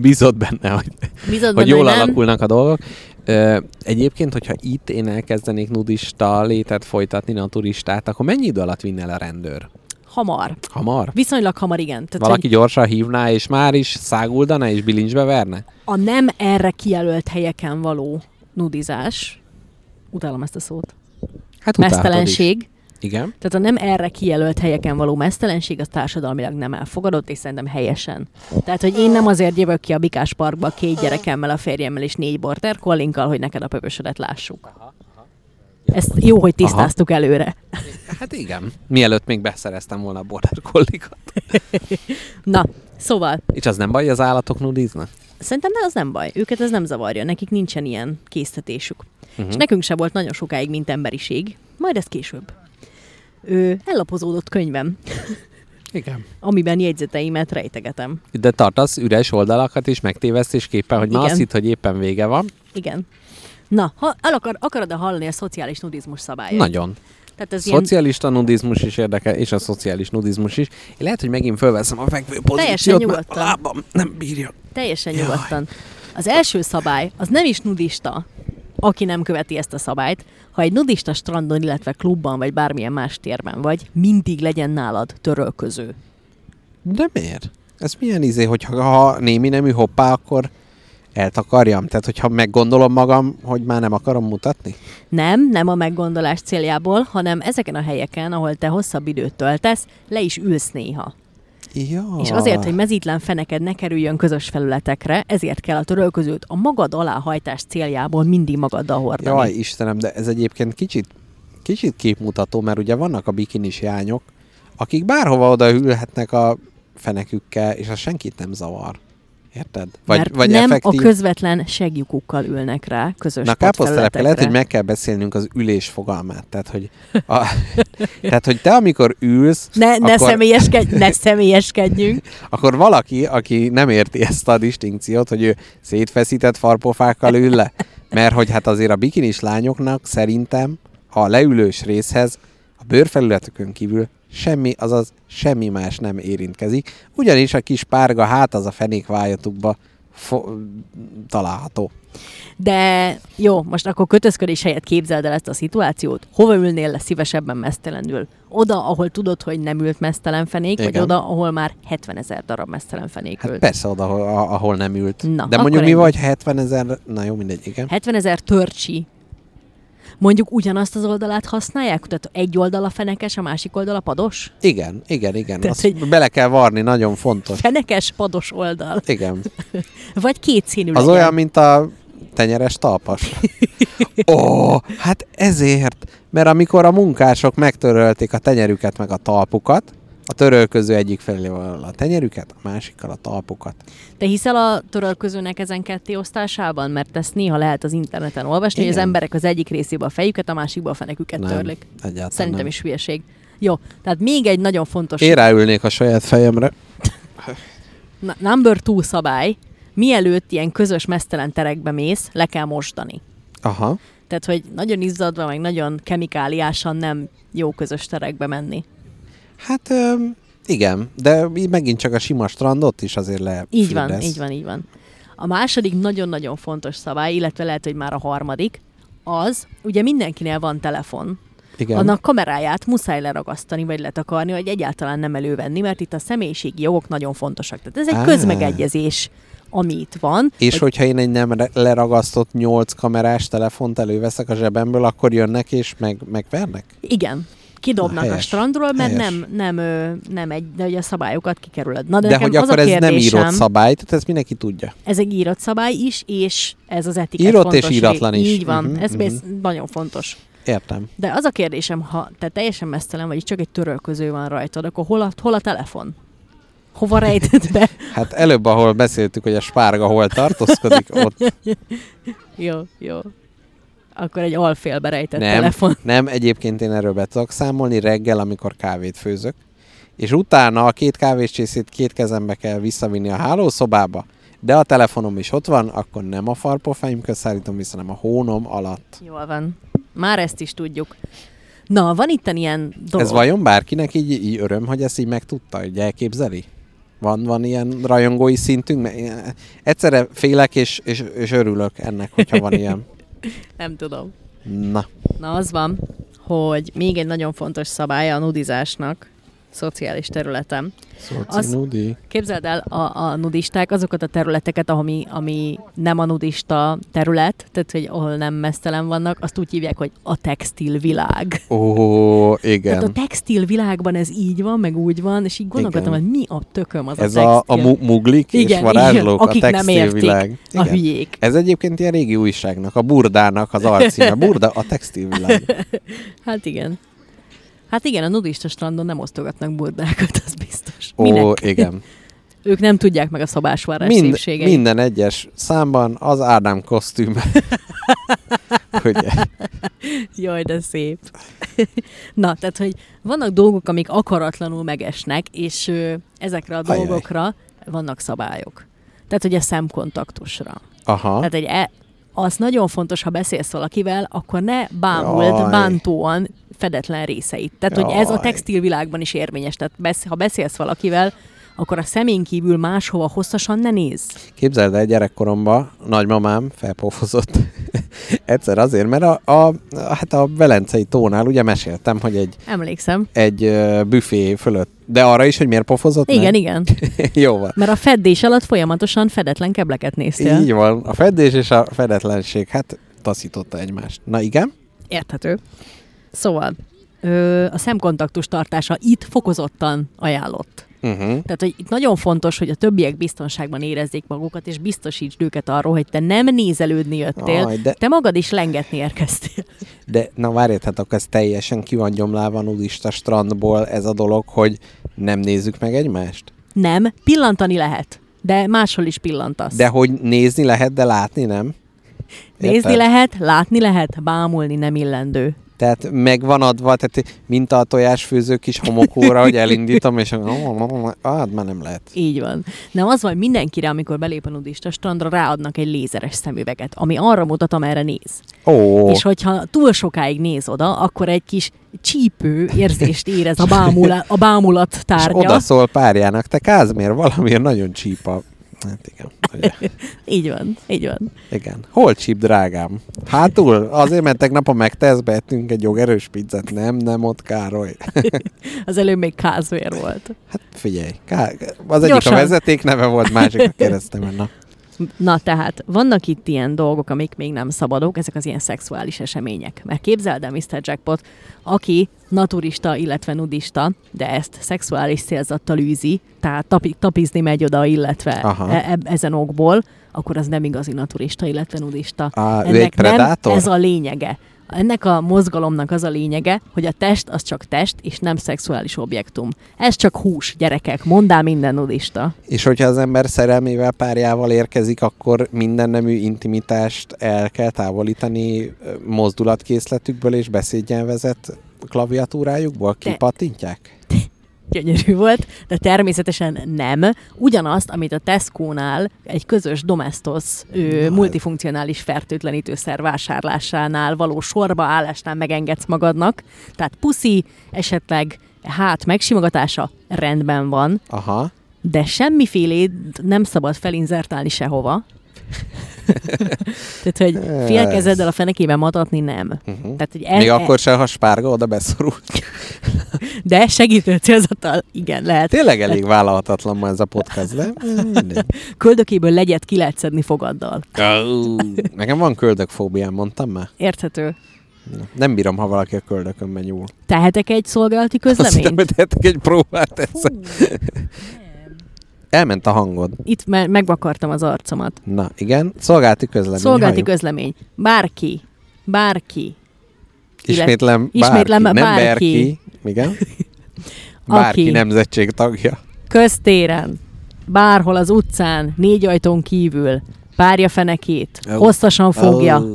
Bízott benne, hogy, Bizony, hogy jól nem. alakulnak a dolgok. Ö, egyébként, hogyha itt én elkezdenék nudista létet folytatni, naturistát, akkor mennyi idő alatt vinne el a rendőr? Hamar. Hamar? Viszonylag hamar, igen. Tehát, Valaki Valaki... gyorsan hívná, és már is száguldana, és bilincsbe verne? a nem erre kijelölt helyeken való nudizás, utálom ezt a szót, Hát utáltad is. mesztelenség, Igen. Tehát a nem erre kijelölt helyeken való mesztelenség az társadalmilag nem elfogadott, és szerintem helyesen. Tehát, hogy én nem azért jövök ki a Bikás Parkba két gyerekemmel, a férjemmel és négy borter kollinkkal, hogy neked a pöpösödet lássuk. Ezt jó, hogy tisztáztuk aha. előre. Hát igen. Mielőtt még beszereztem volna a border collie-kat. Na, szóval, És az nem baj, hogy az állatok nudiznak? szerintem de az nem baj. Őket ez nem zavarja, nekik nincsen ilyen késztetésük. Uh-huh. És nekünk se volt nagyon sokáig, mint emberiség. Majd ez később. Ő ellapozódott könyvem, Igen. amiben jegyzeteimet rejtegetem. De tartasz üres oldalakat is, megtévesztésképpen, hogy már Igen. azt hitt, hogy éppen vége van. Igen. Na, ha el akar, akarod-e hallani a szociális nudizmus szabályait? Nagyon. Tehát ez ilyen Szocialista nudizmus is érdekel, és a szociális nudizmus is. Én lehet, hogy megint fölveszem a fekvő pozíciót, mert nyugodtan. a lábam nem bírja. teljesen nyugodtan. Az első szabály, az nem is nudista, aki nem követi ezt a szabályt. Ha egy nudista strandon, illetve klubban, vagy bármilyen más térben vagy, mindig legyen nálad törölköző. De miért? Ez milyen izé, hogy ha- ha némi nemű hoppá, akkor eltakarjam? Tehát, hogyha meggondolom magam, hogy már nem akarom mutatni? Nem, nem a meggondolás céljából, hanem ezeken a helyeken, ahol te hosszabb időt töltesz, le is ülsz néha. Ja. És azért, hogy mezítlen feneked ne kerüljön közös felületekre, ezért kell a törölközőt a magad aláhajtás céljából mindig magaddal hordani. Jaj, Istenem, de ez egyébként kicsit, kicsit képmutató, mert ugye vannak a bikinis jányok, akik bárhova oda ülhetnek a fenekükkel, és az senkit nem zavar. Érted? Vagy, Mert vagy nem effektív... a közvetlen segjukukkal ülnek rá közös Na káposztelepke, lehet, hogy sportfelületekre. meg kell beszélnünk az ülés fogalmát. Tehát, hogy, a, tehát, hogy te amikor ülsz, Ne, ne, akkor- akkor... személyeskedj, ne személyeskedjünk. akkor valaki, aki nem érti ezt a distinkciót, hogy ő szétfeszített farpofákkal ül le, mert hogy hát azért a bikinis lányoknak szerintem a leülős részhez a bőrfelületükön kívül semmi, azaz semmi más nem érintkezik, ugyanis a kis párga hát az a fenékvájatukba fo- található. De jó, most akkor kötözködés helyett képzeld el ezt a szituációt. Hova ülnél le szívesebben mesztelenül? Oda, ahol tudod, hogy nem ült mesztelen fenék, vagy Igen. oda, ahol már 70 ezer darab mesztelen fenék Hát ült. persze oda, ahol- a- ahol nem ült. Na, De akkor mondjuk mi ennyi. vagy 70 ezer, na jó, mindegy, igen. 70 ezer törcsi. Mondjuk ugyanazt az oldalát használják? Tehát egy oldala fenekes, a másik oldala pados? Igen, igen, igen. Tehát, Azt hogy- bele kell varni, nagyon fontos. Fenekes, pados oldal. Igen. Vagy két színű Az legyen. olyan, mint a tenyeres talpas. Ó, hát ezért, mert amikor a munkások megtörölték a tenyerüket meg a talpukat, a törölköző egyik felével a tenyerüket, a másikkal a talpukat. Te hiszel a törölközőnek ezen ketté osztásában? Mert ezt néha lehet az interneten olvasni, hogy az Igen. emberek az egyik részébe a fejüket, a másikba a feneküket Nem, törlik. egyáltalán Szerintem nem. is hülyeség. Jó, tehát még egy nagyon fontos Én ráülnék a saját fejemre. na- number two szabály, mielőtt ilyen közös mesztelen terekbe mész, le kell mosdani. Aha. Tehát, hogy nagyon izzadva, meg nagyon kemikáliásan nem jó közös terekbe menni. Hát öm, igen, de így megint csak a sima strandot is azért le. Így van, így van, így van. A második nagyon-nagyon fontos szabály, illetve lehet, hogy már a harmadik, az, ugye mindenkinél van telefon, Igen. Annak kameráját muszáj leragasztani, vagy letakarni, vagy egyáltalán nem elővenni, mert itt a személyiségi jogok nagyon fontosak. Tehát ez egy Á. ah. közmegegyezés, ami itt van. És hogyha én egy nem re- leragasztott nyolc kamerás telefont előveszek a zsebemből, akkor jönnek és meg, megvernek? Igen, kidobnak a Helyes. strandról, mert Helyes. nem, nem, ö, nem egy, de hogy a szabályokat kikerülöd. Na, de, De, nekem hogy az akkor a ez kérdésem, nem írott szabály, tehát ezt mindenki tudja. Ez egy írott szabály is, és ez az etikett Írott fontos. és íratlan ré- is. Így van, Mhm, uh-huh, ez mhm. uh-huh. nagyon fontos. Értem. De az a kérdésem, ha te teljesen mesztelen vagy, csak egy törölköző van rajtad, akkor hol a, hol a telefon? Hova rejted be? Hát előbb, ahol beszéltük, hogy a spárga hol tartózkodik, ott Jó, jó. Akkor egy alfélbe rejtett nem. telefon. Nem, egyébként én erről be tudok számolni reggel, amikor kávét főzök. És utána a két kávéscsészét két kezembe kell visszavinni a hálószobába, de a telefonom is ott van, akkor nem a farpofáim köszállítom vissza, hanem a hónom alatt. Jól van. Már ezt is tudjuk. Na, van itt ilyen dolog. Ez vajon bárkinek így, így öröm, hogy ezt így megtudta, hogy elképzeli? Van, van ilyen rajongói szintünk? Mert én Egyszerre félek és, és, és örülök ennek, hogyha van ilyen. Nem tudom. Na, Na, az van, hogy még egy nagyon fontos szabálya a nudizásnak, szociális területen. Az- szociálnudi. Képzeld el a, a nudisták azokat a területeket, ami, ami nem a nudista terület, tehát hogy ahol nem mesztelen vannak, azt úgy hívják, hogy a textil világ. Ó, Tehát a igen. textil világban ez így van, meg úgy van, és így gondolkodtam, Igen. hogy mi a tököm az Ez a, a a textil. mu- muglik és igen, igen, varázslók, a akik nem értik textilvilág. a Igen. hülyék. Ez egyébként ilyen régi újságnak, a Burdának az alcíme. Burda a textilvilág. Hát igen. Hát igen, a nudista strandon nem osztogatnak burdákat, az biztos. Ó, Minek? igen. Ők nem tudják meg a szabásvárás Mind, Mind, szépségeit. minden egyes számban az Ádám kosztüm. Ugye? Jaj, de szép. Na, tehát, hogy vannak dolgok, amik akaratlanul megesnek, és ö, ezekre a Ajaj. dolgokra vannak szabályok. Tehát, hogy a szemkontaktusra. Aha. Tehát egy e- az nagyon fontos, ha beszélsz valakivel, akkor ne bámult Jaj. bántóan fedetlen részeit. Tehát, hogy ez a Jaj. textilvilágban is érvényes. Tehát besz- ha beszélsz valakivel, akkor a szemén kívül máshova hosszasan ne nézz. Képzeld el, gyerekkoromban nagymamám felpofozott. Egyszer azért, mert a, a, hát a Velencei tónál ugye meséltem, hogy egy, Emlékszem. egy ö, büfé fölött. De arra is, hogy miért pofozott? Igen, nem? igen. Jó van. Mert a feddés alatt folyamatosan fedetlen kebleket néztél. Így van. A fedés és a fedetlenség, hát taszította egymást. Na igen? Érthető. Szóval ö, a szemkontaktus tartása itt fokozottan ajánlott. Uh-huh. Tehát, hogy itt nagyon fontos, hogy a többiek biztonságban érezzék magukat, és biztosítsd őket arról, hogy te nem nézelődni jöttél, Aj, de- te magad is lengetni érkeztél. De na várját, hát akkor ez teljesen ki van gyomlálva a nudista strandból ez a dolog, hogy nem nézzük meg egymást? Nem, pillantani lehet, de máshol is pillantasz. De hogy nézni lehet, de látni nem? Nézni Érted? lehet, látni lehet, bámulni nem illendő. Tehát meg van adva, tehát mint a tojásfőző kis homokóra, hogy elindítom, és hát már nem lehet. Így van. Nem az van, mindenkire, amikor belép a nudista strandra, ráadnak egy lézeres szemüveget, ami arra mutat, amerre néz. Ó, És hogyha túl sokáig néz oda, akkor egy kis csípő érzést érez a, bámula, a bámulat és tárgya. oda szól párjának, te Kázmér, valamiért nagyon csípa. Hát igen, ugye, Így van, így van. igen. Hol csíp, drágám? Hátul? Azért, mert tegnap a megteszbe ettünk egy jogerős pizzát. Nem, nem ott Károly. Az előbb még kázvér volt. Hát figyelj, ká- az egyik Gyorsan. a vezeték neve volt, másik a keresztemen. Na. Na tehát, vannak itt ilyen dolgok, amik még nem szabadok, ezek az ilyen szexuális események. Mert képzeld el Mr. Jackpot, aki naturista, illetve nudista, de ezt szexuális célzattal űzi, tehát tapi, tapizni megy oda, illetve Aha. e- e- ezen okból, akkor az nem igazi naturista, illetve nudista. Á, ő egy predátor? Nem ez a lényege. Ennek a mozgalomnak az a lényege, hogy a test az csak test, és nem szexuális objektum. Ez csak hús, gyerekek, mondá minden nudista. És hogyha az ember szerelmével, párjával érkezik, akkor minden nemű intimitást el kell távolítani ö, mozdulatkészletükből és beszédnyelvezet klaviatúrájukból? Kipattintják? gyönyörű volt, de természetesen nem. Ugyanazt, amit a Tesco-nál egy közös domestos ő, multifunkcionális fertőtlenítőszer vásárlásánál való sorba állásnál megengedsz magadnak. Tehát puszi, esetleg hát megsimogatása rendben van, Aha. de semmifélét nem szabad felinzertálni sehova. Tehát, hogy fél Ez. kezeddel a fenekébe matatni nem. Uh-huh. Tehát, hogy e- Még akkor se, ha spárga oda beszorul. De segítő célzattal igen lehet. Tényleg elég vállalhatatlan ma ez a podcast, de mindegy. Köldökéből legyet ki lehet szedni fogaddal. Ó, Nekem van köldökfóbiám, mondtam már. Érthető. Nem bírom, ha valaki a köldökömben nyúl. Tehetek egy szolgálati Azt hittem, közleményt? hogy tehetek egy próbát ezzel. Elment a hangod. Itt me- megvakartam az arcomat. Na, igen. Szolgálti közlemény. Szolgálati halljuk. közlemény. Bárki. Bárki. Ismétlem, bárki, Ismétlem, nem bárki. bárki. Igen. Bárki Aki. nemzetség tagja. Köztéren. Bárhol az utcán. Négy ajtón kívül. Párja fenekét. Ó. Hosszasan fogja. Ó,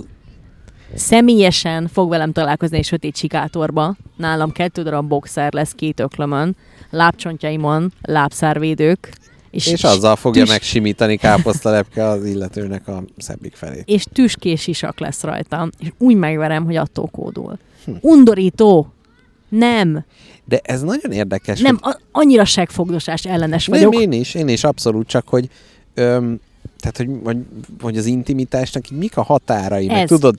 Személyesen fog velem találkozni egy sötét sikátorba. Nálam kettő darab boxer lesz két öklömön. Lábcsontjaimon lábszárvédők. És azzal fogja tüs- megsimítani káposztalepke az illetőnek a szebbik felét. és tüskés sisak lesz rajtam, és úgy megverem, hogy attól kódul. Hm. Undorító! Nem, De ez nagyon érdekes. nem, a- annyira segfogdosás ellenes hogy... nem vagyok. én is, én is abszolút, csak hogy öm, tehát, hogy, hogy, hogy az intimitásnak így mik a határai, meg Ez. tudod,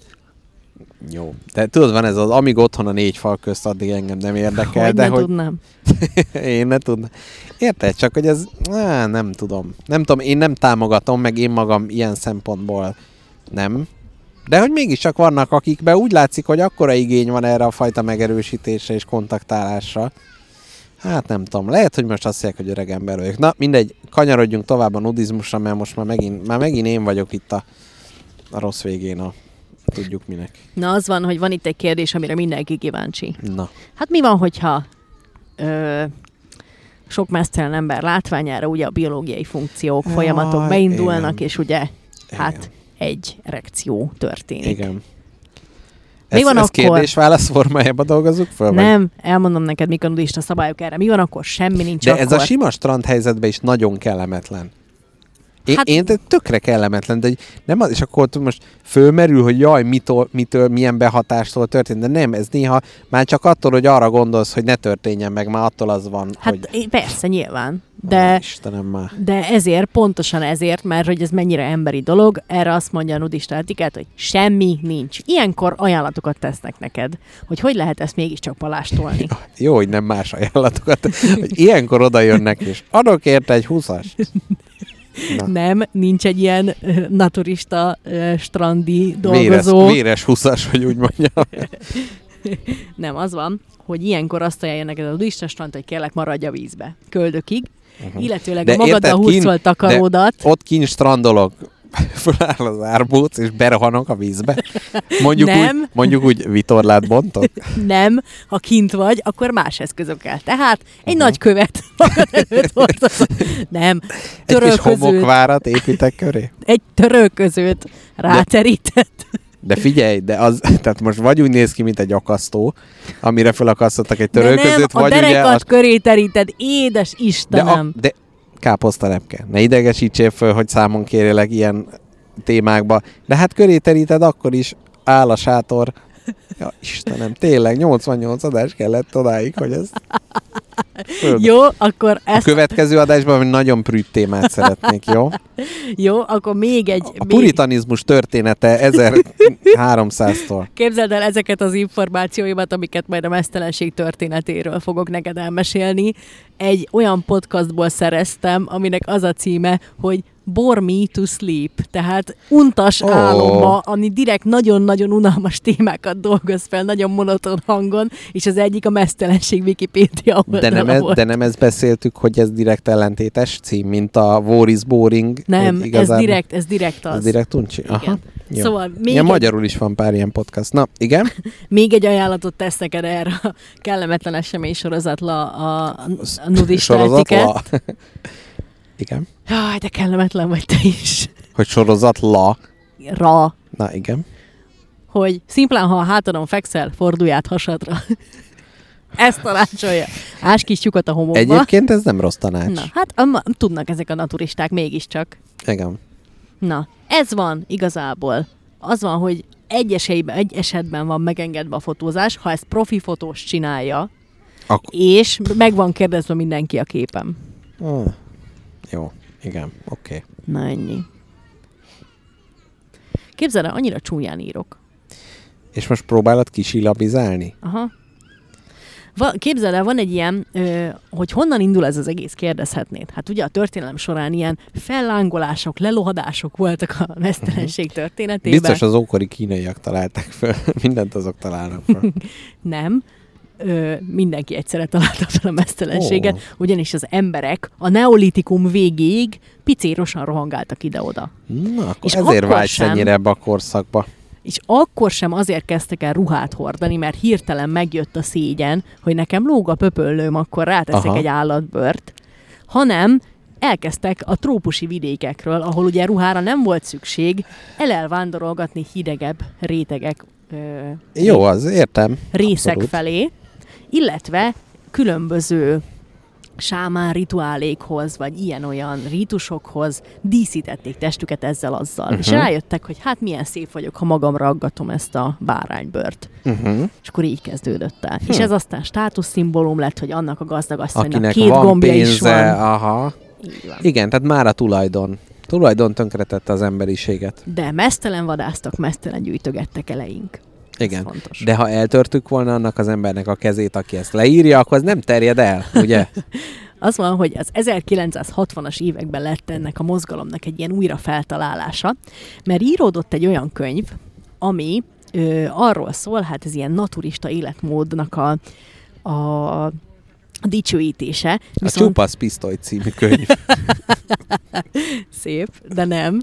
jó, de tudod, van ez az, amíg otthon a négy fal közt, addig engem nem érdekel, Hogy de ne hogy tudnám. Én ne tudnám. Érted? Csak, hogy ez... Á, nem tudom. Nem tudom, én nem támogatom, meg én magam ilyen szempontból nem. De hogy mégiscsak vannak, akikben úgy látszik, hogy akkora igény van erre a fajta megerősítésre és kontaktálásra. Hát nem tudom, lehet, hogy most azt mondják, hogy öreg ember vagyok. Na, mindegy, kanyarodjunk tovább a nudizmusra, mert most már megint, már megint én vagyok itt a, a rossz végén a tudjuk minek. Na az van, hogy van itt egy kérdés, amire mindenki kíváncsi. Na, Hát mi van, hogyha ö, sok mesztelen ember látványára ugye a biológiai funkciók, Jaj, folyamatok beindulnak, igen. és ugye hát Igen. egy erekció történik. igen. Mi Ez, van ez akkor? kérdés-válasz formájában dolgozunk föl? vagy- Nem, elmondom neked, mik a nudista szabályok erre. Mi van akkor? Semmi nincs De akkor. ez a sima strand helyzetben is nagyon kellemetlen. Én, hát... Hát- én de tökre kellemetlen, de hogy nem az, és akkor ott most fölmerül, hogy jaj, mitől, mitől, milyen behatástól történt, de nem, ez néha már csak attól, hogy arra gondolsz, hogy ne történjen meg, már attól az van, Hát hogy é- persze, nyilván. Ó, De, Istenem már. de ezért, pontosan ezért, mert hogy ez mennyire emberi dolog, erre azt mondja a nudista etikát, hogy semmi nincs. Ilyenkor ajánlatokat tesznek neked, hogy hogy lehet ezt mégiscsak palástolni. Jó, hogy nem más ajánlatokat. Hogy ilyenkor oda jönnek, és adok érte egy húszas. Nem, nincs egy ilyen ö, naturista, ö, strandi dolgozó. Véres, véres húszas, hogy úgy mondjam. Nem, az van, hogy ilyenkor azt ajánlja neked a nudista strand, hogy kérlek maradj a vízbe. Köldökig. Mhm. Uh-huh. Illetőleg Hm. De de magaddal érted, kint- húzol takaródat. Ott kint strandolok, föláll az árbóc, és berohanok a vízbe. Mondjuk, Úgy, Nem. mondjuk úgy vitorlát bontok. Nem, ha kint vagy, akkor más eszközökkel. Tehát egy nagy követ magad előtt hordasz. Nem, Mhm. Egy kis törölközőt, homokvárat építek köré. egy törölközőt ráterített. De figyelj, de az, tehát most vagy úgy néz ki, mint egy akasztó, amire felakasztottak egy De nem, törölközőt, a vagy ugye... derekad azt- köré teríted, édes de, Istenem. a, de káposzta lepke. Ne idegesítsél föl, hogy számon kérjelek ilyen témákba. De hát köré teríted, akkor is áll a sátor. Ja, Istenem, tényleg 88 adás kellett odáig, hogy ez... Föld. Jó, akkor A ezt, következő adásban egy nagyon prűt témát szeretnék, jó? jó, akkor még egy... A még, puritanizmus története 1300-tól. Képzeld el ezeket az információimat, amiket majd a mesztelenség történetéről fogok neked elmesélni. Egy olyan podcastból szereztem, aminek az a címe, hogy Bore Me to Sleep, tehát untas Ó. oh. álomba, ami direkt nagyon-nagyon unalmas témákat dolgoz fel, nagyon monoton hangon, és az egyik a mesztelenség Wikipédia De nem, oldala ez, volt. de nem ezt beszéltük, hogy ez direkt ellentétes cím, mint a War is Boring. nem, hogy ez igazán- direkt, ez direkt az. Ez direkt uncsi? Aha. Igen. Jó. Szóval még Ilyen egy- magyarul is van pár ilyen podcast. Na, igen. Még egy ajánlatot tesz neked erre a kellemetlen esemény sorozatla a, a nudista etikett. Sorozatla. igen. Jaj, de kellemetlen vagy te is. Hogy sorozatla. Ra. Na, igen. Hogy szimplán, ha a hátadon fekszel, fordulj át hasadra. Ezt tanácsolja. Ás kis lyukat a homokba. Egyébként ez nem rossz tanács. Na, hát amma, tudnak ezek a naturisták mégiscsak. Igen. Na, ez van igazából. Az van, hogy egy, esélyben, egy esetben van megengedve a fotózás, ha ezt profi fotós csinálja, Ak- és meg van kérdezve mindenki a képem. ah. Jó. Igen. Oké. Okay. Na ennyi. Képzeld el, annyira csúnyán írok. És most próbálod kisilabizálni? Aha. Va, képzeld el, van egy ilyen, ö, hogy honnan indul ez az egész, kérdezhetnéd. Hát ugye a történelem során ilyen fellángolások, lelohadások voltak a mesztelenség történetében. Mhm. Biztos az ókori kínaiak találták föl. Mindent azok találnak föl. Nem. Ö, mindenki egyszerre találta fel a mesztelenséget, oh. ugyanis az emberek a neolitikum végéig picérosan rohangáltak ide-oda. Na, akkor És ezért akkor vágysz sem. ennyire ebbe a korszakba. És akkor sem azért kezdtek el ruhát hordani, mert hirtelen megjött a szégyen, hogy nekem lóg a pöpöllőm, akkor ráteszek Aha. Aha. egy állatbört, hanem elkezdtek a trópusi vidékekről, ahol ugye ruhára nem volt szükség, elelvándorolgatni hidegebb rétegek ö, Jó, az értem. részek Abszolút. Abszolút. felé, illetve különböző sámán rituálékhoz, vagy ilyen-olyan rítusokhoz díszítették testüket ezzel-azzal. Uh-huh. Mhm. És rájöttek, hogy hát milyen szép vagyok, ha magamra aggatom ezt a báránybört. Uh-huh. És akkor így kezdődött el. Hm. És ez aztán státuszszimbólum lett, hogy annak a gazdag asszonynak Akinek két van gombja pénze, is van. aha. Így van. Igen, tehát már a tulajdon. Tulajdon tönkretette az emberiséget. De mesztelen vadásztak, mesztelen gyűjtögettek eleink. Igen. Ez fontos. De ha eltörtük volna annak az embernek a kezét, aki ezt leírja, akkor az nem terjed el, ugye? Az van, hogy az 1960-as években lett ennek a mozgalomnak egy ilyen újra feltalálása, mert íródott egy olyan könyv, ami ö, arról szól, hát ez ilyen naturista életmódnak a, a dicsőítése. A Csupasz Pisztoly című könyv. Szép, de nem.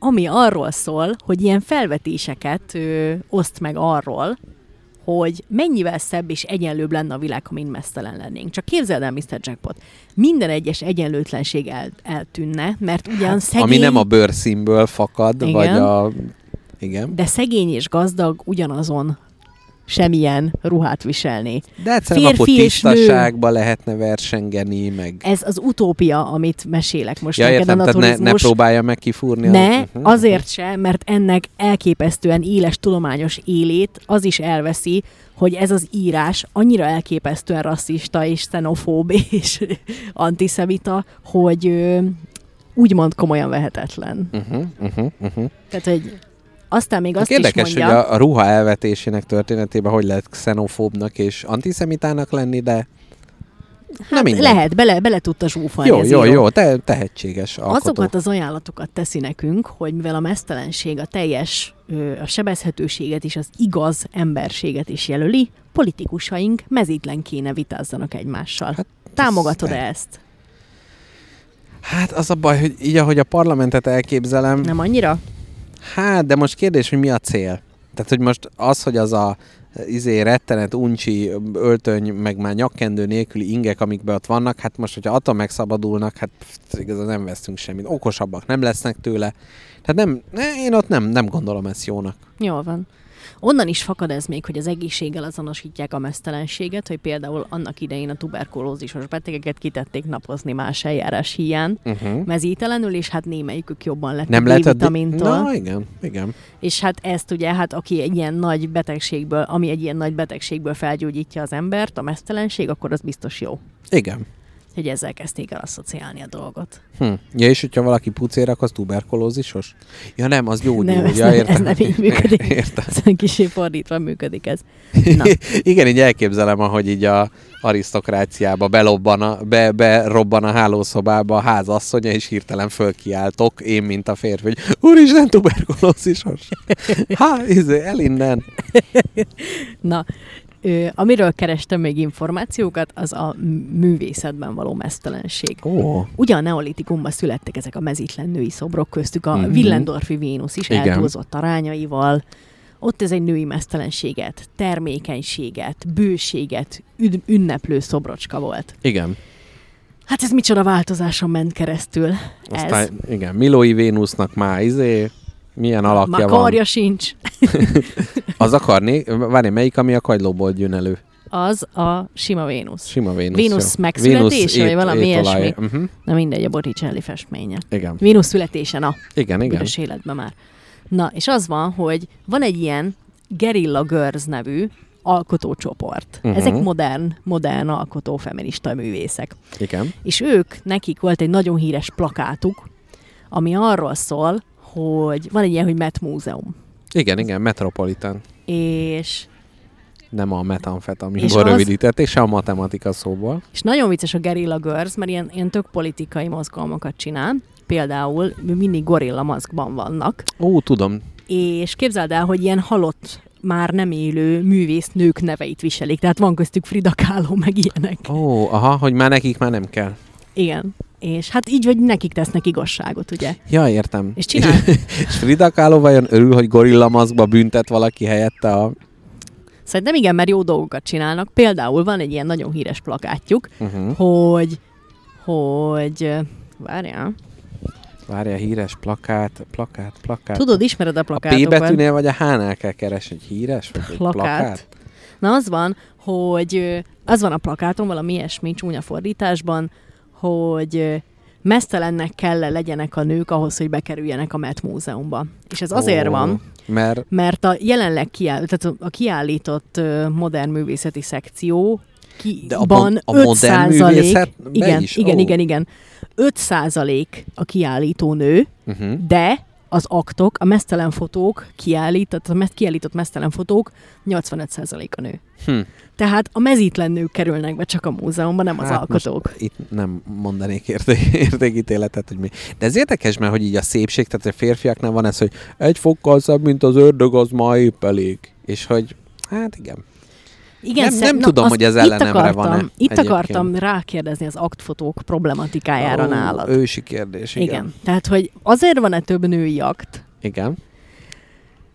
Ami arról szól, hogy ilyen felvetéseket ö, oszt meg arról, hogy mennyivel szebb és egyenlőbb lenne a világ, ha mind messzelen lennénk. Csak képzeld el, Mr. Jackpot, minden egyes egyenlőtlenség el, eltűnne, mert ugyan hát, szegény, Ami nem a bőrszínből fakad, Igen. vagy a... Igen. de szegény és gazdag ugyanazon semmilyen ruhát viselni. De egyszerűen akkor Férfi és nő. tisztaságba lehetne versengeni, meg... Ez az utópia, amit mesélek most Ja, neked értem, a tehát ne, ne naturizmus. próbálja meg kifúrni. Ne, az... Mhm. azért se, mert ennek elképesztően éles tudományos élét az is elveszi, hogy ez az írás annyira elképesztően rasszista és xenofób és antiszemita, hogy ö, úgymond komolyan vehetetlen. Uh-huh, uh-huh, uh-huh. Tehát, hogy aztán még azt Hát Érdekes, is mondja... hogy a, a ruha elvetésének történetében hogy lehet xenofóbnak és antiszemitának lenni, de hát nem mindegy. Lehet, bele, bele tudta zsúfolni Jó, az jó, író. jó, te, tehetséges alkotó. Azokat az ajánlatokat teszi nekünk, hogy mivel a mesztelenség a teljes, ö, a sebezhetőséget és az igaz emberséget is jelöli, politikusaink mezítlen kéne vitázzanak egymással. Hát, Hát, Támogatod ez- -e ezt? Hát az a baj, hogy így ahogy a parlamentet elképzelem, Nem annyira? Hát, de most kérdés, hogy mi a cél? Tehát, hogy most az, hogy az a izé rettenet, uncsi, öltöny, meg már nyakkendő nélküli ingek, amikbe ott vannak, hát most, hogyha attól megszabadulnak, hát pff, igazán nem vesztünk semmit. Okosabbak nem lesznek tőle. Tehát nem, ne, én ott nem, nem gondolom ezt jónak. Jól van. Onnan is fakad ez még, hogy az egészséggel azonosítják a mesztelenséget, hogy például annak idején a tuberkulózisos betegeket kitették napozni más eljárás hiány, Uh-huh. mezítelenül, és hát némelyikük jobban lett Nem nem a lehet a... di- D-vitamintól. Na, igen, igen. És hát ezt ugye, hát aki egy ilyen nagy betegségből, ami egy ilyen nagy betegségből felgyógyítja az embert, a mesztelenség, akkor az biztos jó. Igen. Hogy ezzel kezdték el asszociálni a dolgot. Hm. Ja, és hogyha valaki pucér, akkor az tuberkulózisos? Ja nem, az gyógyul. nem, ez, ja, nem, értem. ez nem így működik. Értem. Ezen kicsi fordítva működik ez. Na. Igen, így elképzelem, ahogy így a arisztokráciába belobban a, be, berobban a hálószobába a házasszonya, és hirtelen fölkiáltok, én, mint a férfi, hogy úristen, tuberkulózisos. Há, izé, el innen. Na, ö, amiről kerestem még információkat, az a m- művészetben való mesztelenség. Ó, Ugye a neolitikumban születtek ezek a mezítlen női szobrok, köztük a Mhm. mm-hmm. Willendorfi Vénusz is Igen. Igen. eltúlzott arányaival. Ott ez egy női mesztelenséget, termékenységet, bőséget, üd- ünneplő szobrocska volt. igen. Hát ez micsoda változáson ment keresztül. Aztán, ez. ez. igen, Milói Vénusznak már izé, milyen Ma alakja karja sincs. van. Az akarni, várj, melyik, ami a kagylóból jön elő? Az a sima Vénusz. Sima Vénusz. Vénusz jó. megszületése, Vénusz vagy valami étolaj. ilyesmi? Uh-huh. Na mindegy, a Botticelli festménye. Igen, Vénusz születése, na. igen, igen. büdös életben már. Na, és az van, hogy van egy ilyen Gerilla Girls nevű alkotócsoport. Mhm. Uh-huh. Ezek modern, modern alkotó feminista művészek. igen. És ők, nekik volt egy nagyon híres plakátuk, ami arról szól, hogy van egy ilyen, hogy Met Múzeum. Igen, igen, Metropolitan. És, Nem a És metamfetaminból az- rövidített, és se a matematika szóból. és nagyon vicces a Gerilla Girls, mert ilyen, ilyen tök politikai mozgalmakat csinál. Például mindig gorilla maszkban vannak. Ó, tudom. és képzeld el, hogy ilyen halott, már nem élő művésznők neveit viselik, tehát van köztük Frida Kahlo, meg ilyenek. Ó, aha, hogy már nekik már nem kell. Igen. És hát így, hogy nekik tesznek igazságot, ugye? Ja, értem. És csinál. És Frida Kahlo vajon örül, hogy gorilla maszkba büntet valaki helyette a... Szerintem igen, mert jó dolgokat csinálnak. Például van egy ilyen nagyon híres plakátjuk, Uh-huh. hogy, hogy, várjál, Várja, híres plakát, plakát, plakát. tudod, ismered a a P plakátokat? betűnél vagy a H-nál kell keresni, hogy híres? Vagy egy plakát. plakát? Na az van, hogy ö, az van a plakáton, valami ilyesmi csúnya fordításban, hogy ö, mesztelennek kell legyenek a nők ahhoz, hogy bekerüljenek a Met Múzeumba. És ez azért Ó, van, Mert mert a jelenleg kiáll, tehát a kiállított ö, modern művészeti szekció ki, De abban ban a 5 modern százalék, művészetbe igen, is? igen, Ó. igen, igen, 5 százalék a kiállító nő, uh-huh. de az aktok, a mesztelen fotók kiállított, a mes- kiállított mesztelen fotók 85% a nő. Hm. Tehát a mezítlen nők kerülnek be csak a múzeumban, nem az Hát alkotók. most Itt nem mondanék érté- értékítéletet, hogy mi. De ez érdekes, mert hogy így a szépség, tehát a férfiaknál van ez, hogy egy fokkal szebb, mint az ördög, az már épp elég. És hogy, hát igen. Igen, nem- szer- nem na, tudom, azt hogy ez itt ellenemre akartam- van-e Itt egyébként. akartam rákérdezni az aktfotók problematikájára Ó, nálad. Ősi kérdés, igen. igen. Tehát, hogy azért van-e több női akt, Igen.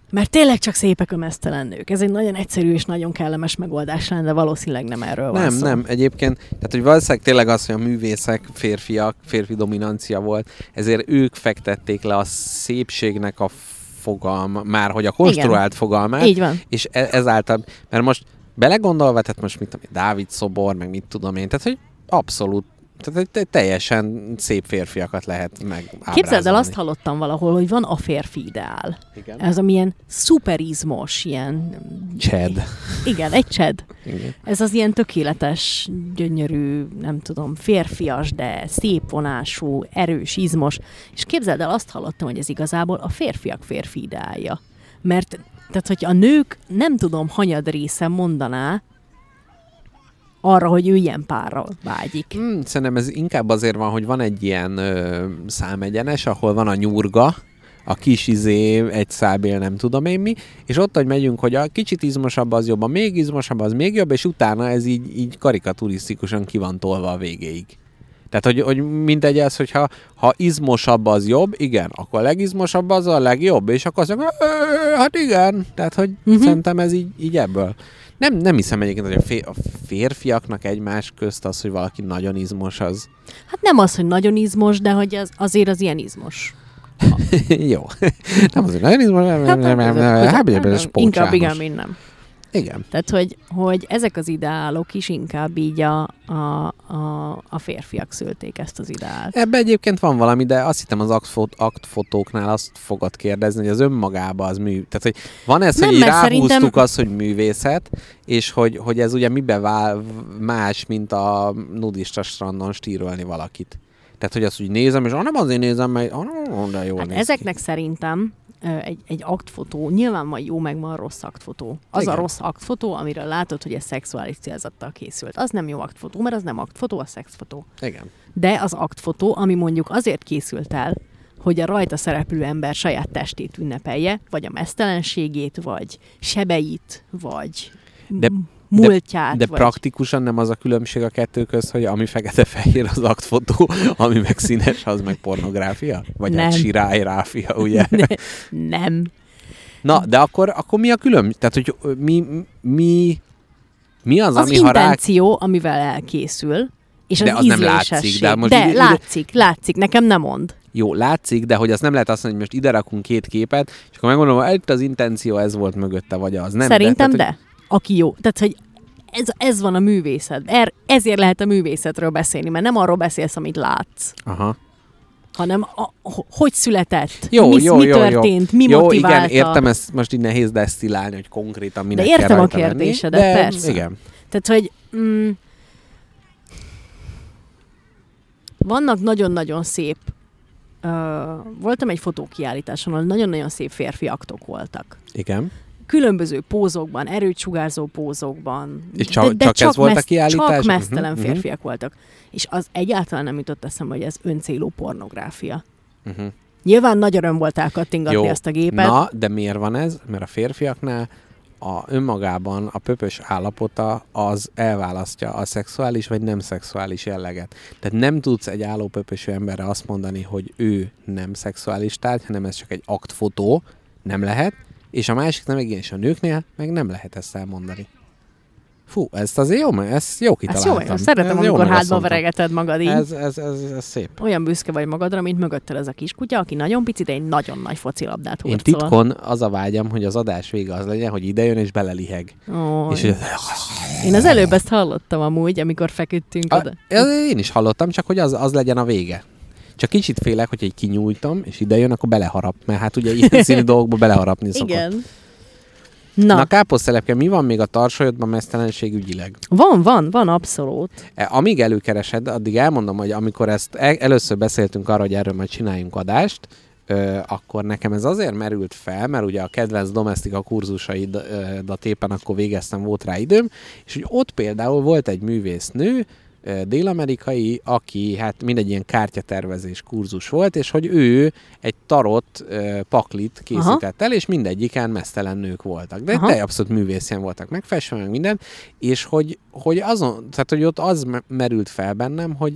mert tényleg csak szépek a mesztelen nők. Ez egy nagyon egyszerű és nagyon kellemes megoldás lenne, de valószínűleg nem erről van Nem, szó. nem, egyébként, tehát hogy valószínűleg tényleg az, hogy a művészek férfiak, férfi dominancia volt, ezért ők fektették le a szépségnek a fogalma, már hogy a konstruált Igen. fogalmát, Így van. és e- ezáltal, mert most belegondolva, tehát most mit tudom, én, Dávid szobor, meg mit tudom én, tehát hogy abszolút, tehát egy- egy teljesen szép férfiakat lehet meg Képzeld el, azt hallottam valahol, hogy van a férfi ideál. Igen. Ez amilyen szuperizmos, ilyen... Csed. Igen, egy csed. Igen. Ez az ilyen tökéletes, gyönyörű, nem tudom, férfias, de szép vonású, erős, izmos. És képzeld el, azt hallottam, hogy ez igazából a férfiak férfi ideálja. Mert, tehát, hogy a nők nem tudom, hanyad része mondaná arra, hogy ő ilyen párra vágyik. Hmm, szerintem ez inkább azért van, hogy van egy ilyen ö, számegyenes, ahol van a nyurga, a kis izé, egy szábél, nem tudom én mi, és ott, hogy megyünk, hogy a kicsit izmosabb az jobb, a még izmosabb az még jobb, és utána ez így, így karikaturisztikusan ki van tolva a végéig. Tehát, hogy, hogy mindegy az, hogyha ha izmosabb az jobb, igen, akkor a legizmosabb az a legjobb, és akkor azt mondja, "Ö, hát igen. Tehát, hogy Mhm. uh-huh. szerintem ez így, így ebből. Nem, nem hiszem egyébként, hogy a, fé- a férfiaknak egymás közt az, hogy valaki nagyon izmos, az Hát nem az, hogy nagyon izmos, de hogy az, azért az ilyen izmos. jó. nem az, hogy nagyon izmos, nem, nem, nem, nem, nem, hát egyébként ez Inkább igen, pócsános. mint nem. Igen. Tehát, hogy, hogy ezek az ideálok is inkább így a, a, a, a férfiak szülték ezt az ideált. Ebbe egyébként van valami, de azt hittem az aktfot- aktfotóknál azt fogod kérdezni, hogy az önmagába az mű... Tehát, hogy van ez, Nem, hogy így mert ráhúztuk szerintem- azt, hogy művészet, és hogy, hogy ez ugye mibe vál más, mint a nudista strandon stírolni valakit. Tehát, hogy azt úgy nézem, és ah, nem azért nézem, mert ah, no, de jól Hát néz ki. ezeknek szerintem ö, egy, egy aktfotó, nyilván van jó, meg van rossz aktfotó. Az Igen. Igen. a rossz aktfotó, amiről látod, hogy ez szexuális célzattal készült. Az nem jó aktfotó, mert az nem aktfotó, az szexfotó. Igen. De az aktfotó, ami mondjuk azért készült el, hogy a rajta szereplő ember saját testét ünnepelje, vagy a mesztelenségét, vagy sebeit, vagy De- m- múltját. De vagy... praktikusan nem az a különbség a kettő köz, hogy ami fekete-fehér az aktfotó, ami meg színes, az meg pornográfia? Vagy nem. Nem. hát sirályráfia, ugye? Nem. Na, de akkor, akkor mi a különbség? Tehát, hogy ö, mi, mi, mi az, Az ami ha rá... intenció, amivel elkészül, és az De az nem ízlésesség. látszik, de most de így- így- látszik, látszik, nekem nem mond. Jó, látszik, de hogy azt nem lehet azt mondani, hogy most ide rakunk két képet, és akkor megmondom, hogy itt az intenció ez volt mögötte, vagy az. Nem, Szerintem de, de. Tehát, aki jó. Tehát, hogy ez, ez van a művészet. Er, ezért lehet a művészetről beszélni, mert nem arról beszélsz, amit látsz, hogy- Aha. hanem a, ho- hogy született, Jó, mi, jó, mi jó, történt, jó. mi jó, motiválta. igen, értem, ezt most így nehéz desztillálni, hogy konkrétan minek De értem kell a rajta lenni, kérdésedet, de, persze. Igen. Tehát, hogy mm, vannak nagyon-nagyon szép, ö, voltam egy fotókiállításon, ahol nagyon-nagyon szép férfi aktok voltak. Igen. Különböző pózokban, erőcsugárzó pózokban. És csak- csak ez volt a meszt- kiállítás? Csak mesztelen Mhm, mhm. férfiak voltak. És az egyáltalán nem jutott eszembe, hogy ez öncélú pornográfia. Uh-huh. Nyilván nagy öröm volt elkattingatni Jó. azt a gépet. Na, de miért van ez? Mert a férfiaknál a önmagában a pöpös állapota az elválasztja a szexuális vagy nem szexuális jelleget. Tehát nem tudsz egy álló pöpösű emberre azt mondani, hogy ő nem szexuális tárgy, hanem ez csak egy aktfotó, nem lehet, és a másiknál meg igen, és a nőknél meg nem lehet ezt elmondani. Fú, ezt azért jó, mert ezt jó Ezt jó, kitaláltam. én szeretem, Ez jó amikor hátba megasztaltam. veregeted magad így. Ez, ez, ez, ez szép. Olyan büszke vagy magadra, mint mögötted ez a kiskutya, aki nagyon pici, de egy nagyon nagy focilabdát Én hurcol. titkon az a vágyam, hogy az adás vége az legyen, hogy idejön és beleliheg. szóval- Ó, És hogy Én az előbb ezt hallottam amúgy, amikor feküdtünk A, oda. ez- én is hallottam, csak hogy az, az legyen a vége. Csak kicsit félek, hogy egy kinyújtom, és ide jön, akkor beleharap. Mert hát ugye ilyen színű dolgokba beleharapni szokott. Igen. Na, Na, Na káposztelepke, mi van még a tarsolyodban mesztelenség ügyileg? van, van, van, abszolút. E, Amíg előkeresed, addig elmondom, hogy amikor ezt el, először beszéltünk arra, hogy erről majd csináljunk adást, ö, akkor nekem ez azért merült fel, mert ugye a kedvenc domestika kurzusaidat éppen akkor végeztem, volt rá időm, és hogy ott például volt egy művésznő, ö, dél-amerikai, aki hát mindegy ilyen kártyatervezés kurzus volt, és hogy ő egy tarot ö, paklit készített el, és mindegyiken mesztelen nők voltak. De Aha. te abszolút művészén voltak megfestve, meg minden, és hogy, hogy azon, tehát hogy ott az me- merült fel bennem, hogy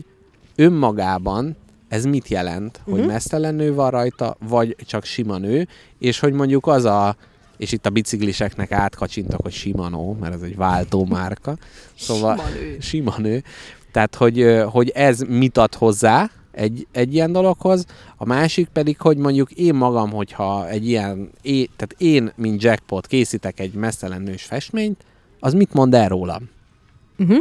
önmagában ez mit jelent, hogy Mhm. mesztelen nő van rajta, vagy csak sima nő, és hogy mondjuk az a, és itt a bicikliseknek átkacsintok, hogy Shimano, mert ez egy váltó márka, Szóval- Sima nő. sima nő, tehát hogy, ö, hogy ez mit ad hozzá, egy, egy ilyen dologhoz, a másik pedig, hogy mondjuk én magam, hogyha egy ilyen, é, tehát én, mint jackpot készítek egy mesztelen nős festményt, az mit mond el rólam? Uh-huh.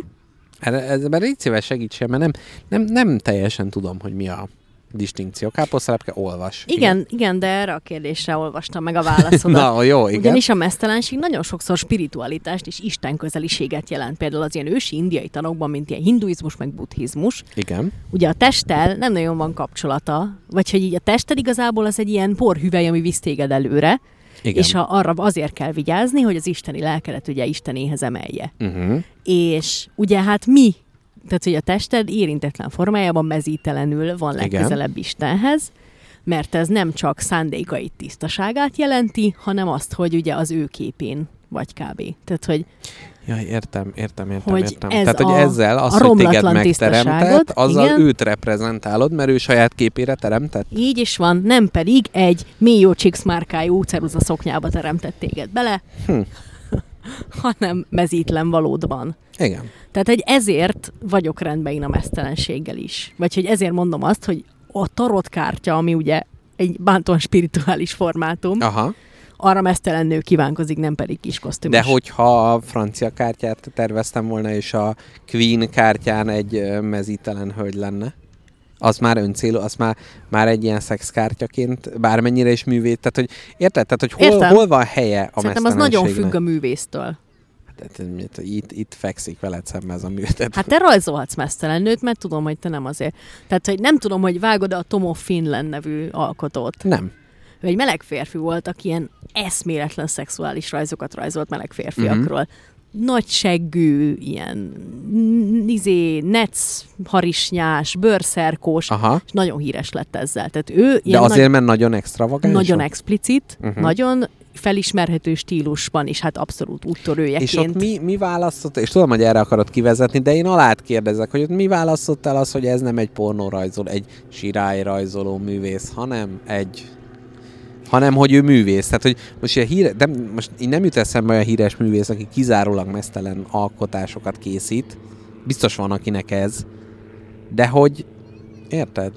Hát Ebben légy szíves segítsen, mert nem, nem, nem teljesen tudom, hogy mi a distinkció. Káposztelepke, olvas. Igen, igen, de erre a kérdésre olvastam meg a válaszodat. Na, jó, igen. Ugyanis a mesztelenség nagyon sokszor spiritualitást és Isten közeliséget jelent. Például az ilyen ősi indiai tanokban, mint ilyen hinduizmus, meg buddhizmus. Igen. Ugye a testtel nem nagyon van kapcsolata, vagy hogy így a tested igazából az egy ilyen porhüvely, ami visz téged előre, Igen. és a, arra azért kell vigyázni, hogy az isteni lelkedet ugye Istenéhez emelje. Uh-huh. És ugye hát mi, tehát hogy a tested érintetlen formájában mezítelenül van Igen. legközelebb Istenhez, mert ez nem csak szándékait tisztaságát jelenti, hanem azt, hogy ugye az ő képén vagy kb. Tehát, hogy Ja, értem, értem, értem, Hogy értem. ez Tehát, hogy a- ezzel az, a hogy téged romlatlan megteremtett, tisztaságod, azzal igen. őt reprezentálod, mert ő saját képére teremtett. így is van, nem pedig egy Mio Chicks márkájú ceruza szoknyába teremtett téged bele, Hm. hanem mezítlen valódban. Igen. Tehát egy ezért vagyok rendben én a mesztelenséggel is. Vagy hogy ezért mondom azt, hogy a tarotkártya, ami ugye egy bántóan spirituális formátum, Aha. arra mesztelen nő kívánkozik, nem pedig kis kosztümös. De hogyha a francia kártyát terveztem volna, és a Queen kártyán egy ö, mezítelen hölgy lenne, az már öncélú, az már, már egy ilyen szexkártyaként, bármennyire is művét, tehát hogy érted? Tehát, hogy hol, Értem. hol van helye a Szerintem az nagyon függ a mesztelenségnek? művésztől. Tehát, mit- Itt, itt fekszik veled szemben ez a mű. Tehát, Hát te rajzolhatsz mesztelen nőt, mert tudom, hogy te nem azért. Tehát, hogy nem tudom, hogy vágod a Tomo Finland nevű alkotót. nem. Ő egy meleg férfi volt, aki ilyen eszméletlen szexuális rajzokat rajzolt meleg férfiakról. Mhm. Nagy seggű, ilyen n- izé, nec harisnyás, bőrszerkós, Aha. és nagyon híres lett ezzel. Tehát ő Ah. De ilyen nagy- azért, mert nagyon extravagáns. nagyon volt? explicit, Mhm. uh-huh. nagyon felismerhető stílusban, és hát abszolút úttörőjeként. És ott mi, mi választott, és tudom, hogy erre akarod kivezetni, de én alát kérdezek, hogy ott mi választott el az, hogy ez nem egy pornórajzoló, egy sirályrajzoló művész, hanem egy hanem hogy ő művész. Tehát, hogy most, ilyen híre, nem, most így nem jut eszembe olyan híres művész, aki kizárólag mesztelen alkotásokat készít. Biztos van, akinek ez. De hogy, érted?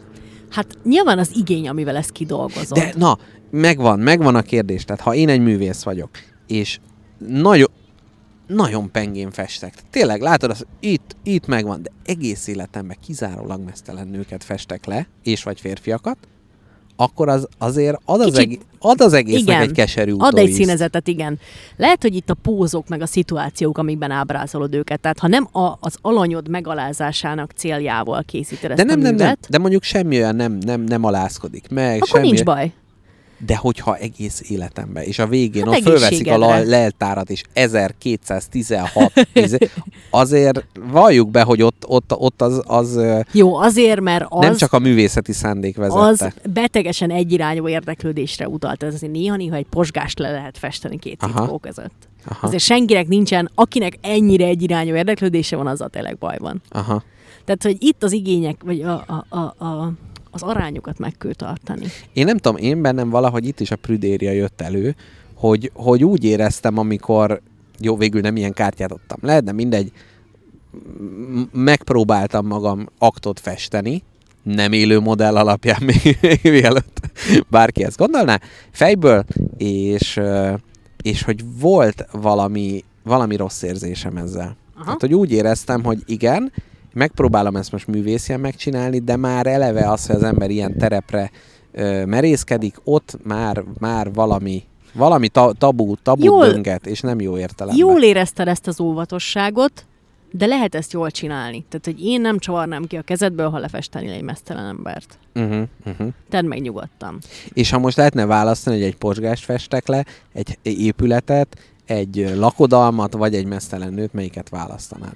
Hát nyilván az igény, amivel ezt kidolgozod. De na, megvan, megvan a kérdés. Tehát ha én egy művész vagyok, és nagyon, nagyon pengén festek. Tehát Tényleg, látod, az, itt, itt megvan, de egész életemben kizárólag mesztelen nőket festek le, és vagy férfiakat, akkor az azért ad az, Kicsit- egész, ad az egésznek igen. egy keserű Ad egy utóízt. színezetet, igen. Lehet, hogy itt a pózok, meg a szituációk, amikben ábrázolod őket. Tehát ha nem a, az alanyod megalázásának céljából készíted ezt De nem, a nem, nem, művet, de mondjuk semmi olyan nem, nem, nem alázkodik meg, akkor semmi. nincs baj. De hogyha egész életemben, és a végén Hát ott fölveszik a la- egészségedre. leltárat, és 1216, izé, azért valljuk be, hogy ott, ott, ott az, az, ö, Jó, azért, mert az, nem csak a művészeti szándék vezette. az betegesen egyirányú érdeklődésre utalt. Ez azért néha-néha egy posgást le lehet festeni két Aha. titkó között. Aha, Azért senkinek nincsen, akinek ennyire egyirányú érdeklődése van, azzal tényleg baj van. aha. Tehát, hogy itt az igények, vagy a, a, a, a, az arányokat meg kell tartani. Én nem tudom, én bennem valahogy itt is a prüdéria jött elő, hogy, hogy úgy éreztem, amikor, jó, végül nem ilyen kártyát adtam le, de mindegy, m- megpróbáltam magam aktot festeni, nem élő modell alapján még mielőtt bárki ezt gondolná, fejből, és, ö, és hogy volt valami, valami rossz érzésem ezzel. Aha. Tehát, hogy úgy éreztem, hogy igen, megpróbálom ezt most művészien megcsinálni, de már eleve az, hogy az ember ilyen terepre ö, merészkedik, ott már, már valami, valami ta, tabú, tabú Jól- dönget, és nem jó értelemben. Jól érezted ezt az óvatosságot, de lehet ezt jól csinálni. Tehát, hogy én nem csavarnám ki a kezedből, ha lefesteni egy mesztelen embert. Uh-huh, uh-huh. Tedd meg nyugodtan. És ha most lehetne választani, hogy egy pozsgást festek le, egy épületet, egy ö, lakodalmat, vagy egy mesztelen nőt, melyiket választanád?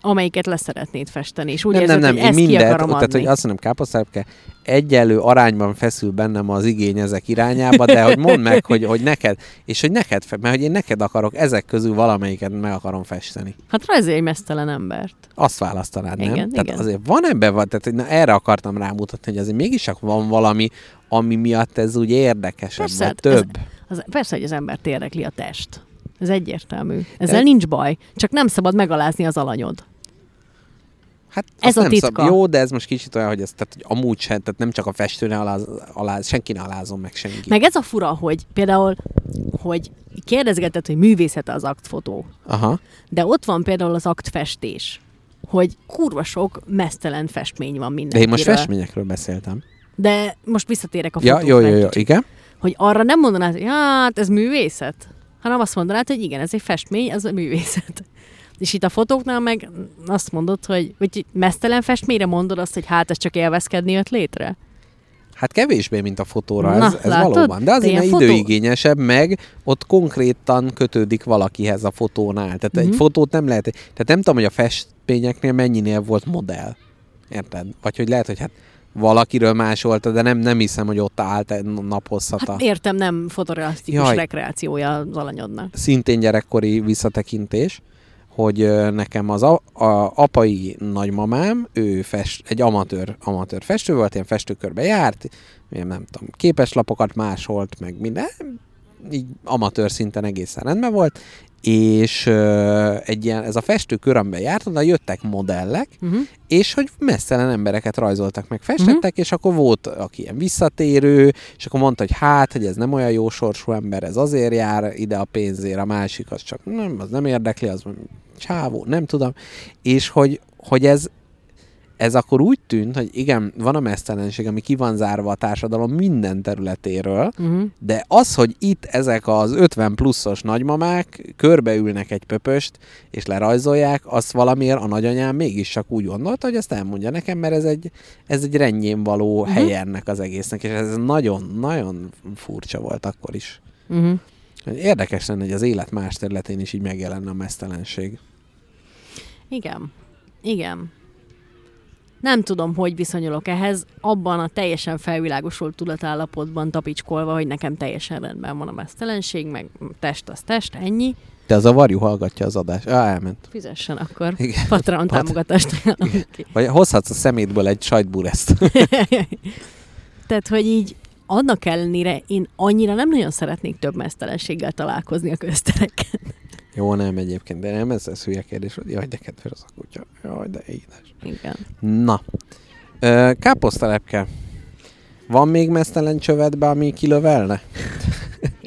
Amelyiket leszeretnéd festeni, és úgy nem, érzed, nem, hogy nem, én ezt ki mindet, akarom tehát adni. hogy azt mondom, káposztelepke, egyelő arányban feszül bennem az igény ezek irányába, de hogy mondd meg, hogy, hogy neked, és hogy neked, fe- mert hogy én neked akarok, ezek közül valamelyiket meg akarom festeni. Hát rajzolj egy mesztelen embert. Azt választanád, nem? Igen, tehát igen. azért van ebben, van- tehát hogy na, erre akartam rámutatni, hogy azért mégis csak van valami, ami miatt ez úgy érdekesebb, Persze, vagy hát ez- több. Az, persze, hogy az embert érdekli a test. Ez egyértelmű. Ezzel De- nincs baj. Csak nem szabad megalázni az alanyod. Hát Ez azt a nem titka. Szab, jó, de ez most kicsit olyan, hogy ez, tehát, hogy amúgy sem, tehát nem csak a festőne aláz, aláz senki ne alázom meg senki. Meg ez a fura, hogy például, hogy kérdezgetett, hogy művészet az aktfotó. Aha. De ott van például az aktfestés, hogy kurva sok mesztelen festmény van De mindenkiről. én most festményekről beszéltem. De most visszatérek a Ja, fotókra. jó, jó, egy jó, kicsit. igen. Hogy arra nem mondanád, hogy "Ja, hát ez művészet, hanem azt mondanád, hogy igen, ez egy festmény, ez a művészet. És itt a fotóknál meg azt mondod, hogy, hogy mesztelen festményre mondod azt, hogy hát ez csak élvezkedni jött létre. Hát kevésbé, mint a fotóra, Na, ez, ez látod? valóban. De De azért ilyen mert fotó- időigényesebb, meg ott konkrétan kötődik valakihez a fotónál. Tehát Mhm. mm-hmm. egy fotót nem lehet, tehát nem tudom, hogy a festményeknél mennyinél volt modell. Érted? Vagy hogy lehet, hogy hát valakiről másolta, de nem, nem hiszem, hogy ott állt egy naphosszata. Hát értem, nem fotorealisztikus Jaj. rekreációja az alanyodnak. szintén gyerekkori visszatekintés, hogy ö, nekem az a, a apai nagymamám, ő fest, egy amatőr, amatőr festő volt, ilyen festőkörbe járt, én nem tudom, képeslapokat másolt, meg minden, így amatőr szinten egészen rendben volt, és ö, egy ilyen, ez a festőkör, amiben járt, onnan jöttek modellek, Uh-huh. és hogy messzelen embereket rajzoltak meg, festettek, uh-huh. és akkor volt, aki ilyen visszatérő, és akkor mondta, hogy hát, hogy ez nem olyan jó sorsú ember, ez azért jár ide a pénzért, a másik az csak nem, az nem érdekli, az csávó, nem tudom, és hogy, hogy ez, ez akkor úgy tűnt, hogy igen, van a mesztelenség, ami ki van zárva a társadalom minden területéről, Uh-huh. de az, hogy itt ezek az 50 pluszos nagymamák körbeülnek egy pöpöst, és lerajzolják, azt valamiért a nagyanyám mégiscsak úgy gondolta, hogy ezt elmondja nekem, mert ez egy, ez egy rendjén való uh-huh. hely ennek az egésznek, és ez nagyon-nagyon furcsa volt akkor is. Uh-huh. Érdekes lenne, hogy az élet más területén is így megjelenne a mesztelenség. Igen. Igen. Nem tudom, hogy viszonyulok ehhez, abban a teljesen felvilágosult tudatállapotban tapicskolva, hogy nekem teljesen rendben van a mesztelenség, meg test az test, ennyi. De az a varjú hallgatja az adást. Á, elment. Fizessen akkor Igen. Patreon támogatást. Vagy hozhatsz a szemétből egy sajtbureszt. Tehát, hogy így annak ellenére én annyira nem nagyon szeretnék több mesztelenséggel találkozni a köztereken. Jó, nem egyébként, de nem, ez, ez hülye kérdés, hogy jaj, de kedves az a kutya. Jaj, de édes. Igen. Na, Ö, káposztalepke. Van még mesztelen csövetbe, ami kilövelne?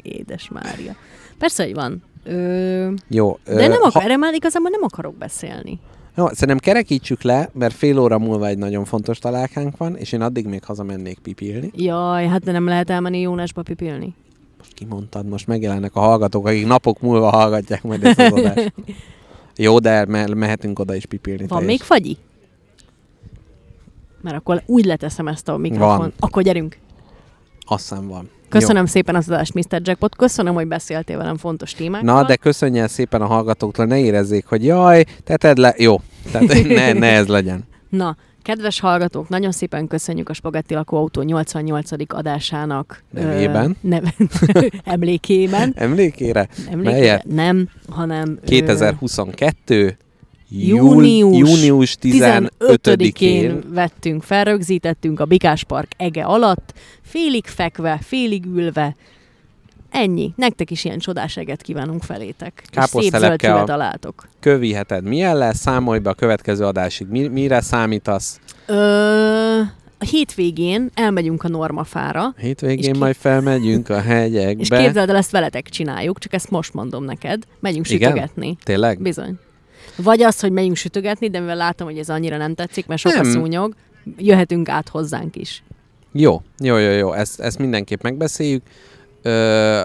Édes Mária. Persze, hogy van. Ö, Jó. de nem akar, ha, erre már igazából nem akarok beszélni. jó, szerintem kerekítsük le, mert fél óra múlva egy nagyon fontos találkánk van, és én addig még hazamennék pipilni. Jaj, hát de nem lehet elmenni Jónásba pipilni. Most kimondtad, most megjelennek a hallgatók, akik napok múlva hallgatják majd ezt az adást. Jó, de me- mehetünk oda is pipilni. Van te még is. fagyi? Mert akkor úgy leteszem ezt a mikrofon. Van. Akkor gyerünk. Azt hiszem van. Jó. Köszönöm szépen az adást, Mr. Jackpot. Köszönöm, hogy beszéltél velem fontos témákról. Na, de köszönj el szépen a hallgatóktól, ne érezzék, hogy jaj, teted le... Jó, tehát ne, ne ez legyen. Na, kedves hallgatók, nagyon szépen köszönjük a Spagetti Lakóautó 88. adásának ö, Nevében. neve, emlékében. Emlékére? Emlékében? Melyet? Nem, hanem ö, 2022. Június június 15-én. 15-én vettünk fel, rögzítettünk a Bikás Park ege alatt, félig fekve, félig ülve. Ennyi. Nektek is ilyen csodás eget kívánunk felétek. És szép Káposztelepke zöld füvet a- alátok. Köviheted milyen lesz? Számolj be a következő adásig. Mi, mire számítasz? Ö, a hétvégén elmegyünk a Normafára, És Hétvégén ki- majd felmegyünk a hegyekbe. és képzeld el, ezt veletek csináljuk, csak ezt most mondom neked. Megyünk Igen? sütögetni. Tényleg? Bizony. Vagy az, hogy megyünk sütögetni, de mivel látom, hogy ez annyira nem tetszik, mert sok a Nem. szúnyog, jöhetünk át hozzánk is. Jó, jó, jó, jó. Ezt, ezt mindenképp megbeszéljük. Ö,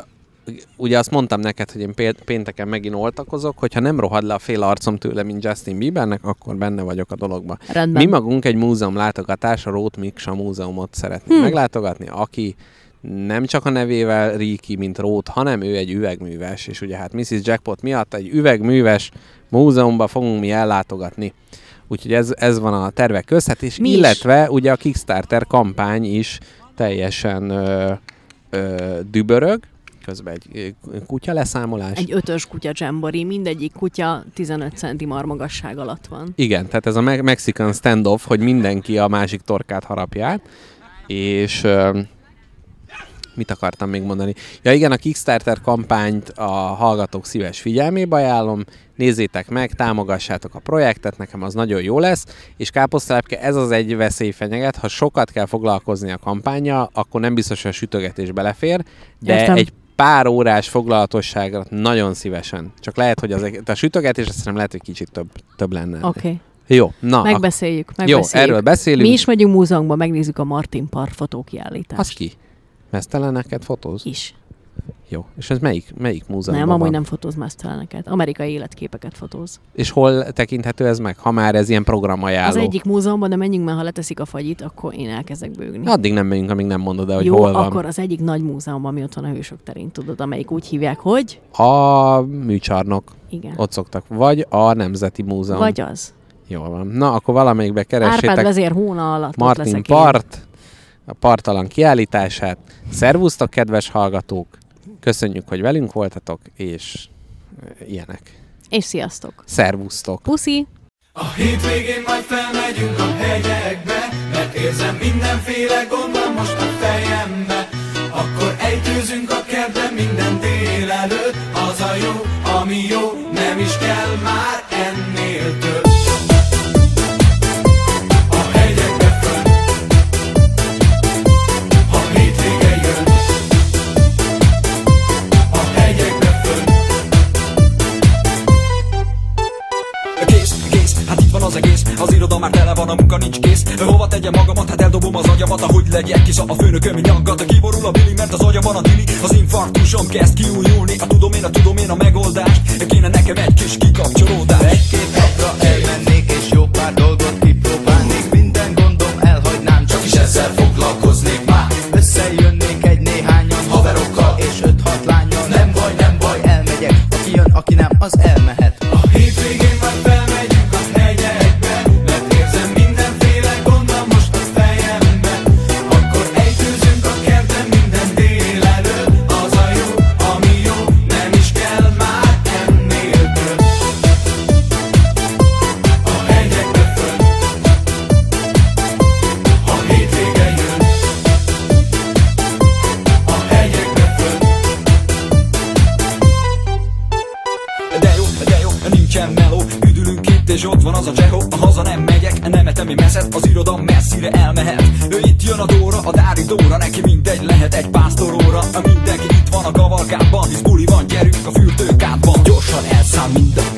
ugye azt mondtam neked, hogy én pé- pénteken megint oltakozok, hogyha nem rohad le a fél arcom tőle, mint Justin Biebernek, akkor benne vagyok a dologba. Rendben. Mi magunk egy múzeum látogatás, a Rót Miksa múzeumot Hm. szeretnénk meglátogatni, aki nem csak a nevével ríki, mint Rót, hanem ő egy üvegműves, és ugye hát Mrs. Jackpot miatt egy üvegműves múzeumba fogunk mi ellátogatni. Úgyhogy ez, ez van a tervek között, és Mi mi is. illetve is? ugye a Kickstarter kampány is teljesen ö, ö, dübörög, közben egy ö, kutya leszámolás. Egy ötös kutya dzsembori, mindegyik kutya 15 centi marmagasság alatt van. Igen, tehát ez a me- Mexican standoff, hogy mindenki a másik torkát harapja át, és ö, mit akartam még mondani? Ja igen, a Kickstarter kampányt a hallgatók szíves figyelmébe ajánlom, nézzétek meg, támogassátok a projektet, nekem az nagyon jó lesz, és káposztelepke ez az egy veszély fenyeget, ha sokat kell foglalkozni a kampánya, akkor nem biztos, hogy a sütögetés belefér, de Értem. egy pár órás foglalatosságra nagyon szívesen. Csak lehet, hogy az, a sütögetés azt nem lehet, hogy kicsit több, több lenne. Oké, okay. Jó, na, ak- megbeszéljük, Ah, jó, megbeszéljük. erről beszélünk. Mi is megyünk múzeumba, megnézzük a Martin Park fotókiállítást. Az ki? Meszteleneket fotóz? is. Jó. És ez melyik, melyik múzeumban Nem, amúgy van? nem fotóz meszteleneket. Amerikai életképeket fotóz. És hol tekinthető ez meg, ha már ez ilyen programajánló? Az egyik múzeumban, de menjünk, mert ha leteszik a fagyit, akkor én elkezdek bőgni. Addig nem megyünk, amíg nem mondod el, hogy Jó, hol van. akkor az egyik nagy múzeum, ami ott van a Hősök terén, tudod, amelyik úgy hívják, hogy? A műcsarnok. Igen. Ott szoktak. Vagy a Nemzeti Múzeum. Vagy az. Jól van. Na, akkor valamelyikbe Árpád keressétek vezér hóna alatt ott Martin leszek én. Part, a partalan kiállítását. Szervusztok, kedves hallgatók! Köszönjük, hogy velünk voltatok, és ilyenek. És sziasztok. Szervusztok! Puszi! A hétvégén majd felmegyünk a hegyekbe, mert érzem mindenféle gondom most a fejembe. Akkor egyőzünk a kertbe minden délelőtt, az a jó, ami jó, nem is kell már ennél több. A hegyekbe fönn, a hétvége jön. A hegyekbe fönn. Kész, kész, hát itt van az egész Az iroda már tele van, a munka nincs kész Hova tegyem magamat, hát eldobom az agyamat Ahogy legyek kis, a főnököm nyaggat Kiborul a bili, mert az agya van a dili Az infarktusom kezd kiújulni A tudom én, a tudom én a megoldást Kéne nekem egy kis kikapcsolódás Egy-két napra elmennék és jó pár dolgot kipróbálnék Minden gondom elhagynám, csak Csak is ezzel foglalkoznék már összejönnék egy néhányan Haverokkal. És öt-hat lányon Nem baj, nem baj elmegyek Aki jön, aki nem, az elmehet A hétvégén már felmegyünk a hegyekbe Mert érzem mindenféle gondom most a fejembe Akkor egyőzünk a kertben minden délelőtt Az a jó, ami jó, nem is kell már ennél több A hegyekbe fönn A hétvége jön A hegyekbe fönn De jó, de jó, nincsen meló Üdülünk itt és ott van az a csehó A haza nem megyek, nem etem mi messzet Az iroda messzire elmehet Ő itt jön a Dóra, a Dári Dóra Neki mindegy lehet egy pásztoróra A mindenki itt van a kavalkában Hisz buli van, gyerünk a fürdőkádban Gyorsan elszáll mind a